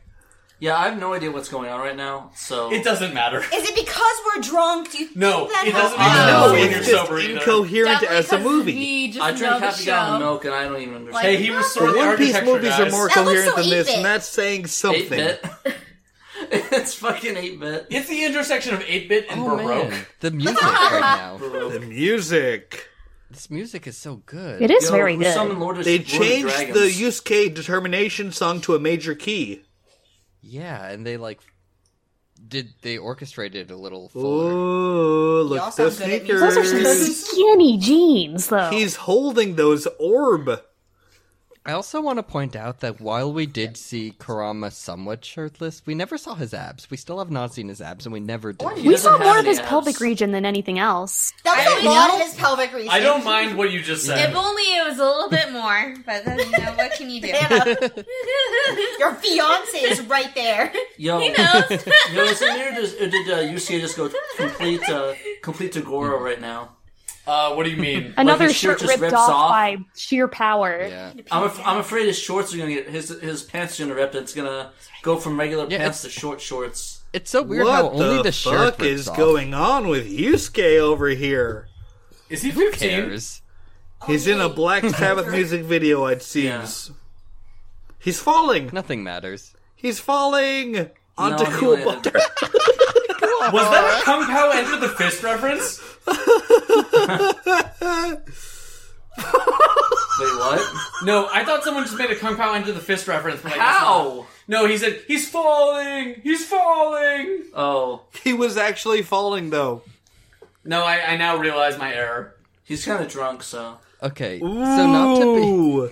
Yeah, I have no idea what's going on right now. So
It doesn't matter.
Is it because we're drunk? Do you
No,
think that
it doesn't
helps?
make sense.
No,
when
it's
you're
just
sober either.
incoherent
Definitely
as a
'cause
movie.
we just
I drink
know the
half a gallon
show.
of milk and I don't even understand.
Hey, he was sort of the
One Piece
architecture,
movies are
guys.
more
That looks
coherent
so
than this,
8-bit.
and that's saying
eight
something.
bit. it's fucking eight bit.
It's the intersection of 8 bit and
Oh,
Baroque.
man. The music right now.
The music.
This music is so good.
It is very good.
Summon Lord of,
They
Lord of
changed
Dragons.
the Yusuke determination song to a major key.
Yeah, and they like did they orchestrated a little fuller.
Oh, look
also
those
good at
sneakers.
music.
Those are some skinny jeans, though.
He's holding those orb.
I also want to point out that while we did see Karama somewhat shirtless, we never saw his abs. We still have not seen his abs, and we never did.
he
we
doesn't
saw
have
more of
any
his
abs.
pelvic region than anything else.
That was
I-
a lot of his pelvic region.
I don't mind what you just said.
If only it was a little bit more, but then you know what can you do?
Your fiance is right there.
Yo,
Who knows?
yo, is it me or, does, or did uh, UCA just go complete uh, complete Tagora right now?
Uh, what do you mean?
Another
his shirt
shirt
just
ripped
rips
off,
off.
by sheer power.
Yeah,
I'm, af- I'm afraid his shorts are gonna get his his pants are gonna rip. and It's gonna go from regular
Yeah,
pants to short shorts.
it's so weird how
what
only the,
the,
shirt
fuck
rips
is
off.
going on with Yusuke over here?
Is he
Who
15?
cares?
He's in a Black Sabbath music video, it seems. He's falling.
Nothing matters.
He's falling onto
he
cool
landed.
water.
Was that a Kung Pao Enter the Fist reference?
Wait, what?
No, I thought someone just made a Kung Pao Enter the Fist reference. But I guess not.
How?
No, he said, he's falling! He's falling!
Oh,
He was actually falling though.
No, I, I now realize my error.
he's kind of drunk, so
Okay, so not to be
Ooh.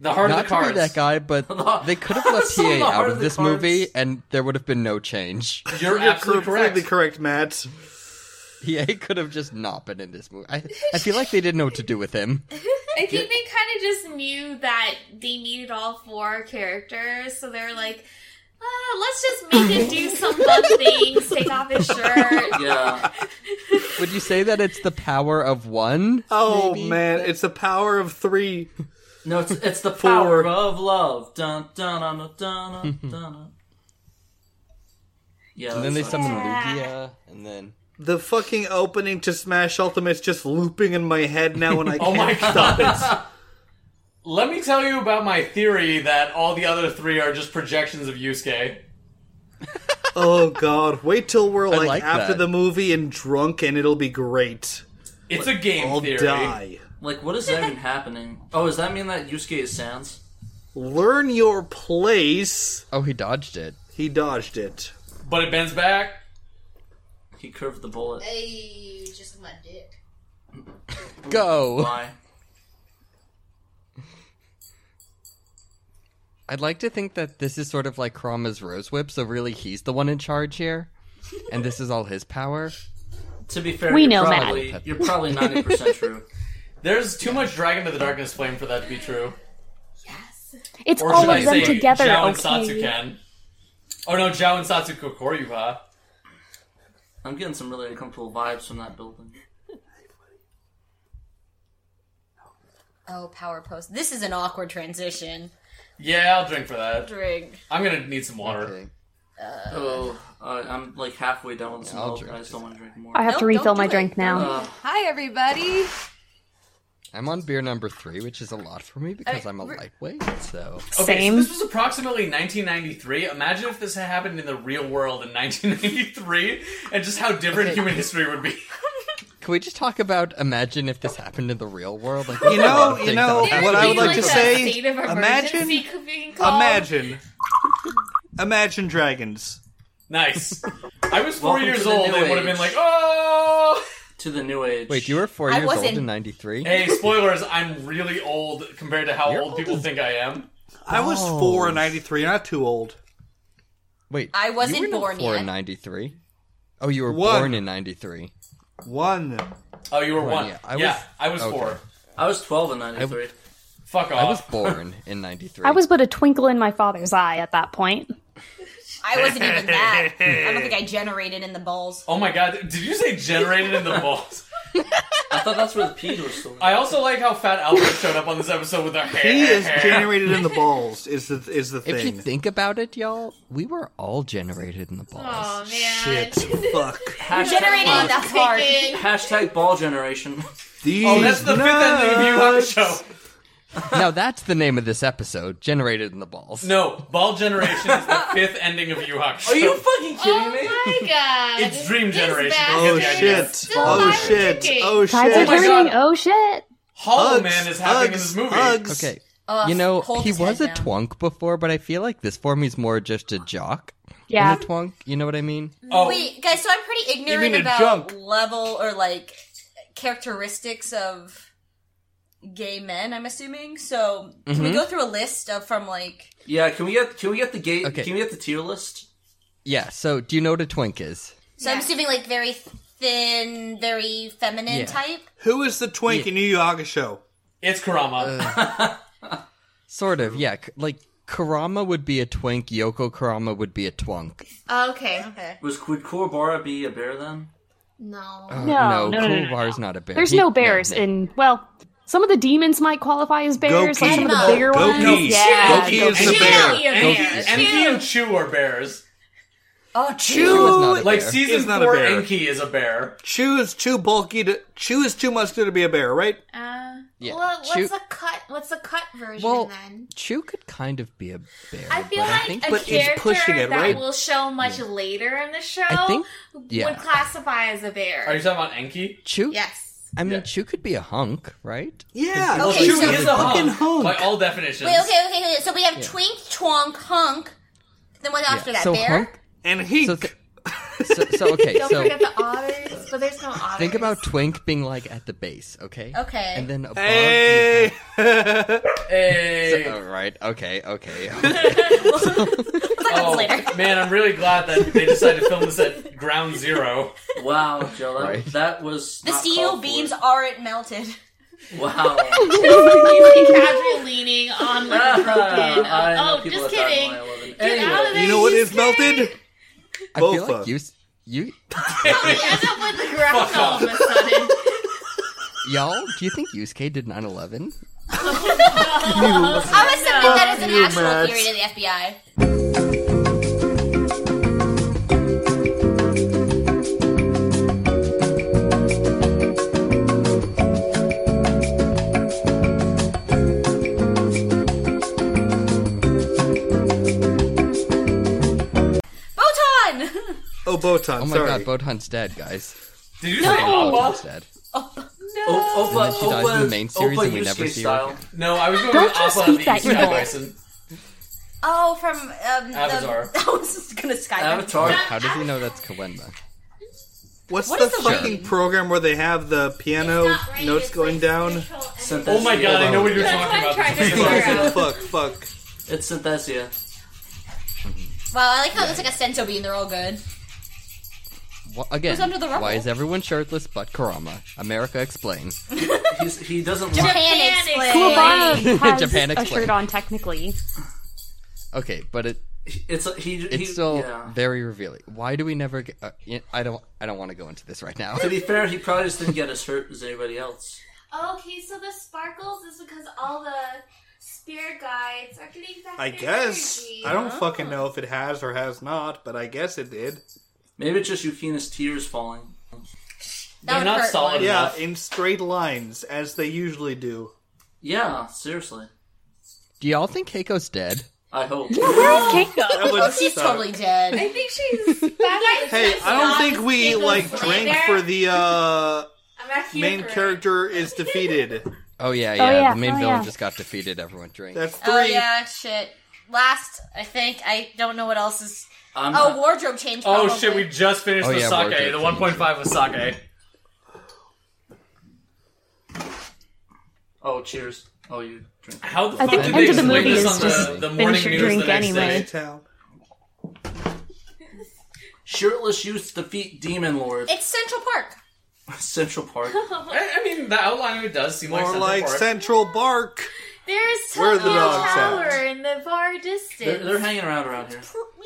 The heart
not
of the
to
cards.
be that guy, but they could have left
Still
TA
the heart
out
of
of
the
this
cards.
movie, and there would have been no change.
You're absolutely correct.
Completely correct, Matt.
TA could have just not been in this movie. I, I feel like they didn't know what to do with him.
I think they kind of just knew that they needed all four characters, so they were like, uh, let's just make him do some fun things, take off his shirt.
yeah.
Would you say that it's the power of one?
Oh
Maybe
man,
that-
it's the power of three.
No, it's it's the
Four.
power of love. Dun dun dun dun dun. dun. Yeah.
Mm-hmm. And then they
that's
summon
Yeah.
Lugia, and then
The fucking opening to Smash Ultimate's just looping in my head now, and I can't
my
stop it.
Let me tell you about my theory that all the other three are just projections of Yusuke.
Oh god, wait till we're like,
like
after
that.
the movie and drunk, and it'll be great.
It's a game
I'll
theory.
die.
Like, what is that even happening? Oh, does that mean that Yusuke is Sans?
Learn your place.
oh, he dodged it.
He dodged it.
But it bends back.
He curved the bullet.
Hey, just like my dick.
Go.
Why?
I'd like to think that this is sort of like Krama's rose whip, so really he's the one in charge here, and this is all his power.
To be fair,
We
you're
know
probably,
Matt.
You're probably ninety percent true.
There's too much Dragon to the Darkness flame for that to be true.
It's
Or should
all
I
of them
say
together.
Zhao and
okay.
Satsuken? Oh no, Zhao and Satsuko Koryuha.
I'm getting some really uncomfortable vibes from that building.
Oh, power post. This is an awkward transition.
Yeah, I'll drink for that.
Drink.
I'm gonna need some water.
Okay.
Oh, uh, I'm like halfway down with some
I'll
milk.
drink
I just don't want to drink more.
I have
Nope,
to refill
don't
my
do it.
drink now.
Hi, everybody.
I'm on beer number three, which is a lot for me because I'm a
we're-
lightweight. So
Okay, so
Same.
this was approximately 1993. Imagine if this had happened in the real world in 1993, and just how different
Okay.
human history would be.
can we just talk about imagine if this happened in the real world? Like,
You know, you know
There
what I
be,
would like, to
a
say.
state of
Imagine,
emergency could be called.
imagine, imagine dragons.
Nice. I was four
Welcome
years
to the
old.
new
They would have been
age.
like, "Oh,
To the new age.
Wait, you were four
I
years old
wasn't-
in '93.
Eh,
hey, spoilers! I'm really old compared to how
You're
old
old
people
as-
think I am."
I was four in '93. Not too old.
Wait,
I wasn't
you were not
born
four
yet.
in '93. Oh, you were
What?
born in '93.
One.
Oh, you were one.
yeah,
Yeah,
I
I
was-
was,
okay.
four.
I was twelve in '93.
Fuck
I
off.
was born in '93.
I was but a twinkle in my father's eye at that point.
I wasn't even that. I don't think I generated in the balls.
Oh my god! Did you say generated in the balls?
I thought that's where the peas were stored.
I also like how Fat Albert showed up on this episode with their hair.
He is generated in the balls. Is the is the
If you
thing?
think about it, y'all, we were all generated in the balls.
Oh man.
Shit. Fuck.
Hashtag,
Generating, that's hard.
hashtag ball generation.
These
Oh, that's the fifth ending of you on the
nuts.
show.
Now that's the name of this episode: generated in the balls.
No, Ball Generation is the fifth ending of Yu Hakusho.
Are you fucking kidding me?
Oh my god.
It's dream
This
generation.
bad
Don't
Oh
Yeah,
dream
yeah.
shit.
Still
Oh
alive
shit.
drinking.
Oh
Tides
shit.
are
my God.
turning. Oh shit.
Hollow
Hugs,
Man is happening in
hugs,
this movie.
hugs.
Okay,
Ugh,
you know,
hold
he
his
was a
head down.
twonk before, but I feel like this form he's more just a jock.
Yeah.
Than a twonk. You know what I mean?
Oh,
Wait, guys, so I'm pretty ignorant
mean a
about
junk.
level or like characteristics of gay men, I'm assuming. So can we
Mm-hmm.
Mhm.
go through a list of from like
Yeah, can we get can we get the gate?
Okay.
Can we get the tier list?
Yeah. So, do you know what a twink is?
So I'm assuming like very thin, very feminine
Yeah.
type.
Who is the twink in Yu Yu Hakusho?
It's Kurama.
Sort of. Yeah. c- Like Karama would be a twink. Yoko Karama would be a twonk.
okay.
Okay. Was would Kurbara be a bear then?
No.
Uh,
No, no, no,
cool
no, no,
bar's not a bear.
There's
He- Oh,
no bears in well, some of the demons might qualify as bears, like some of the bigger ones. Yeah.
Enki and Chu are bears.
Oh,
Chu not
is
a Like, bear. season four, Enki is a bear.
Chu is too bulky to. Chu is too muscular to be a bear, right?
Uh,
Yeah,
Well, what's
shoot.
a cut? What's a cut version
Well,
then?
Chu could kind of be a bear.
I feel
but
like
I think
a
but
character
he's pushing it,
that
right?
will show much later in the show
I think- yeah.
would classify as a bear.
Are you talking about Enki?
Chu.
Yes.
I mean, Chu could be a hunk, right?
Yeah.
Well,
Chu is a
fucking
hunk, by all definitions.
Wait, okay, okay, okay. So we have
Yeah.
twink, twonk, hunk. Then what after that?
so
bear.
hunk
and he.
So, th- so, so okay,
Don't
so
forget the otters, but there's no otters.
think about twink being like at the base, okay?
Okay.
And then above.
Hey.
hey.
all right. Okay. Okay.
Oh, man, I'm really glad that they decided to film this at ground zero.
Wow, Joe, that, that was
The
not
steel
called
beams aren't melted.
for. Wow,
casual leaning on
Ah.
like a broken.
I know
oh,
people
just
that die
kidding.
while
Get out of there.
You know what is melted?
I feel
Bofa.
like you, s- you,
We end up with the ground all of a sudden.
y'all. Do you think Yusuke did 9/11?
I'm assuming that is an
You
actual
mad.
theory to the FBI. Botan!
Oh, Botan.
Oh my
sorry.
God, Botan's dead, guys.
Did you
No.
say Appa?
Oh,
Botan's dead.
O- Opa,
And then she dies in the main series
Opa
and we never
Yusuke
see her
style.
again.
No, I was going
Don't
with
you
Appa
speak
of the
that
East Sky
evil.
Bison.
Oh, from um,
Uh,
the-
Avatar.
I was just gonna Skype.
uh,
Avatar.
How does he know that's Kawenma?
What's
What
the
is the
fucking program where they have the piano notes going down?
Oh my god, I know what you're
That's
talking
what I'm
about.
trying to
This is
figure
awesome.
out.
fuck, fuck.
It's Synthesia.
Wow, I like how it's like a senso bean. They're all good.
Wha- again,
Who's under the rubble?
why is everyone shirtless but Karama? America explains.
He's, he doesn't.
Japan,
want-
explains.
Kuwabara has
Japan
a shirt
explained.
on technically.
Okay, but it
It's he. he
it's still
yeah.
very revealing. Why do we never get? Uh, y- I don't. I don't want to go into this right now.
To be fair, he probably just didn't get as hurt as anybody else.
Okay, so the sparkles is because all the spirit guides are getting back
I
their
guess.
energy.
I don't fucking know if it has or has not, but I guess it did.
Maybe it's just Yukina's tears falling.
They're not solid
Yeah,
enough.
in straight lines, as they usually do.
Yeah, seriously.
Do y'all think Keiko's dead?
I hope.
Oh,
That would
Oh, she's
suck.
totally dead.
I think she's. That
Hey, I don't think we like drank for the uh
I'm not here
main
for it.
character is defeated.
Oh yeah, yeah.
Oh, yeah.
The main
Oh,
villain
yeah.
just got defeated. Everyone drink.
That's three.
Oh yeah, shit. Last, I think I don't know what else is.
I'm
Oh,
not-
wardrobe change.
Oh
probably.
shit, we just finished
Oh,
the
yeah, we're
sake,
good.
the 1.5 was sake.
oh, cheers. Oh, you drink.
How the
I
fuck
think
did
end
they
of the
explain
movie
this
is
on
just
the, the morning
finish your
news
drink
the next day?
anyway.
Town.
Shirtless youth defeat demon lord.
It's Central Park.
Central Park.
I, I mean, the outline of it does seem like
Or
Central
like
Park.
Central Bark.
There's
Where are the
Tokyo
dogs
Tower
at?
in the far distance.
They're, they're hanging around around here.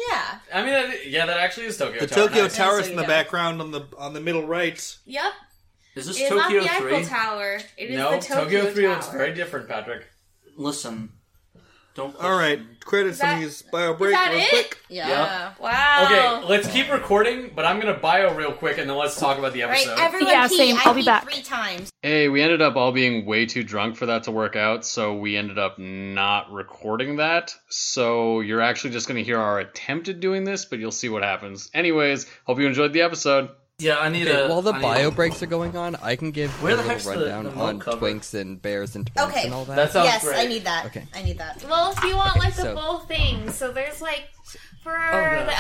Yeah.
I mean, that- yeah, that actually is Tokyo
The
Tower.
Tokyo
nice.
Tower's
so
in
you
the
know.
background on the on the middle right.
Yep.
Is this
It's not
Tokyo
the Eiffel
Three?
Tower. It is
No,
the Tokyo,
Tokyo 3
Tower.
looks very different, Patrick.
Listen, don't.
All right, credits
That-
and use bio break
that
real
it?
quick.
Yeah.
Yeah.
Wow.
Okay, let's keep recording, but I'm gonna bio real quick and then let's talk about the
Right.
episode.
Everyone
Yeah,
pee.
same.
I
I'll be
pee
back.
three times.
Hey, we ended up all being way too drunk for that to work out, so we ended up not recording that. So you're actually just going to hear our attempt at doing this, but you'll see what happens. Anyways, hope you enjoyed the episode.
Yeah, I need
Okay,
a.
while the
I need
bio
a-
breaks are going on, I can give
Where
a
the
little
heck's the-
rundown
the milk
on
cover?
Twinks and Bears and Twinks
Okay.
and all that.
That sounds
yes, I need that.
Okay.
I need that.
Well, if you want like the
so-
full thing, so there's like for
Oh, no.
the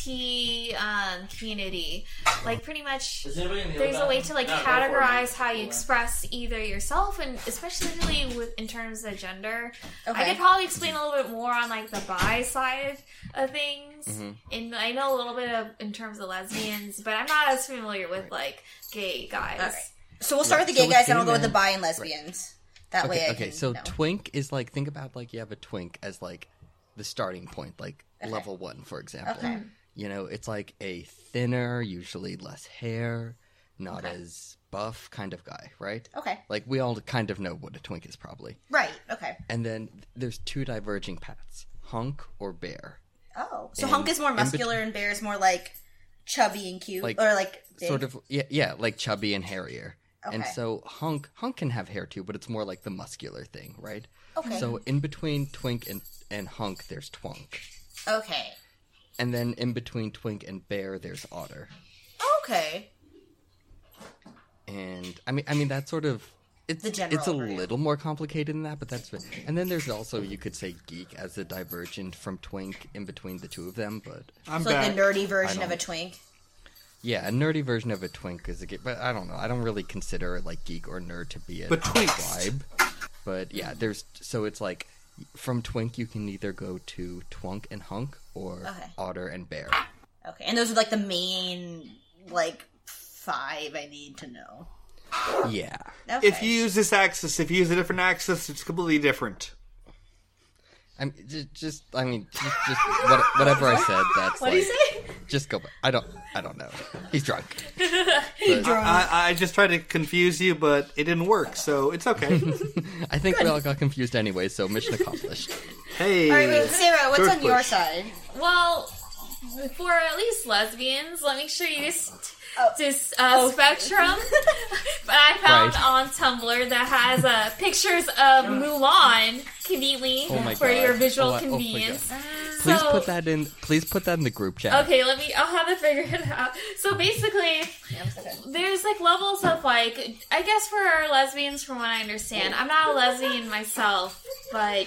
LJT um, community, like pretty much
Is anybody in the
there's
other
a way
bathroom?
to like
No, go for it.
categorize how you express either yourself and especially really with in terms of gender. I
Okay.
could probably explain a little bit more on like the bi side of things,
Mm-hmm.
Mhm.
and I know a little bit of in terms of lesbians, but I'm not as familiar with like gay guys.
So we'll start
Right.
with the
So
gay
with
guys, and
gay
I'll go with the
men-
bi and lesbians. That
okay,
way, I
okay.
can
so
know.
twink is like think about like you have a twink as like the starting point, like level one, for example.
Okay.
You know, it's like a thinner, usually less hair, not as buff kind of guy, right?
Okay.
Like we all kind of know what a twink is, probably.
Right. Okay.
And then there's two diverging paths: hunk or bear.
Oh, so
And
Hunk is more
in bet-
muscular, and Bear is more like chubby and cute,
Like,
or like big.
Sort of, yeah, yeah, like chubby and hairier. And
Okay.
so hunk hunk can have hair too, but it's more like the muscular thing, right?
Okay.
So in between twink and and hunk, there's twunk.
Okay.
And then in between Twink and Bear, there's Otter.
Okay.
And I mean, I mean that's sort of it's
The general
it's a
overview.
little more complicated than that, but that's what- and then there's also you could say geek as a divergent from Twink in between the two of them, but
It's like the nerdy version
I
of a
don't-
twink.
yeah, a nerdy version of a Twink is a geek, but I don't know. I don't really consider like geek or nerd to be a
But Twinks.
vibe. But yeah, there's so it's like from Twink you can either go to Twunk and Hunk or
Okay.
Otter and Bear.
Okay, and those are like the main like five I need to know.
Yeah.
Okay.
If you use this axis, if you use a different axis, it's completely different.
I'm just, just I mean, just, just what, whatever I said. That's
What
like,
did he
just go. I don't, I don't know. He's drunk.
I, I- I just tried to confuse you, but it didn't work, so it's okay.
I think we all got confused anyway. So mission accomplished.
hey,
All right, wait, Sarah, what's
Third
on your
push.
side?
Well, for at least lesbians, let me show you this this uh, spectrum. but I found
Right.
on Tumblr that has uh, pictures of Mulan conveniently
Oh my
for
God.
your visual
Oh, I- oh my God.
convenience.
Please
so,
put that in. Please put that in the group chat.
Okay, let me. I'll have to figure it out. So basically, there's like levels of like. I guess for lesbians, from what I understand, I'm not a lesbian myself, but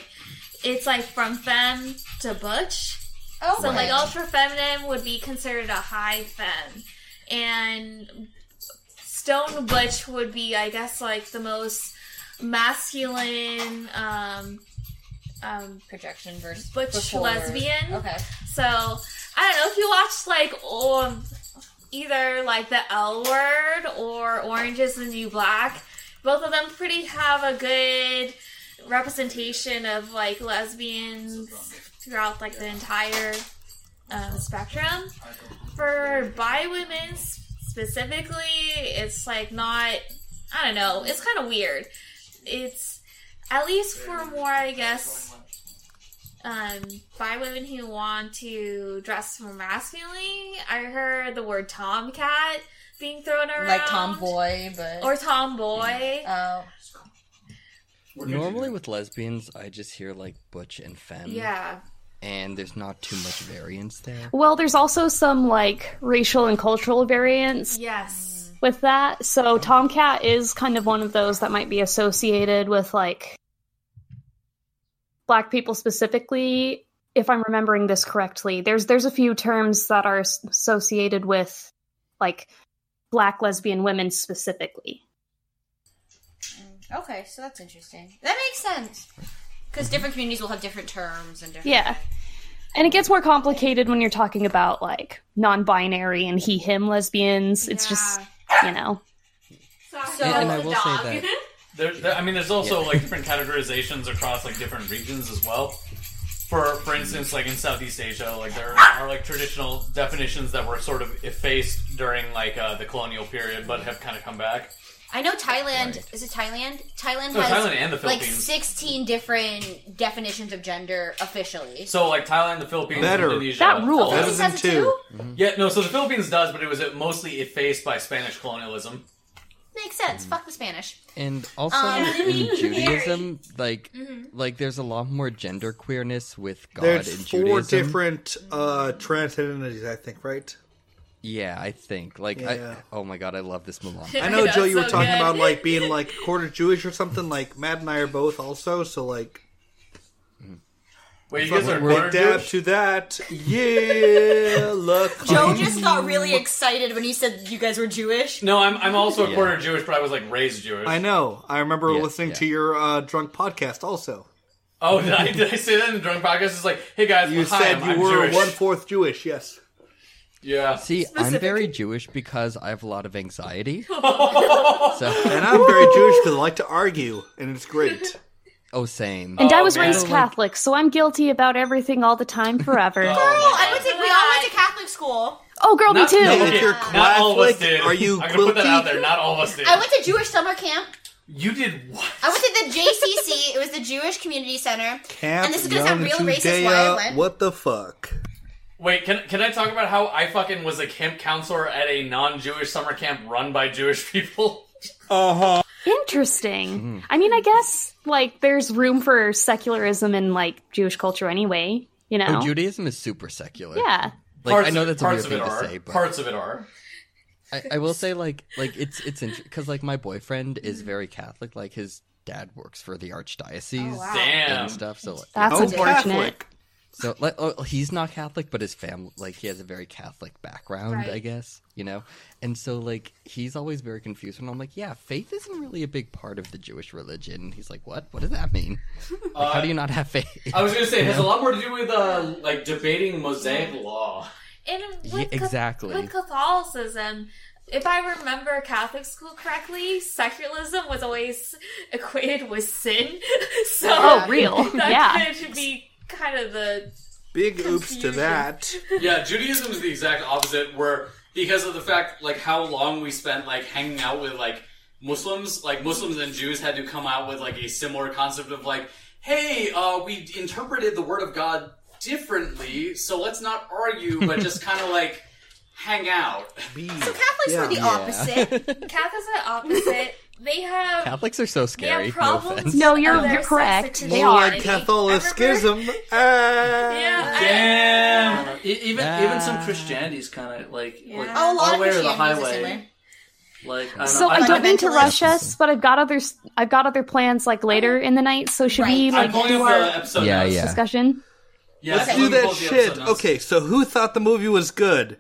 it's like from femme to butch.
Oh,
so
right.
like ultra feminine would be considered a high femme, and stone butch would be, I guess, like the most masculine. Um, um,
Projection versus
butch
before-
Oh,
lesbian.
Okay.
So I don't know if you watched like um, either like the L Word or Orange Is the New Black. Both of them pretty have a good representation of like lesbians throughout like the entire um, spectrum. For bi women specifically, it's like not. I don't know. It's kind of weird. It's at least for more, I guess, um, by women who want to dress more masculinely. I heard the word tomcat being thrown around,
Like tomboy, but
or tomboy.
Oh,
mm.
Normally with lesbians, I just hear like butch and femme.
yeah.
And there's not too much variance there.
Well, there's also some like racial and cultural variants
Yes.
with that. So Tomcat is kind of one of those that might be associated with like black people specifically, if I'm remembering this correctly. There's there's a few terms that are s- associated with like black lesbian women specifically.
okay. So that's interesting. That makes sense because different communities will have different terms and different.
Yeah. And it gets more complicated when you're talking about like non-binary and he/him lesbians. It's just, you know.
So
And- and I will say that
There, there, I mean, there's also like different categorizations across like different regions as well. For for instance, like in Southeast Asia, like there are like traditional definitions that were sort of effaced during like uh, the colonial period, but have kind of come back.
I know Thailand is it Thailand? Thailand
No,
has
Thailand and the
like
Philippines.
sixteen different definitions of gender officially.
So like Thailand, the Philippines,
Better.
Indonesia. Oh,
That rules. Better
than Has it two.
Oh,
Yeah, no. So the Philippines does, but it was uh, mostly effaced by Spanish colonialism.
Makes sense. Fuck the Spanish.
And also
Um,
in
Mary.
Judaism, like
Mm-hmm.
like there's a lot more gender queerness with God
There's
in
four
Judaism.
different uh, transcendentalities, I think, right?
Yeah, I think like
Yeah.
I oh my god, I love this Mulan.
I know, Joe, you were talking about like being like quarter Jewish or something. Like Matt and I are both also, so like.
Wait, you
fuck,
guys are
big
quarter
dab
Jewish?
to that. Yeah, look.
Joe just got really excited when he said you guys were Jewish.
No, I'm I'm also a
Yeah.
quarter Jewish, but I was like raised Jewish.
I know. I remember
Yeah,
listening
yeah.
to your uh, drunk podcast also.
Oh, did I, did I say that in the drunk podcast? It's like, hey guys,
You
hi,
said
I'm,
you
I'm
were
Jewish.
one fourth Jewish. Yes.
Yeah.
See, I'm very Jewish because I have a lot of anxiety. oh, So
and I'm very Jewish because I like to argue, and it's great.
Oh, same.
And I was raised Catholic, so I'm guilty about everything all the time forever.
Girl, I went to, we all went to Catholic school.
Oh, girl, me too.
if you're
Not all of us
Catholic,
did.
are you
I'm gonna put that
quilty?
out there. Not all of us did.
I went to Jewish summer camp.
You did what?
I went to the JCC. it was the Jewish Community Center.
Camp
and this is
Young
gonna sound real racist. Why I
Judea,
went?
What the fuck?
Wait, can can I talk about how I fucking was a camp counselor at a non-Jewish summer camp run by Jewish people?
Uh huh.
Hmm.
Interesting. I mean, I guess like there's room for secularism in like Jewish culture anyway. You know?
Oh, Judaism is super secular.
Yeah.
Like
Parts
I know
of-
that's a weird
parts of
thing
it
to
are.
say, but
Parts of it are.
I, I will say like like it's it's because like my boyfriend is very Catholic. Like his dad works for the archdiocese
Oh, wow. Damn.
and stuff. So like,
That's
Oh,
Oh,
yeah.
unfortunate. Catholic.
So like, oh, he's not Catholic, but his family like he has a very Catholic background,
Right.
I guess you know. And so like he's always very confused when I'm like, yeah, faith isn't really a big part of the Jewish religion. He's like, what? What does that mean? Like, how
Uh,
do you not have faith?
I was gonna say it
You
has a
know?
lot more to do with uh, like debating Mosaic law.
And with
Yeah,
Cath-
exactly.
with Catholicism, if I remember Catholic school correctly, secularism was always equated with sin. So
Oh, real.
That
Yeah.
could be kind of the
Big oops to that.
yeah, Judaism is the exact opposite. Where because of the fact like how long we spent like hanging out with like Muslims, like Muslims and Jews had to come out with like a similar concept of like, hey, uh, we interpreted the word of God differently, so let's not argue, but just kind of like hang out.
So
Catholics
were the Yeah. opposite.
Catholics are the opposite. They have
Catholics are so scary.
Yeah,
no
problems.
offense.
No, you're
Oh, they're
you're correct.
sexist.
They
More
are.
like
Catholicism. Ah,
Yeah.
I don't know. E- even even some Christianity's kind of like, like
Oh, a lot
our
of
way or the
Christianity's the same
highway. Like I don't
So
know.
I don't mean to rush us, but I've got other s- I've got other plans like later in the night. So should we
I'm
like
pulling
do
up the
our
episode
Yeah,
notes.
yeah.
discussion?
Yeah,
Let's
so
do
we
that
pulled the episode
shit.
notes.
Okay, so who thought the movie was good?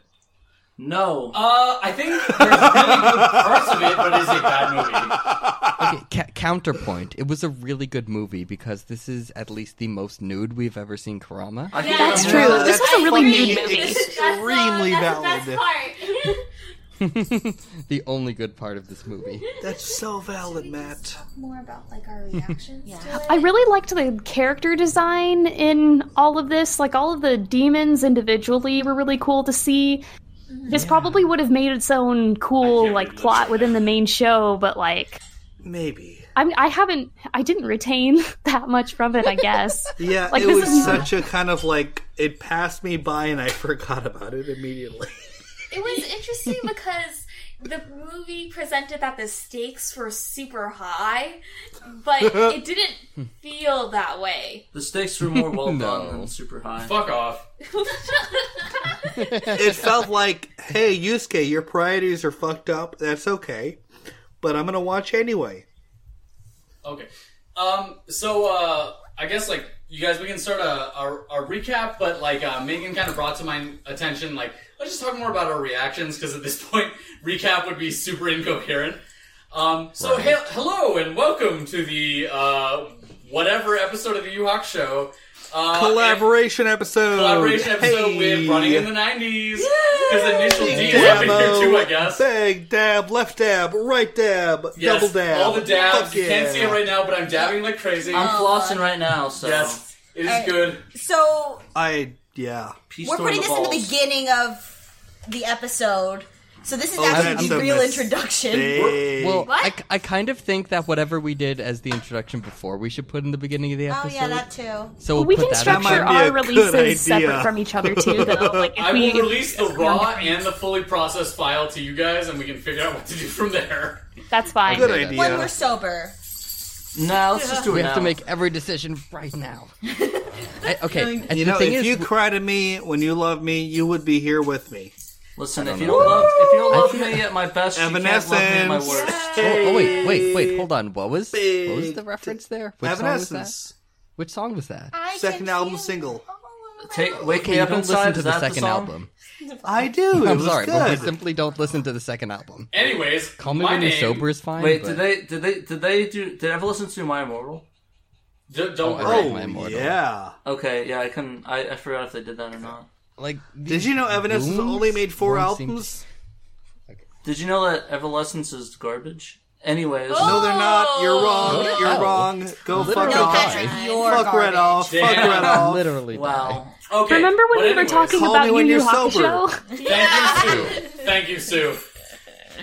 No.
Uh, I think there's really good parts of it, but it is a bad movie.
okay, ca- counterpoint. It was a really good movie because this is at least the most nude we've ever seen Karama.
I think
That's
I'm-
true.
Yeah, Uh, that's
this was a really
fucking
nude movie.
Extremely valid.
the only good part of this movie.
That's so valid, Matt.
more about like our reactions to it.
I really liked the character design in all of this. Like all of the demons individually were really cool to see. This probably would have made its own cool like plot within the main show, but like
Maybe.
I mean, I haven't, I didn't retain that much from it. I guess.
Yeah,
Like,
it
this
was
is-
such a kind of like it passed me by and I forgot about it immediately.
It was interesting because the movie presented that the stakes were super high, but it didn't feel that way.
The stakes were more well
No.
done and super high.
Fuck off.
it felt like, hey, Yusuke, your priorities are fucked up. That's okay, but I'm gonna watch anyway.
Okay. Um. So, uh, I guess like you guys, we can start a, a, a recap, but like uh, Megan kind of brought to my attention, like let's just talk more about our reactions because at this point, recap would be super incoherent. Um. So,
Right.
he- hello and welcome to the uh, whatever episode of the U Hawk Show. Uh, and-
collaboration episode.
collaboration episode
hey.
with Running in the 90s. Because initial D
Big
is up in here
dabo,
too, I guess.
Big dab, left dab, right dab,
Yes,
double dab.
All the dabs.
Fuck
You can't
yeah.
see it right now, but I'm dabbing like crazy.
I'm flossing right now, so
Yes, it is
Hey.
good.
So
I yeah.
Peace
we're
to
putting
the
this
balls.
in the beginning of the episode. So this is
Oh, that's
actually the
a
real
mistake.
introduction.
Well,
What?
I, I kind of think that whatever we did as the introduction before, we should put in the beginning of the
Oh
episode.
yeah, that too.
So
Well,
we'll
we
put
can
that in.
structure
might be a
our
good
releases
idea.
separate from each other too, though. Like if
I
we
will release the
if we
raw
understand.
and the fully processed file to you guys, and we can figure out what to do from there.
That's fine.
Good
Yeah.
idea.
When we're sober.
No, let's just do it
We
now.
have to make every decision right now. I- okay, and
you
the
know,
thing
if
is,
you cry to me when you love me, you would be here with me.
Listen,
I
if
don't
you
know.
don't love, if you don't
I
love
feel-
me at my best, you can't love me at my
Evanescence.
worst.
Oh, oh, wait, wait, wait. Hold on. What was what was
Big
the reference there? Which song was
Evanescence.
that? Which song was that?
Second album single.
Take, wake
Okay,
me
you
up
don't
inside.
listen to
is
the
that
second
the song?
album.
I do. It
I'm
was
sorry, but we
good.
simply don't listen to the second album.
Anyways,
call me
my
when
name-
you're sober is fine.
Wait,
but-
did they did they did they do did I ever listen to My Immortal?
D- don't
Oh,
worry.
right, My Immortal.
yeah.
Okay, yeah, I couldn't. I, I forgot if they did that or not.
Like,
Did you know Evanescence
Blooms?
only made four
Blooms seemed-
albums?
Did you know that Evanescence is garbage? Anyways,
Oh! No, they're not. You're wrong.
Oh.
You're wrong. Go fuck
Literally
off.
Patrick,
you're
fuck
garbage.
Red off. Fuck
Damn.
Red off.
Literally,
wow.
Okay.
Remember when
but
we were
anyways,
talking
Call
about
me when
Yu Yu
you're sober.
Hakusho?
Thank you, Sue. Thank you, Sue.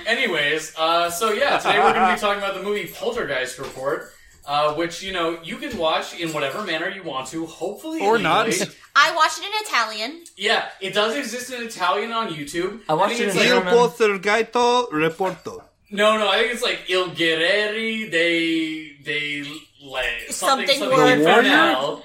Anyways, uh, so yeah, today we're going to be talking about the movie Poltergeist Report, uh, which you know you can watch in whatever manner you want to, hopefully
Or not.
legally.
I watched it in Italian.
Yeah, it does exist in Italian on YouTube.
I watched
think
it
it's
in
like,
German.
Il Poltergeito Reporto.
No, no, I think it's like Il Guerrieri they they like something
Something
something,
warrior.
infernal.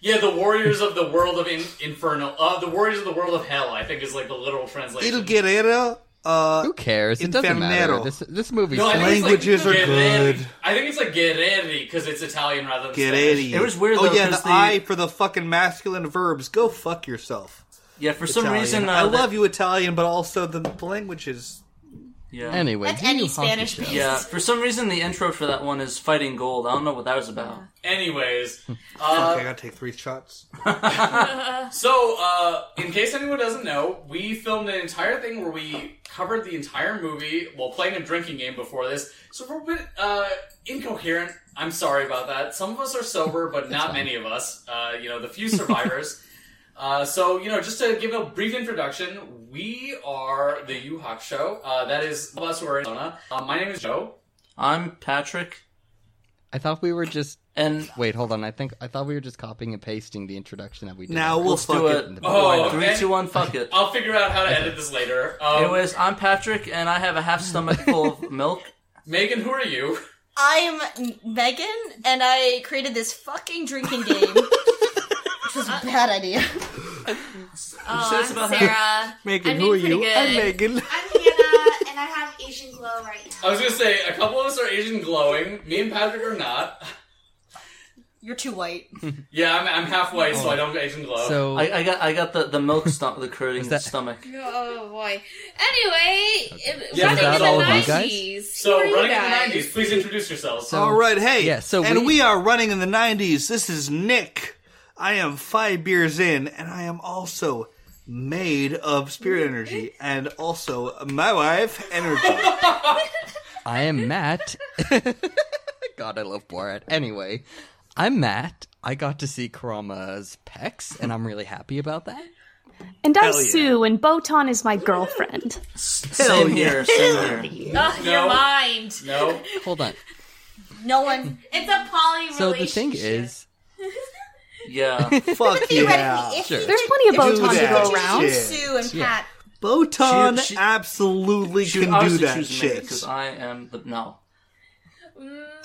Yeah, the warriors of the world of in- inferno. Uh, the warriors of the world of hell. I think is like the literal translation.
Il Guerrero. Uh,
Who cares? It doesn't matter.
Infernero.
This this movie.
No, I think
Languages
it's like
are
Guerreri.
good.
I think it's like Guerreri because it's Italian rather than Spanish.
Guerreri.
It was weird,
Oh
though,
yeah, the,
'cause the-
I for the fucking masculine verbs. Go fuck yourself.
Yeah, for some
Italian.
reason, uh,
I
that-
love you, Italian, but also the, the language is
Yeah.
anyway,
That's
Yu Yu
any
Hakusho.
Spanish piece.
Yeah, for some reason the intro for that one is fighting gold. I don't know what that was about.
Anyways,
Uh,
okay. I gotta take three shots.
so uh, in case anyone doesn't know, we filmed an entire thing where we covered the entire movie while playing a drinking game before this. So we're a bit uh, incoherent. I'm sorry about that. Some of us are sober, but not many of us. Uh, you know, the few survivors. Uh, so, you know, just to give a brief introduction, we are the Yu Hawk Show. Uh, that is all of us who are in Arizona. Uh, my name is Joe.
I'm Patrick,
I thought we were just.
and
Wait, hold on. I think I thought we were just copying and pasting the introduction that we did.
Now we'll
let's
fuck
do
it.
it.
Oh,
Three,
okay.
two, one, fuck it.
I'll figure out how to edit this later.
Oh.
Um,
Anyways, I'm Patrick, and I have a half stomach full of milk.
Megan, who are you?
I'm Megan, and I created this fucking drinking game. Which was a bad idea.
Oh,
said it's
I'm
about her.
Sarah.
Megan,
I'm
who are
doing
you?
pretty
I'm
good.
Megan.
I'm Hannah, and I have Asian glow right now.
I was gonna say a couple of us are Asian glowing. Me and Patrick are not.
You're too white.
Yeah, I'm, I'm half white, so I don't Asian glow.
So
I, I got, I got the, the milk stomach, the curdling
Was that-
stomach.
Oh boy. Anyway, it-
Yeah,
running
that's
in the
all of you guys?
90s.
So
Who are you
running
guys?
in the '90s, please introduce yourselves.
So-
All right, hey.
Yeah, so
and
we-
we... are running in the 90s. This is Nick. I am five beers in, and I am also made of spirit energy and also my wife energy.
I am Matt. God, I love Borat. Anyway, I'm Matt. I got to see Karama's pecs, and I'm really happy about that.
And I'm
Hell yeah.
Sue, and Botan is my girlfriend.
Same here, same here.
Ugh,
No.
your mind.
No,
Hold on.
No one
It's a poly
So the thing
relationship.
is,
Yeah.
Fuck yeah.
theoretically, if
Sure.
you
There's plenty of
Do
Botan to
that
go around.
shit.
Sue and
Yeah.
Pat,
Botan
She- she-
absolutely
She
can do
obviously
that
chooses me
shit.
because I am the no.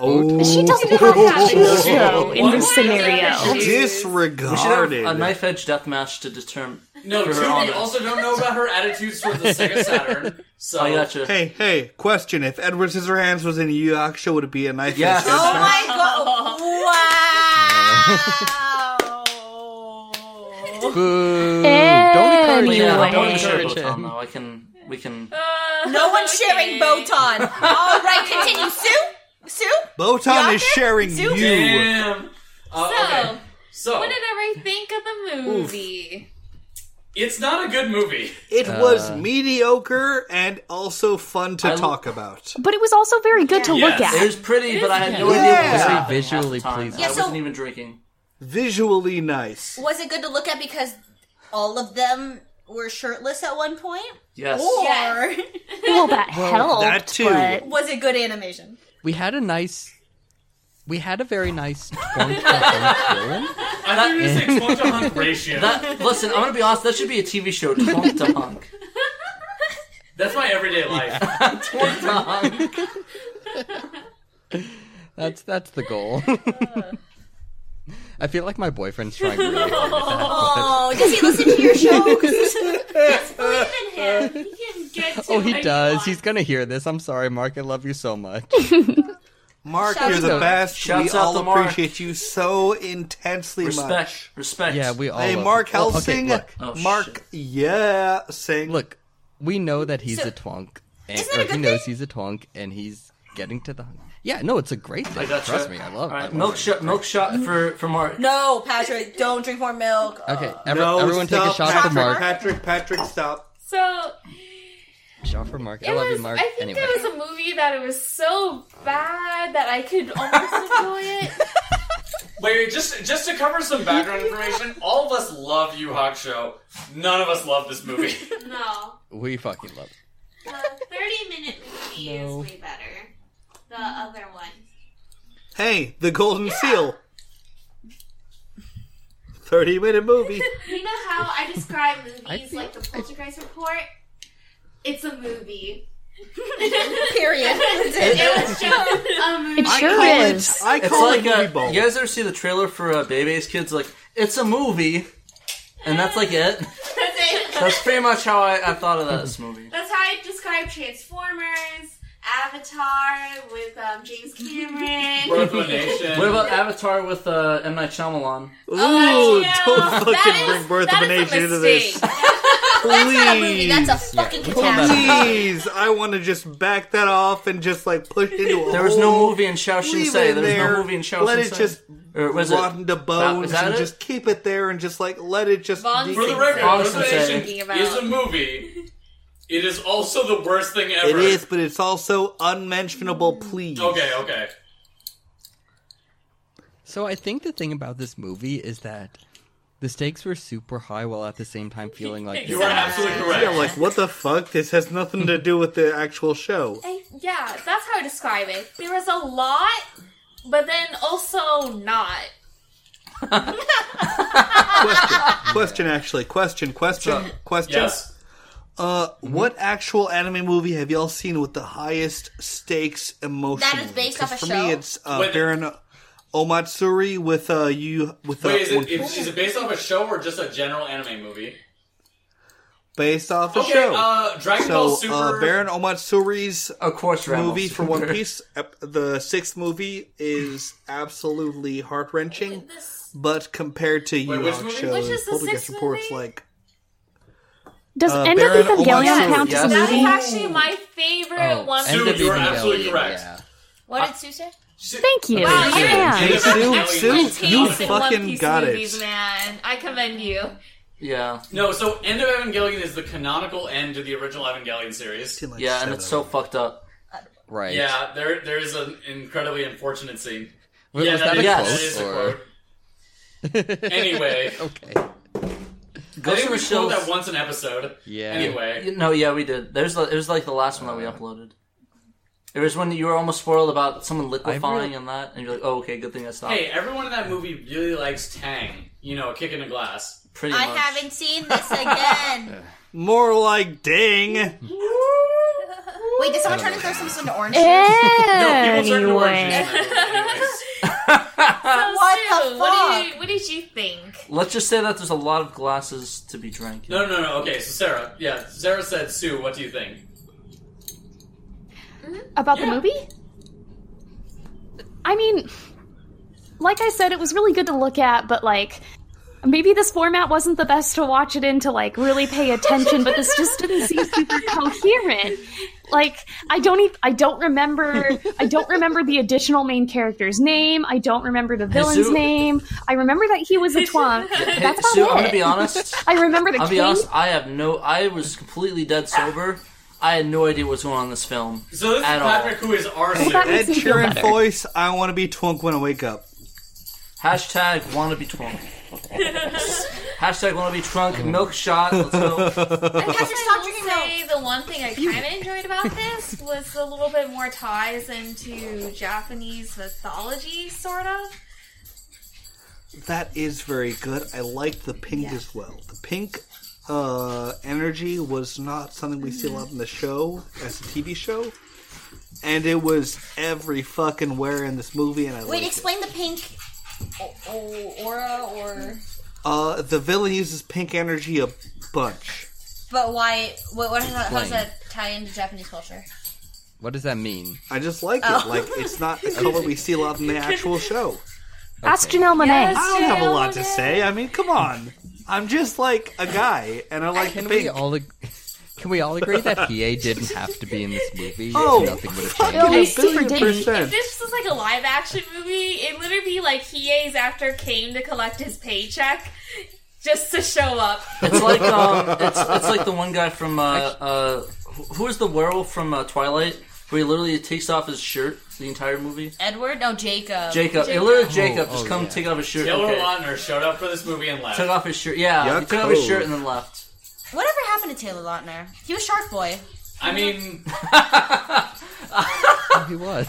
Oh,
She doesn't have that choice, though, in this
What?
scenario.
We should have
disregarded.
a knife edge deathmatch to determine.
no.
For her
Tootie,
honor.
also don't know about her attitudes towards the Sega Saturn.
Oh,
So
I gotcha.
Oh, Hey, hey, question. If Edward Scissorhands was in a Yu Yu show, would it be a knife?
Yes.
edge?
Oh my god! Wow!
boo! Don't encourage
Yeah,
him.
I don't
Don't
Anyway.
share
encourage
Botan
him.
though. I can, we can.
no one's
Okay.
sharing Botan. All right, continue, Sue. Sue.
Botan is
Yaka?
sharing
Zoom.
you.
Damn. Uh,
So,
okay. So
what did everybody think of the movie?
it's not a good movie.
It
Uh,
was mediocre and also fun to
I-
talk about.
But it was also very good to look
Yes.
It
at.
was pretty, but I had no
Yeah.
idea what
Very
was happening.
visually
half the time.
pleasing.
Yeah,
I
so-
wasn't even drinking.
Visually nice.
Was it good to look at because all of them were shirtless at one point?
Yes.
Or
Yes.
Well, that helped.
that too.
But
was it good animation?
We had a nice. We had a very nice torn film.
I thought you were gonna say Sponge Hunt ratio.
That, Uh, listen, I'm gonna be honest. That should be a TV show. Twonk to hunk.
That's my everyday life.
Twonk to hunk.
That's that's the goal. I feel like my boyfriend's trying really hard.
Oh, does he listen to your show?
Believe in him. too.
Oh, he
I-
does. He's gonna hear this. I'm sorry, Mark. I love you so much.
Mark,
Shouts
you're the
out-
best.
shouts
we
out
all
to Mark.
appreciate you so intensely much.
Respect, Oh, respect.
Yeah, we all.
Hey,
love
Mark
him. Well, okay,
Helsing.
look.
Mark, yeah, sing.
Look, we know that he's
So-
a twonk, and
Isn't that
or
a good
he knows he's a twonk, and he's getting to the. Yeah, no, it's a great thing.
I got
Trust me, I love. I
Alright,
love
milk
it.
shot, milk shot for for Mark.
Oh,
No, Patrick, don't drink more milk.
Okay, every,
No,
everyone take a
stop,
shot for
Patrick,
Mark.
Patrick, Patrick, stop.
So
Shot for Mark. I
It
love
was,
you, Mark.
I think
anyway.
there was a movie that it was so bad that I could almost enjoy it.
Wait, just just to cover some background information, all of us love Yu Hawk Show. None of us love this movie.
No,
We fucking love.
the thirty-minute movie
No.
is way better. The other one.
Hey, the Golden Seal. 30 minute movie.
You know how I describe movies
I feel-
like the Poltergeist Report? It's a movie.
Period.
it was just a movie.
I
it's
call
like
it
a,
movie bowl.
You guys ever see the trailer for uh, Baby's Kids? Like, it's a movie, and that's like it. That's pretty much how I, I thought of that this movie.
That's how I describe Transformers, Avatar with um, James Cameron.
what about Avatar with uh, M Night Shyamalan?
Ooh,
Oh, yeah.
don't fucking
That
bring Birth of an Nation into this.
That's not a movie. That's a
Please.
fucking
Yeah.
catastrophe.
Please, I want to just back that off and just like push into a
There was
whole-
no movie in Shaoxing
Oh, leave
Say.
it
There was
there.
no movie in Shaoxing
Let it
Say.
just
Or was it-
rotten to
that-
bones
is that
and
it?
just keep it there and just like let it just
Von
decay.
For the record,
Awesome
Birth of a
setting.
Nation is a movie. It is also the worst thing
It
ever.
is, but it's also unmentionable. Please,
Okay, okay.
So I think the thing about this movie is that the stakes were super high, while at the same time feeling like
You are absolutely correct.
Yeah, like what the fuck? This has nothing to do with the actual show.
I- yeah, that's how I describe it. There was a lot, but then also not.
Question, actually, question, question, question.
Yes.
Uh, what actual anime movie have y'all seen with the highest stakes emotionally?
based
'Cause
off a
for
show?
me, it's uh,
Wait.
Baron Omatsuri with uh, you with
Wait, is
uh,
it, is, is it based off a show or just a general anime movie?
based off a
Okay,
show.
uh, Dragon
so,
Ball
Uh,
Super-
Baron Omatsuri's uh,
of course, Dragon Ball
movie for One
Super.
Piece, ep- the sixth movie, is absolutely heart wrenching. But compared to Yu
which
Hawk
movie?
Show,
Which
and
is the
Poltergeist
sixth
reports like
Does
Uh,
End
Baron
of Evangelion
Omatsuri.
count as a
That
movie?
is actually my favorite
Oh,
one.
End of
you are
Evangelion,
absolutely correct.
yeah.
What did Sue say?
Thank you.
Wow, you're
Yeah.
Hey, Sue, Sue,
Taste
you
in One
fucking
Piece
got
movies,
it.
man. I commend you.
Yeah,
No, so End of Evangelion is the canonical end to the original Evangelion series.
yeah, and it's so fucked up.
Right.
Yeah, there there is an incredibly unfortunate scene.
Wa-
yeah,
was that, a
is, that is
quote?
a
Or...
quote. Anyway,
okay.
I
Ghost
think
in
we
the
showed
Shell.
that once an episode.
Yeah.
Anyway,
No, yeah, we did. There's the, it was like the last one that we
Uh,
uploaded. It was when you were almost spoiled about someone liquefying and that, and you're like, oh, okay, good thing I stopped.
hey, everyone in that movie really likes Tang. You know, a kick in the glass.
Pretty
I
much.
haven't seen this again.
More like dang.
Wait, did someone try to throw something into orange?
Anyway,
So,
What
Sue,
the
what, do you, what did you think?
Let's just say that there's a lot of glasses to be drank.
No, no, no. Okay, so Sarah, yeah, Sarah said, Sue, what do you think?
about the movie? I mean, like I said, it was really good to look at, but like. Maybe this format wasn't the best to watch it in to like really pay attention, but this just didn't seem super coherent. Like I don't even I don't remember I don't remember the additional main character's name. I don't remember the villain's
Sue-
name. I remember that he was a twonk.
Hey,
That's about
Sue,
it.
I'm gonna be honest.
I remember the
I'll be
king.
honest. I have no. I was completely dead sober. I had no idea what's going on in this film.
So this
at
is
all.
Patrick, who is our Sue.
that
Ed
makes me feel
Sheeran
better.
voice. I want to be twunk when I wake up.
Hashtag wannabe twunk. Hashtag wannabe trunk. Milk shot. Let's go.
Patrick, stop drinking
I
milk.
will say the one thing I kind of enjoyed about this was a little bit more ties into Japanese mythology, sort of.
That is very good. I like the pink as well. The pink uh, energy was not something we see a lot in the show as a TV show, and it was every fucking where in this movie. And I
Wait,
like it.
explain the pink o- o- aura or
Uh, the villain uses pink energy a bunch.
But why? What? what how does
Explain.
that tie into Japanese culture?
What does that mean?
I just like it.
Oh.
Like it's not a color we see a lot in the actual show.
Ask Janelle Monae.
I don't have a lot to say. I mean, come on. I'm just like a guy, and I like
Can
pink.
we all ag- can we all agree that Hiei didn't have to be in this movie?
Oh,
nothing would have
fucking
changed.
a billion
If
percent.
this was like a live action movie, it literally be like Hiei's after came to collect his paycheck just to show up.
It's like um, it's it's like the one guy from uh, uh, wh- who is the werewolf from uh, Twilight, where he literally takes off his shirt the entire movie.
Edward? No, Jacob.
Jacob, it literally Jacob just come take off his shirt.
Taylor
okay.
Lautner showed up for this movie and left.
Took off his shirt. Yeah, he took off his shirt and then left.
Whatever happened to Taylor Lautner? He was Shark Boy.
I mean,
he was.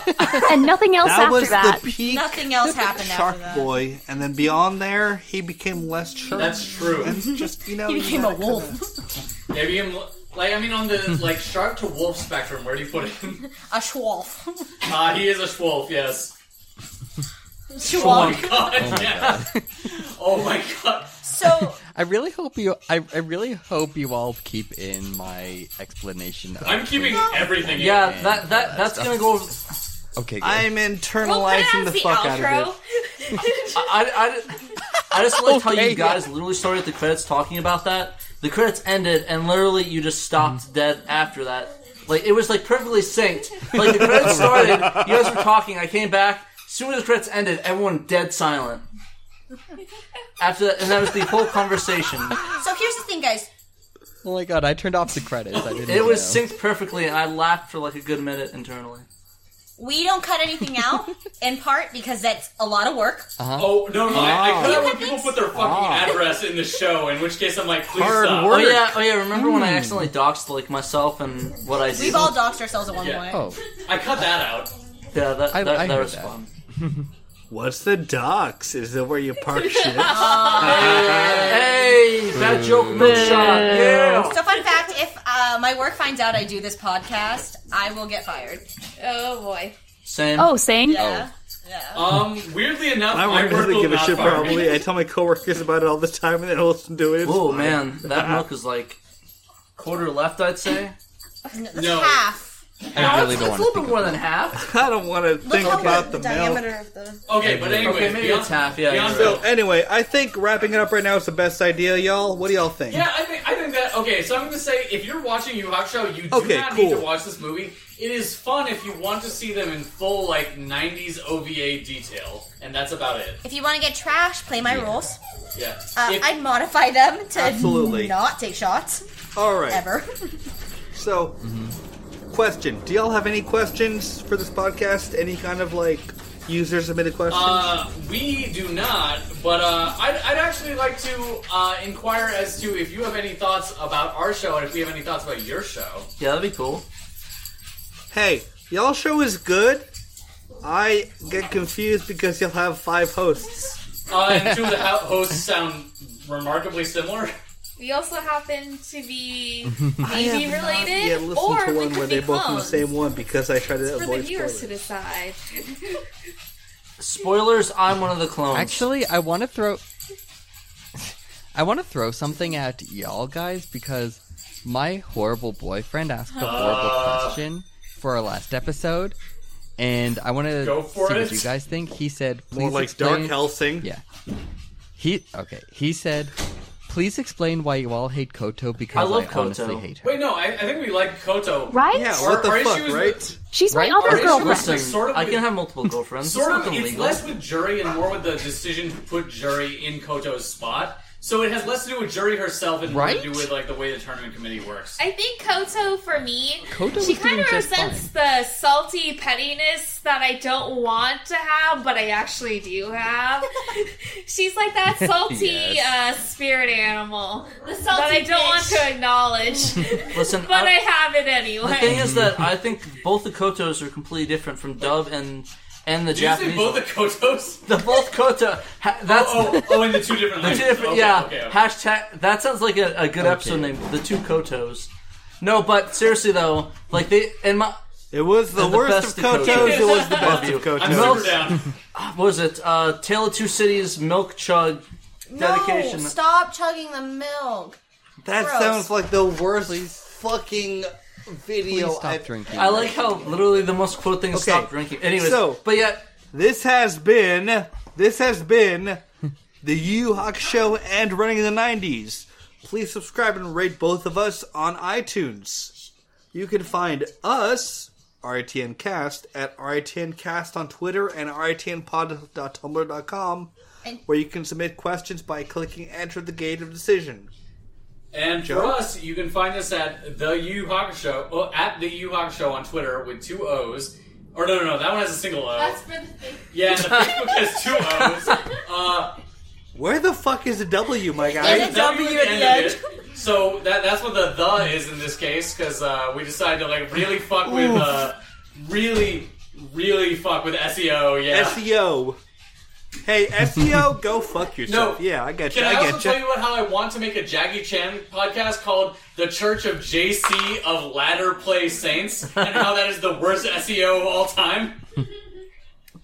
and nothing else
That
after
was the
that.
peak
Nothing else happened
Shark
after that.
boy, and then beyond there, he became less shark.
That's true.
And just you know,
He
you
became
gotta
a wolf.
maybe him. Like I mean, on the like shark to wolf spectrum, where do you put him?
A schwolf.
Ah, he is a schwolf. Yes.
Schwolf.
Oh my god. yes. Oh my god.
So
I really hope you. I, I really hope you all keep in my explanation. Of
I'm keeping everything. in.
Yeah, that that that's gonna go. over-
Okay, good.
I'm internalizing the fuck out of it.
I, I, I just liked how
Okay,
you guys literally started the credits talking about that. The credits ended, and literally you just stopped
Mm.
dead after that. Like it was like perfectly synced. Like the credits started, you guys were talking. I came back. As soon as the credits ended, everyone dead silent. After that, and that was the whole conversation.
So here's the thing, guys.
oh my god, I turned off the credits. I didn't.
It was
know.
synced perfectly, and I laughed for like a good minute internally.
We don't cut anything out, in part because that's a lot of work.
Oh no no! I, I
Ah.
cut out when people put their fucking address in the show, in which case I'm like, please
Hard
stop.
work.
Oh yeah, oh yeah. Remember when
Hmm.
I accidentally doxed like myself and what I did?
We've all doxed ourselves at one
Yeah.
point.
Oh,
I cut that out.
yeah, that,
I-
that,
I
that
heard
was
that.
fun.
What's the docks? Is it where you park shit?
Hey, bad joke, milk shot. Yeah.
So fun fact: if uh, my work finds out I do this podcast, I will get fired.
Oh boy.
Same.
Oh, same.
Yeah. Yeah.
Um, weirdly enough,
My
my
wife
work
doesn't
will
give a
not
shit.
fire me.
Probably, I tell my coworkers about it all the time, and they don't listen to it. It's
Oh
fine.
man, that milk is like quarter left, I'd say.
No.
Half.
I really
it's
don't want
a little
to
bit
think
more
about
than half.
I don't want to think about the, milk.
of the.
Okay, but anyway,
Okay, maybe
beyond,
it's half, yeah,
beyond
you're
So anyway, I think wrapping it up right now is the best idea, y'all. What do y'all think?
Yeah, I think I think that okay. So I'm going to say, if you're watching Yu Hawk Show, you do
Okay,
not
cool.
need to watch this movie. It is fun if you want to see them in full like '90s OVA detail, and that's about it.
If you want to get trash, play my rules.
Yeah.
Uh,
If-
I'd modify them to
Absolutely.
not take shots
All right.
ever.
So, question: Do y'all have any questions for this podcast? Any kind of like user submitted questions?
Uh, we do not, but uh, I'd, I'd actually like to uh, inquire as to if you have any thoughts about our show and if we have any thoughts about your show.
Yeah, that'd be cool.
hey, y'all show is good. I get confused because you'll have five hosts.
Uh, and two of the ho- hosts sound remarkably similar.
We also happen to be maybe
Yeah,
related,
listen
or
to
we
one
could
where
be
they both in the
clones.
same one because I try to
for the
avoid
viewers to
spoilers.
decide.
Spoilers, I'm one of the clones.
Actually, I want to throw. I want to throw something at y'all guys because my horrible boyfriend asked a horrible
Ah.
question for our last episode, and I want to
Go for
see
it.
what you guys think. He said, "Please
More like Dark
explain."
Helsing.
Yeah. He okay. He said, "Please explain why you all hate Koto
I
because I,
love Koto.
honestly hate her."
Wait, no, I, I think we like Koto.
Right?
Yeah,
Our-
what the
our
fuck,
issues
right?
She's my
Right?
other
Alright,
girlfriend.
Listen,
Sort of
I can
with-
have multiple girlfriends.
Sort
it's
of,
not
it's
illegal.
less with Jury and more with the decision to put Jury in Koto's spot. So it has less to do with Jury herself and more
Right?
to do with like the way the tournament committee works.
I think Koto for me,
Koto
she
was doing
kind of
just
resents the salty pettiness that I don't want to have, but I actually do have. She's like that salty
Yes.
uh, spirit animal that
salty
I don't want
bitch.
to acknowledge,
Listen,
but I
I-
have it
the thing
anyway.
is that I think both the Kotos are completely different from Dub and and the
Did you say
Japanese.
both the Kotos?
the both Koto. Ha, that's
Oh, oh, in the two different
The
languages.
two different,
Okay,
yeah.
okay, okay.
Hashtag. That sounds like a, a good episode name. The two Kotos. No, but seriously though, like they and my
It was the,
They're the
worst
best
of
of
Kotos.
Kotos.
It was the
Love
best
you.
of Kotos.
I'm
Milk-
super down.
what was it? Uh, Tale of Two Cities, Milk Chug,
No, Oh,
dedication.
stop chugging the milk.
That
Gross.
sounds like the worst fucking video.
Please stop
I've-
drinking. I like how literally the most quote thing is
Okay.
stop drinking. Anyways,
so
but yet
this has been this has been the Yu Hawk Show and Running in the Nineties. Please subscribe and rate both of us on iTunes. You can find us RITN Cast at RITN Cast on Twitter and RITNpod.tumblr.com,
And-
where you can submit questions by clicking "Enter the Gate of Decision."
And
Joe?
for us, you can find us at the U Hawk Show, well, at the U Hawk Show on Twitter with two O's. Or no, no, no, that one has a single O.
That's for the thing.
yeah, and the Facebook has two O's. Uh,
Where the fuck is the W, my guy?
there's a W at the end. of it. So that, that's what the the is in this case, because uh, we decided to like really fuck with,
Oof.
uh, really, really fuck with SEO. Yeah.
E SEO. Hey, SEO, go fuck yourself. yeah, I got you.
Can
I,
I, also
got
tell
you.
you about how I want to make a Jackie Chan podcast called "The Church of JC of Latter Play Saints" and how that is the worst SEO of all time?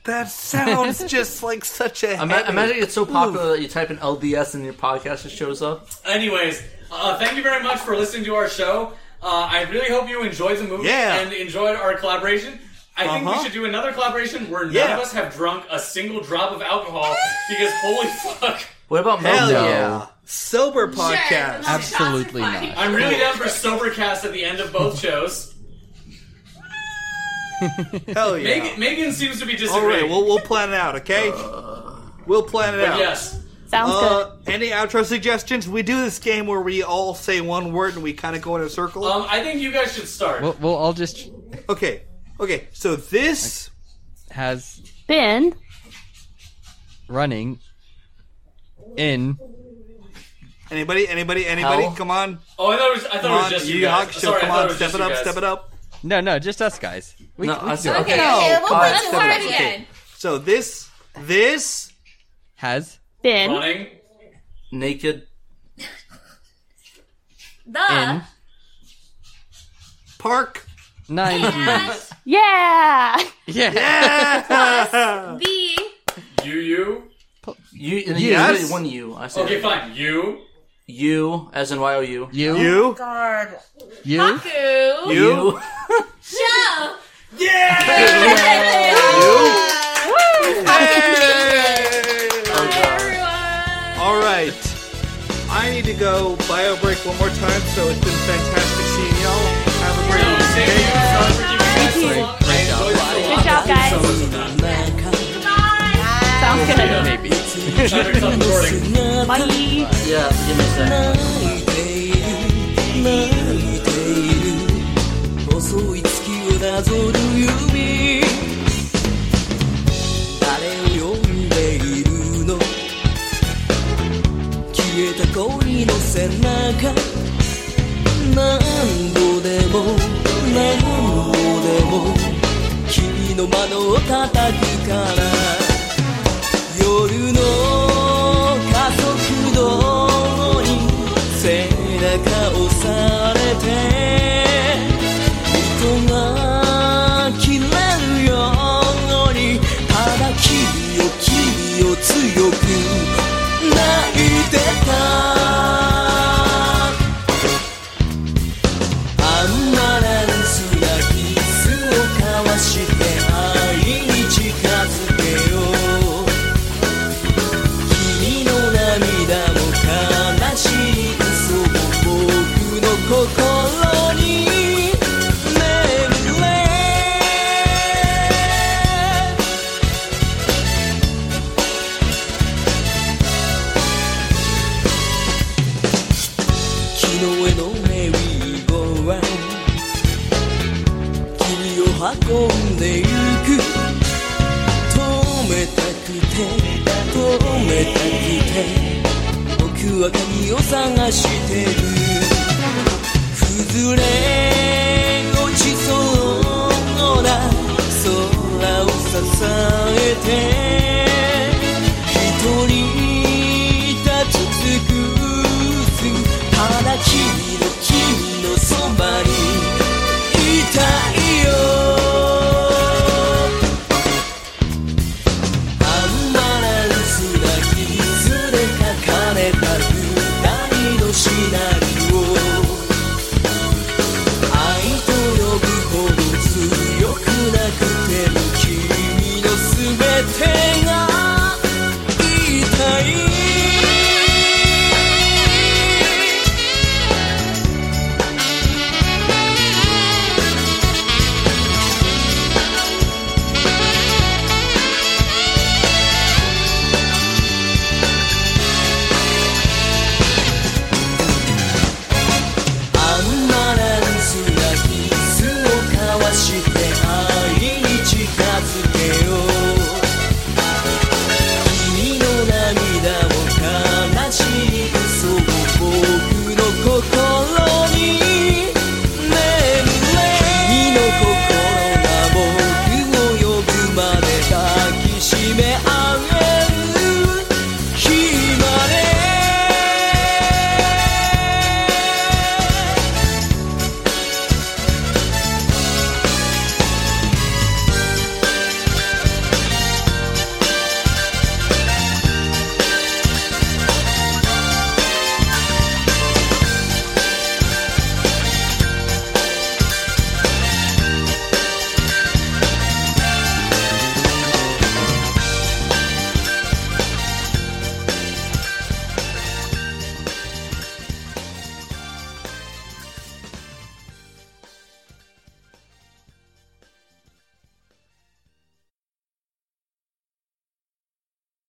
That sounds just like such a.
Ima-
headache.
imagine it's so popular that you type in LDS and your podcast just shows up.
Anyways, uh, thank you very much for listening to our show. Uh, I really hope you enjoyed the movie
Yeah.
and enjoyed our collaboration. I think we
Uh-huh.
should do another collaboration where none
Yeah.
of us have drunk a single drop of alcohol because holy fuck.
What about
Hell
Mel?
yeah. Sober podcast.
Absolutely not.
I'm really down for Sobercast at the end of both shows.
Hell yeah.
Megan, Megan seems to be disagreeing.
All right, we'll, we'll plan it out, okay? we'll plan it
Uh, but
out.
yes.
Sounds
Uh, Any outro suggestions? We do this game where we all say one word and we kind of go in a circle.
Um, I think you guys should start.
We'll, we'll all just
okay, okay. So this
has
Ben,
running in.
anybody, anybody, anybody?
Hell.
Come on.
Oh, I thought it was, I thought
Come
it was
on,
just
Yu
you guys.
Hawk Show,
Sorry,
come
I thought
on,
it was
step
just
it
you
up,
guys.
step it up.
No, no, just us guys. We,
No,
we
us-
do it.
okay, No, okay, we'll
come
play
on,
the
step it up,
party
okay.
again.
So this, this
has
Ben,
running
naked
Uh,
in
park.
nineties.
yeah,
Yeah.
Yeah.
The
you you
You, and
You.
you, there's
Yes.
really one you. I say
okay fine you
you as in Y O U.
You.
You,
God.
You.
Haku
you,
Show.
you.
Everyone.
Um, All right. I need to go bio break one more time, so it's been fantastic seeing y'all. Have a great
Same to you, sorry for keeping you guys so
Thank you.
long. I enjoyed it so
good job, guys. Sounds good.
Maybe.
much. I'm recording.
Bye.
Yeah, you missed that.
細い月をなぞる指誰を呼んでいるの消えた恋の背中何度でも何度でも君の窓を叩くから夜の加速度に背中押されて糸が切れるようにただ君を君を強く泣いてたアンバランスなキスを交わして愛に近づけよう君の涙も悲しい嘘も僕の心に眠れ昨日へのメリーゴーラウンド君を運んでゆく止めたくて止めたくて僕は鍵を探してる